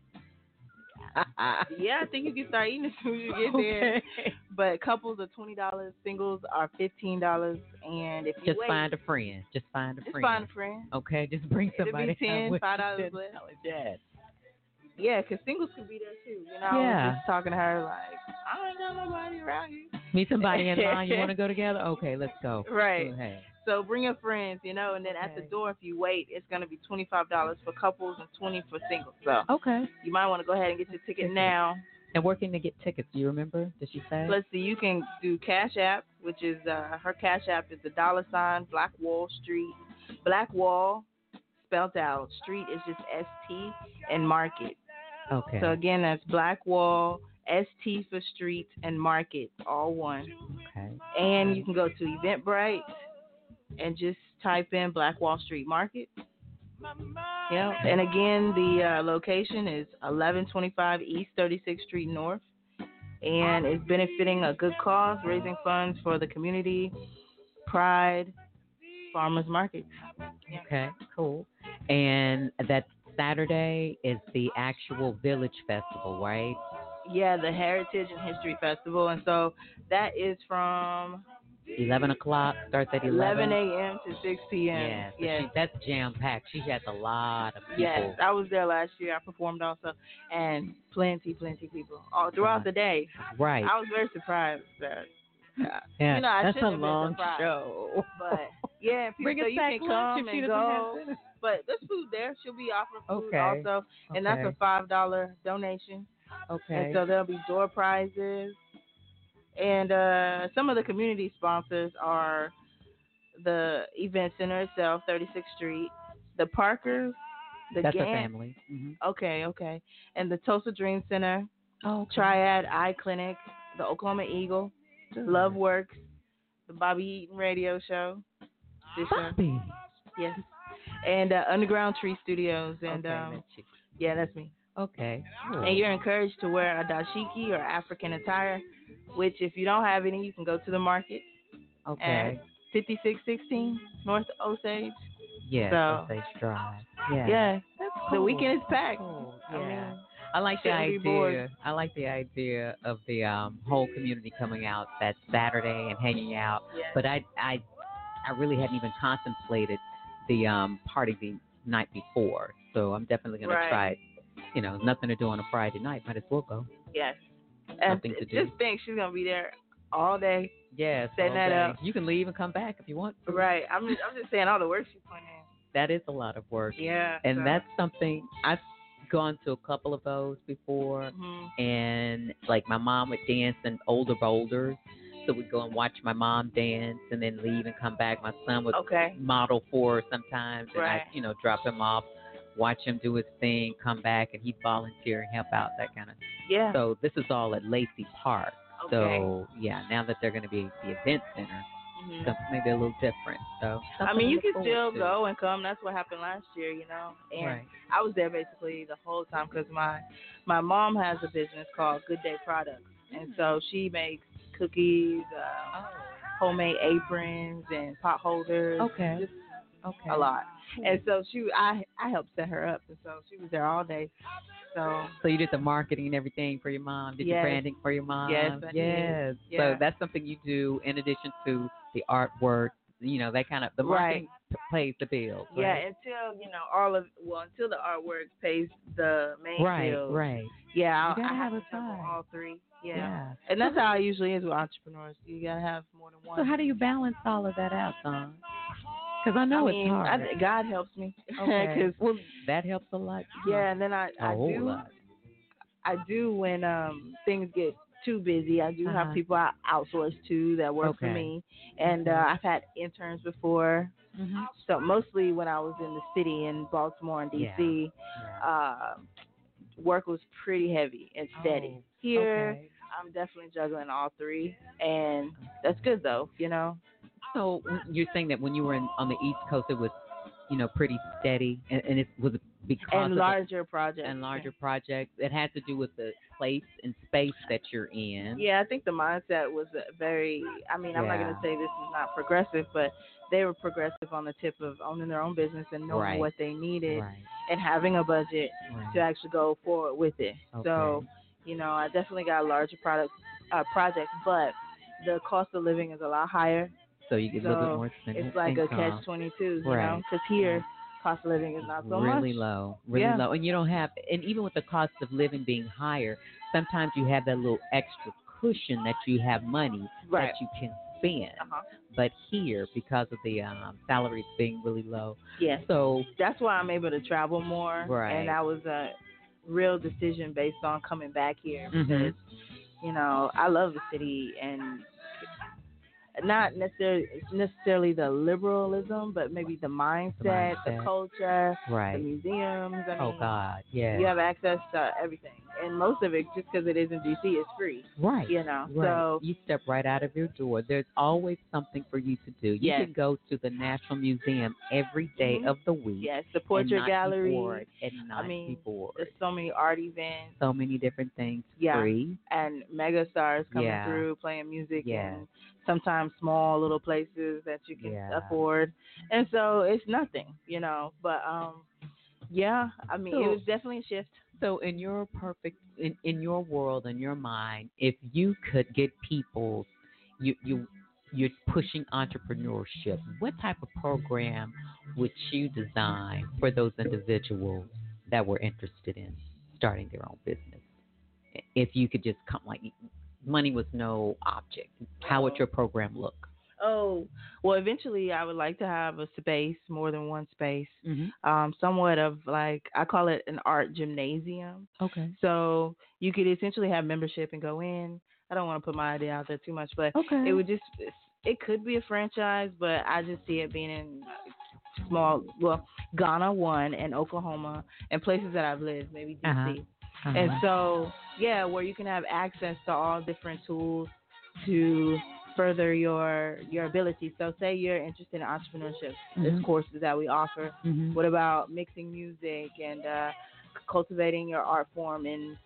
(laughs) yeah, I think you can start eating as soon as you
(laughs)
get there.
Okay.
But couples are twenty dollars, singles are fifteen dollars, and if you
Just
wait,
find a friend. Just find a
just
friend.
find a friend.
Okay, just bring
It'll be
somebody. out
10,
with you.
$5 less.
Yes.
Yeah, 'cause singles could be there too. You know, I was
Yeah.
just talking to her like, I ain't got nobody around here.
Meet somebody in line. You
(laughs)
want to go together? Okay, let's go.
Right.
Go ahead.
So bring your friends, you know, and then at the door, if you wait, it's going to be $25 for couples and 20 for singles. So
Okay.
you might want to go ahead and get your ticket now.
And working to get tickets. Do you remember? Did she say?
Let's see, you can do Cash App, which is uh, her Cash App is the dollar sign Black Wall Street. Black Wall spelled out. Street is just S T and market.
okay.
So again, that's Black Wall, S T for street and market, all one.
okay.
And you can go to Eventbrite and just type in Black Wall Street Market. Yeah, and again, the uh, location is 1125 East 36th Street North, and it's benefiting a good cause, raising funds for the community, Pride Farmers Market. Yeah.
Okay, cool. And that Saturday is the actual Village Festival, right?
Yeah, the Heritage and History Festival, and so that is from
11 o'clock, starts at
11 a.m. to 6 p.m.
Yeah, so
yes.
she- that's jam packed. She has a lot of people.
Yes, I was there last year. I performed also, and plenty, plenty people all throughout the day.
Right.
I was very surprised that. uh,
Yeah,
you know, I
that's a
shouldn't have been
long
surprised.
show. (laughs)
But yeah, people,
Bring
so
us
you
back
can
lunch
come
if she
and
doesn't have
go.
dinner.
But there's food there. She'll be offering food
Okay.
also, and that's a
Okay.
five dollar donation.
(laughs) Okay.
And so there'll be door prizes. And uh, some of the community sponsors are the event center itself, 36th Street, the Parkers, the mm-hmm,
that's a
Gann-
family.
Okay, okay. And the Tulsa Dream Center,
oh,
Triad Eye Clinic, the Oklahoma Eagle,
Good.
Love Works, the Bobby Eaton Radio Show. This show.
Bobby.
Yes. And uh, Underground Tree Studios. And
Okay,
um,
that's you.
yeah, that's me.
Okay. cool.
And you're encouraged to wear a dashiki or African attire, which if you don't have any, you can go to the market
okay.
at 5616 North Osage.
Yeah.
So,
Osage Drive. Yeah.
yeah, the weekend is packed.
Yeah.
I, mean,
I like
(laughs)
the
shouldn't be
idea.
bored.
I like the idea of the um, whole community coming out that Saturday and hanging out.
Yes.
But I, I, I really hadn't even contemplated the um, party the night before. So I'm definitely going to
Right.
try it. You know, nothing to do on a Friday night. Might as well go.
Yes.
Something to
and
do.
Just think she's gonna be there all day.
Yes.
setting that up.
You can leave and come back if you want. to.
Right. I'm just, I'm just saying all the work she's putting in.
That is a lot of work.
Yeah,
And
so-
that's something I've gone to a couple of those before.
Mm-hmm.
And like my mom would dance in older boulders. So we'd go and watch my mom dance and then leave and come back. My son would
Okay.
model for her sometimes. And
Right.
I, you know, drop him off, watch him do his thing, come back, and he'd volunteer and help out, that kind of
Yeah.
So this is all at Lacey Park. So,
Okay.
yeah, now that they're going to be at the event center,
Mm-hmm.
something they're a little different. So
I mean,
Mm. something
you
to
can
look
still
forward to.
go and come. That's what happened last year, you know. And
Right.
I was there basically the whole time because my my mom has a business called Good Day Products,
Mm.
and so she makes cookies,
Oh.
um, homemade aprons, and pot holders.
Okay.
just
Okay. Hmm.
A lot. And so she, I, I helped set her up, and so she was there all day. So
So you did the marketing and everything for your mom. Did your
Yes.
branding for your mom.
Yes, I did.
yes. So
Yeah.
that's something you do in addition to the artwork. You know that kind of the marketing p- plays the bill.
Yeah,
Right.
until you know all of well, until the artwork pays the main
right.
bills.
Right.
Yeah,
You
I,
gotta
I have
have a
to juggle all three. Yeah.
Yeah.
and that's how it usually is with entrepreneurs. You gotta have more than one.
So how do you balance all of that out, Don? Because I know
I
Oh, it's
mean,
hard.
I, God helps
(laughs)
me.
Okay.
'Cause-
well, that helps a lot. too.
yeah, and then I,
A
I
whole
do
lot.
I do when um things get too busy. I do
Uh-huh.
have people I outsource to that work for
Okay. Mm-hmm.
me, and uh, I've had interns before.
Mhm.
So mostly when I was in the city in Baltimore and
Yeah.
D.C., uh, work was pretty heavy and steady. Here,
Oh, okay.
I'm definitely juggling all three, and that's good though, you know.
So w- you're saying that when you were in, on the East Coast, it was, you know, pretty steady, and, and it was because
And
of the-
larger projects
and larger projects. It had to do with the place and space that you're in.
Yeah, I think the mindset was uh, very. I mean, I'm not going
Yeah.
to say this is not progressive, but they were progressive on the tip of owning their own business and knowing
Right.
what they needed
Right.
and having a budget to actually go forward with it. So,
Okay.
you know, I definitely got larger product uh, projects, but the cost of living is a lot higher.
So you get a little bit more expensive
It's like
income.
a catch 22, you know,
Right.
because here cost of living is not so much.
really low, really
Yeah.
low, and you don't have. And even with the cost of living being higher, sometimes you have that little extra cushion that you have money
Right.
that you can spend.
Uh-huh.
But here, because of the um, salaries being really low,
Yeah.
So
that's why I'm able to travel more.
Right.
And that was a real decision based on coming back here
Mhm.
Mm-hmm.
because, you know, I love the city and not necessarily necessarily the liberalism, but maybe the mindset, the,
mindset.
culture,
Right.
the museums. I
oh
mean,
God, yeah,
You have access to everything, and most of it, just because it is in DC, is free.
Right.
You know.
Right.
So
you step right out of your door. There's always something for you to do. You
Yes.
can go to the National Museum every day
Mhm.
of the week.
Yes, the portrait
and not
gallery.
Be bored, and not
I
be
mean,
bored.
there's so many art events.
So many different things
Yeah.
free.
And mega stars coming
Yeah.
through playing music
Yeah.
and sometimes small little places that you can
Yeah.
afford. And so it's nothing, you know. But um yeah, I mean it
So-
was definitely a shift.
So in your perfect in, in your world, in your mind, if you could get people you you you're pushing entrepreneurship, what type of program would you design for those individuals that were interested in starting their own business? If you could just come like money was no object, how would your program look?
Oh, well, eventually I would like to have a space, more than one space, um, somewhat of like, I call it an art gymnasium.
Okay.
So you could essentially have membership and go in. I don't want to put my idea out there too much, but
Okay.
it would just,
Mm-hmm.
it could be a franchise, but I just see it being in small, well, Ghana, one, and Oklahoma, and places that I've lived, maybe DC.
Uh-huh. Uh-huh.
And so, yeah, where you can have access to all different tools to further your your ability. So, say you're interested in entrepreneurship, there's
Mhm.
courses that we offer.
Mhm.
What about mixing music and uh, cultivating your art form in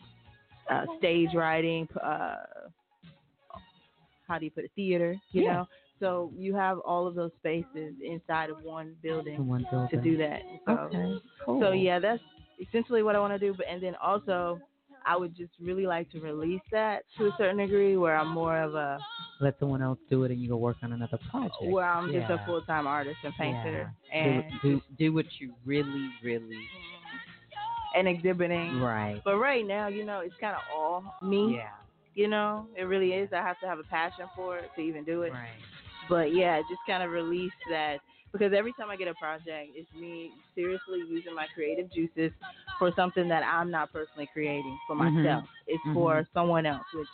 uh, stage writing? Uh, how do you put it? Theater, you
Yeah.
know. So you have all of those spaces inside of one building,
One
to
building.
do that. So,
Okay, cool.
so yeah, that's essentially what I want to do. But and then also, I would just really like to release that to a certain degree, where I'm more of a
Let someone else do it, and you go work on another project.
where I'm just
Yeah.
a full time artist and painter
Yeah.
and
do, do, do what you really, really
and exhibiting.
right.
But right now, you know, it's kind of all me.
Yeah.
You know, it really is. I have to have a passion for it to even do it.
Right.
But yeah, just kind of release that because every time I get a project, it's me seriously using my creative juices for something that I'm not personally creating for
Mhm.
myself. It's
Mhm.
for someone else, which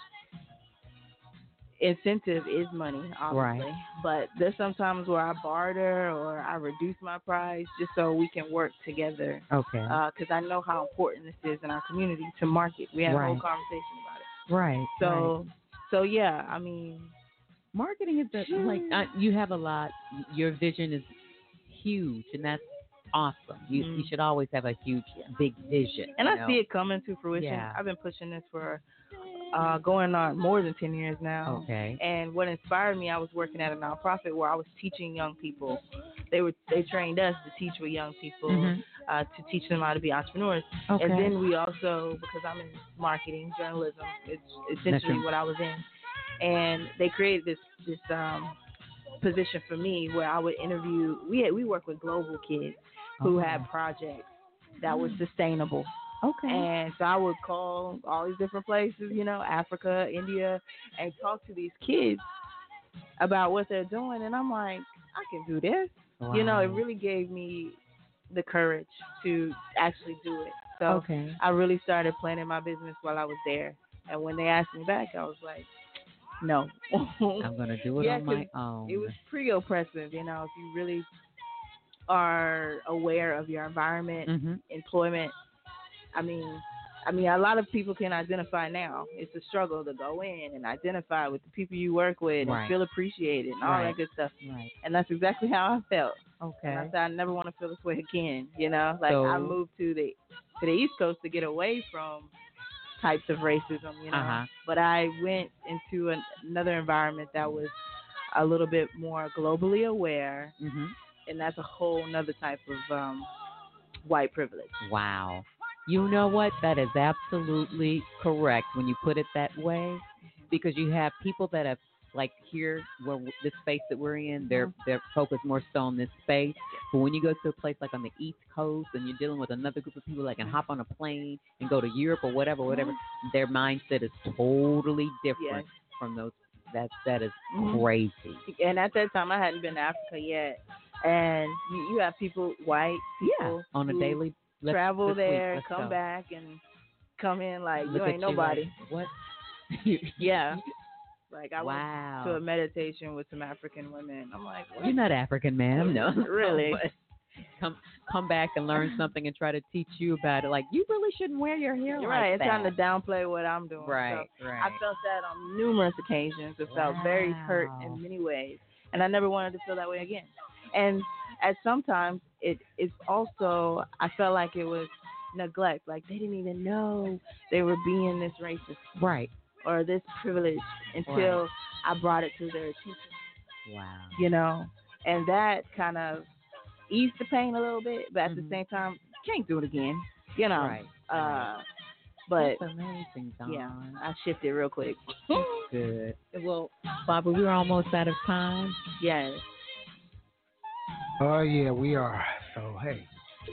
incentive is money, obviously.
Right.
But there's sometimes where I barter or I reduce my price just so we can work together.
Okay.
Because I know how important this is in our community to market. We had a whole
Right.
conversation about it.
right. right.
So, so yeah, I mean,
marketing is the like I, you have a lot. Your vision is huge, and that's awesome. You you
Mhm.
should always have a huge, big vision.
and
you
I
know?
see it coming to fruition.
Yeah.
I've been pushing this for uh, going on more than 10 years now.
Okay.
And what inspired me, I was working at a nonprofit where I was teaching young people. They were they trained us to teach with young people,
Mhm.
uh, to teach them how to be entrepreneurs.
Okay.
And then we also, because I'm in marketing journalism, it's essentially
your-
what I was in. And they created this this um, position for me where I would interview. We had, we work with global kids who
Okay.
had projects that were
Mm.
sustainable.
Okay.
And so I would call all these different places, you know, Africa, India, and talk to these kids about what they're doing. And I'm like, I can do this. You know, it
Wow.
really gave me the courage to actually do it. So
Okay.
I really started planning my business while I was there. And when they asked me back, I was like, no.
I'm gonna
(laughs)
do it
Yeah,
on my
'cause
own.
It was pretty oppressive, you know, if you really are aware of your environment,
Mhm.
employment. I mean, I mean, a lot of people can identify now. It's a struggle to go in and identify with the people you work with
Right.
and feel appreciated and all
Right.
that good stuff.
right.
And that's exactly how I felt. And I
Okay.
said, I never want to feel this way again. You know, like I
So-
moved to the to the East Coast to get away from types of racism. You know,
Uh-huh.
but I went into an, another environment that was a little bit more globally aware,
Mhm.
and that's a whole nother type of um, white privilege.
Wow. You know what? That is absolutely correct when you put it that way, because you have people that have like here where w- this space that we're in, they're
Mm-hmm.
they're focused more so on this space. But when you go to a place like on the East Coast and you're dealing with another group of people that
Mm-hmm.
can hop on a plane and go to Europe or whatever, whatever, their mindset is totally different from those. That's that is
Mhm.
crazy.
And at that time, I hadn't been to Africa yet, and you, you have people, white people,
On a
who
daily let's-
travel
this week,
there,
let's
come
go.
back, and come in like
Look
you
at
ain't nobody.
like,
(laughs)
what?
Yeah. Like I
Wow.
went to a meditation with some African women. I'm like, what?
You're not African, ma'am. No. (laughs)
Really?
But come come back and learn something and try to teach you about it. Like you really shouldn't wear your hair like
right, it's
that.
trying to downplay what I'm doing.
Right,
So
right.
I felt that on numerous occasions. It felt very hurt in many ways, and I never wanted to feel that way again. And at sometimes it is also I felt like it was neglect. Like they didn't even know they were being this racist
right.
or this privileged until
Right.
I brought it to their attention.
Wow.
(clears throat) You know, and that kind of eased the pain a little bit, but at the
Mm-hmm.
same time, can't do it again. You know.
Right,
Uh,
right.
But
That's amazing, Dawn.
yeah, I shifted real
(gasps)
quick.
Good. Well, Barbara, we're almost out of time.
Yes.
Oh yeah, we are. So hey.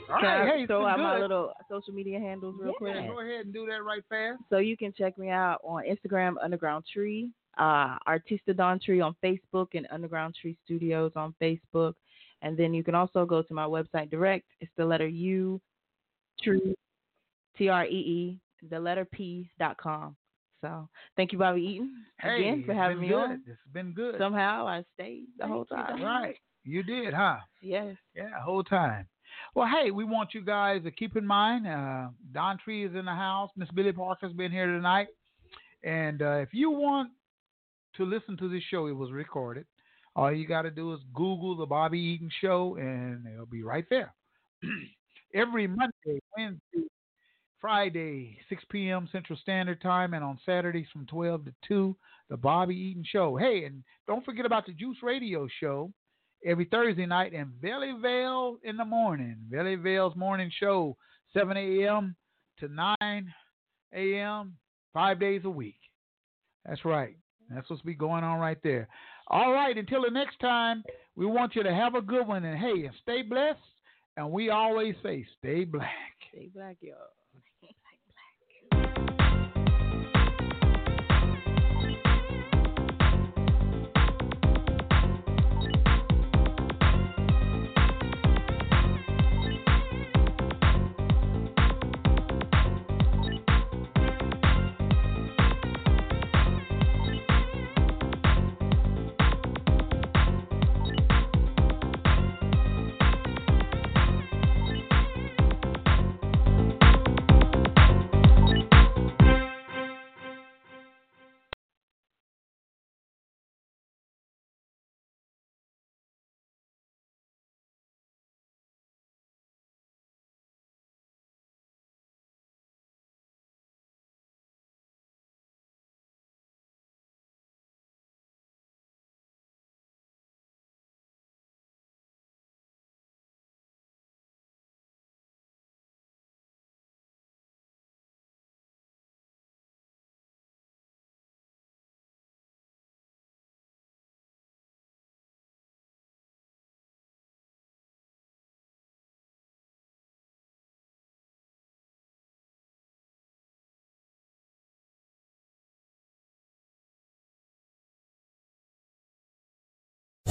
All
Can
right,
I
hey, it's
throw
been
out uh, my
good.
little social media handles real quick?
Yeah, go ahead and do that right fast.
So you can check me out on Instagram, Underground Tree, uh, Artista Don Tree on Facebook, and Underground Tree Studios on Facebook. And then you can also go to my website direct. It's the letter U, Tree, T R E E, the letter P dot com. So thank you, Bobby Eaton,
Hey,
again for
it's
having
been
me
good.
on.
It's been good.
Somehow I stayed the whole time.
Right. You did, huh?
Yes.
Yeah, whole time. Well, hey, we want you guys to keep in mind uh, Don Tree is in the house. Miss Billy Parker's been here tonight. And uh, if you want to listen to this show, it was recorded. All you got to do is Google the Bobby Eaton Show, and it'll be right there. Every Monday, Wednesday, Friday, 6 p.m. Central Standard Time, and on Saturdays from 12 to 2, the Bobby Eaton Show. Hey, and don't forget about the Juice Radio Show every Thursday night and Valley Vale in the morning. Valley Vale's morning show, 7 a.m. to 9 a.m., five days a week. That's right. That's what's be going on right there. All right, until the next time, we want you to have a good one and hey, and stay blessed. And we always say, stay black.
Stay black, y'all.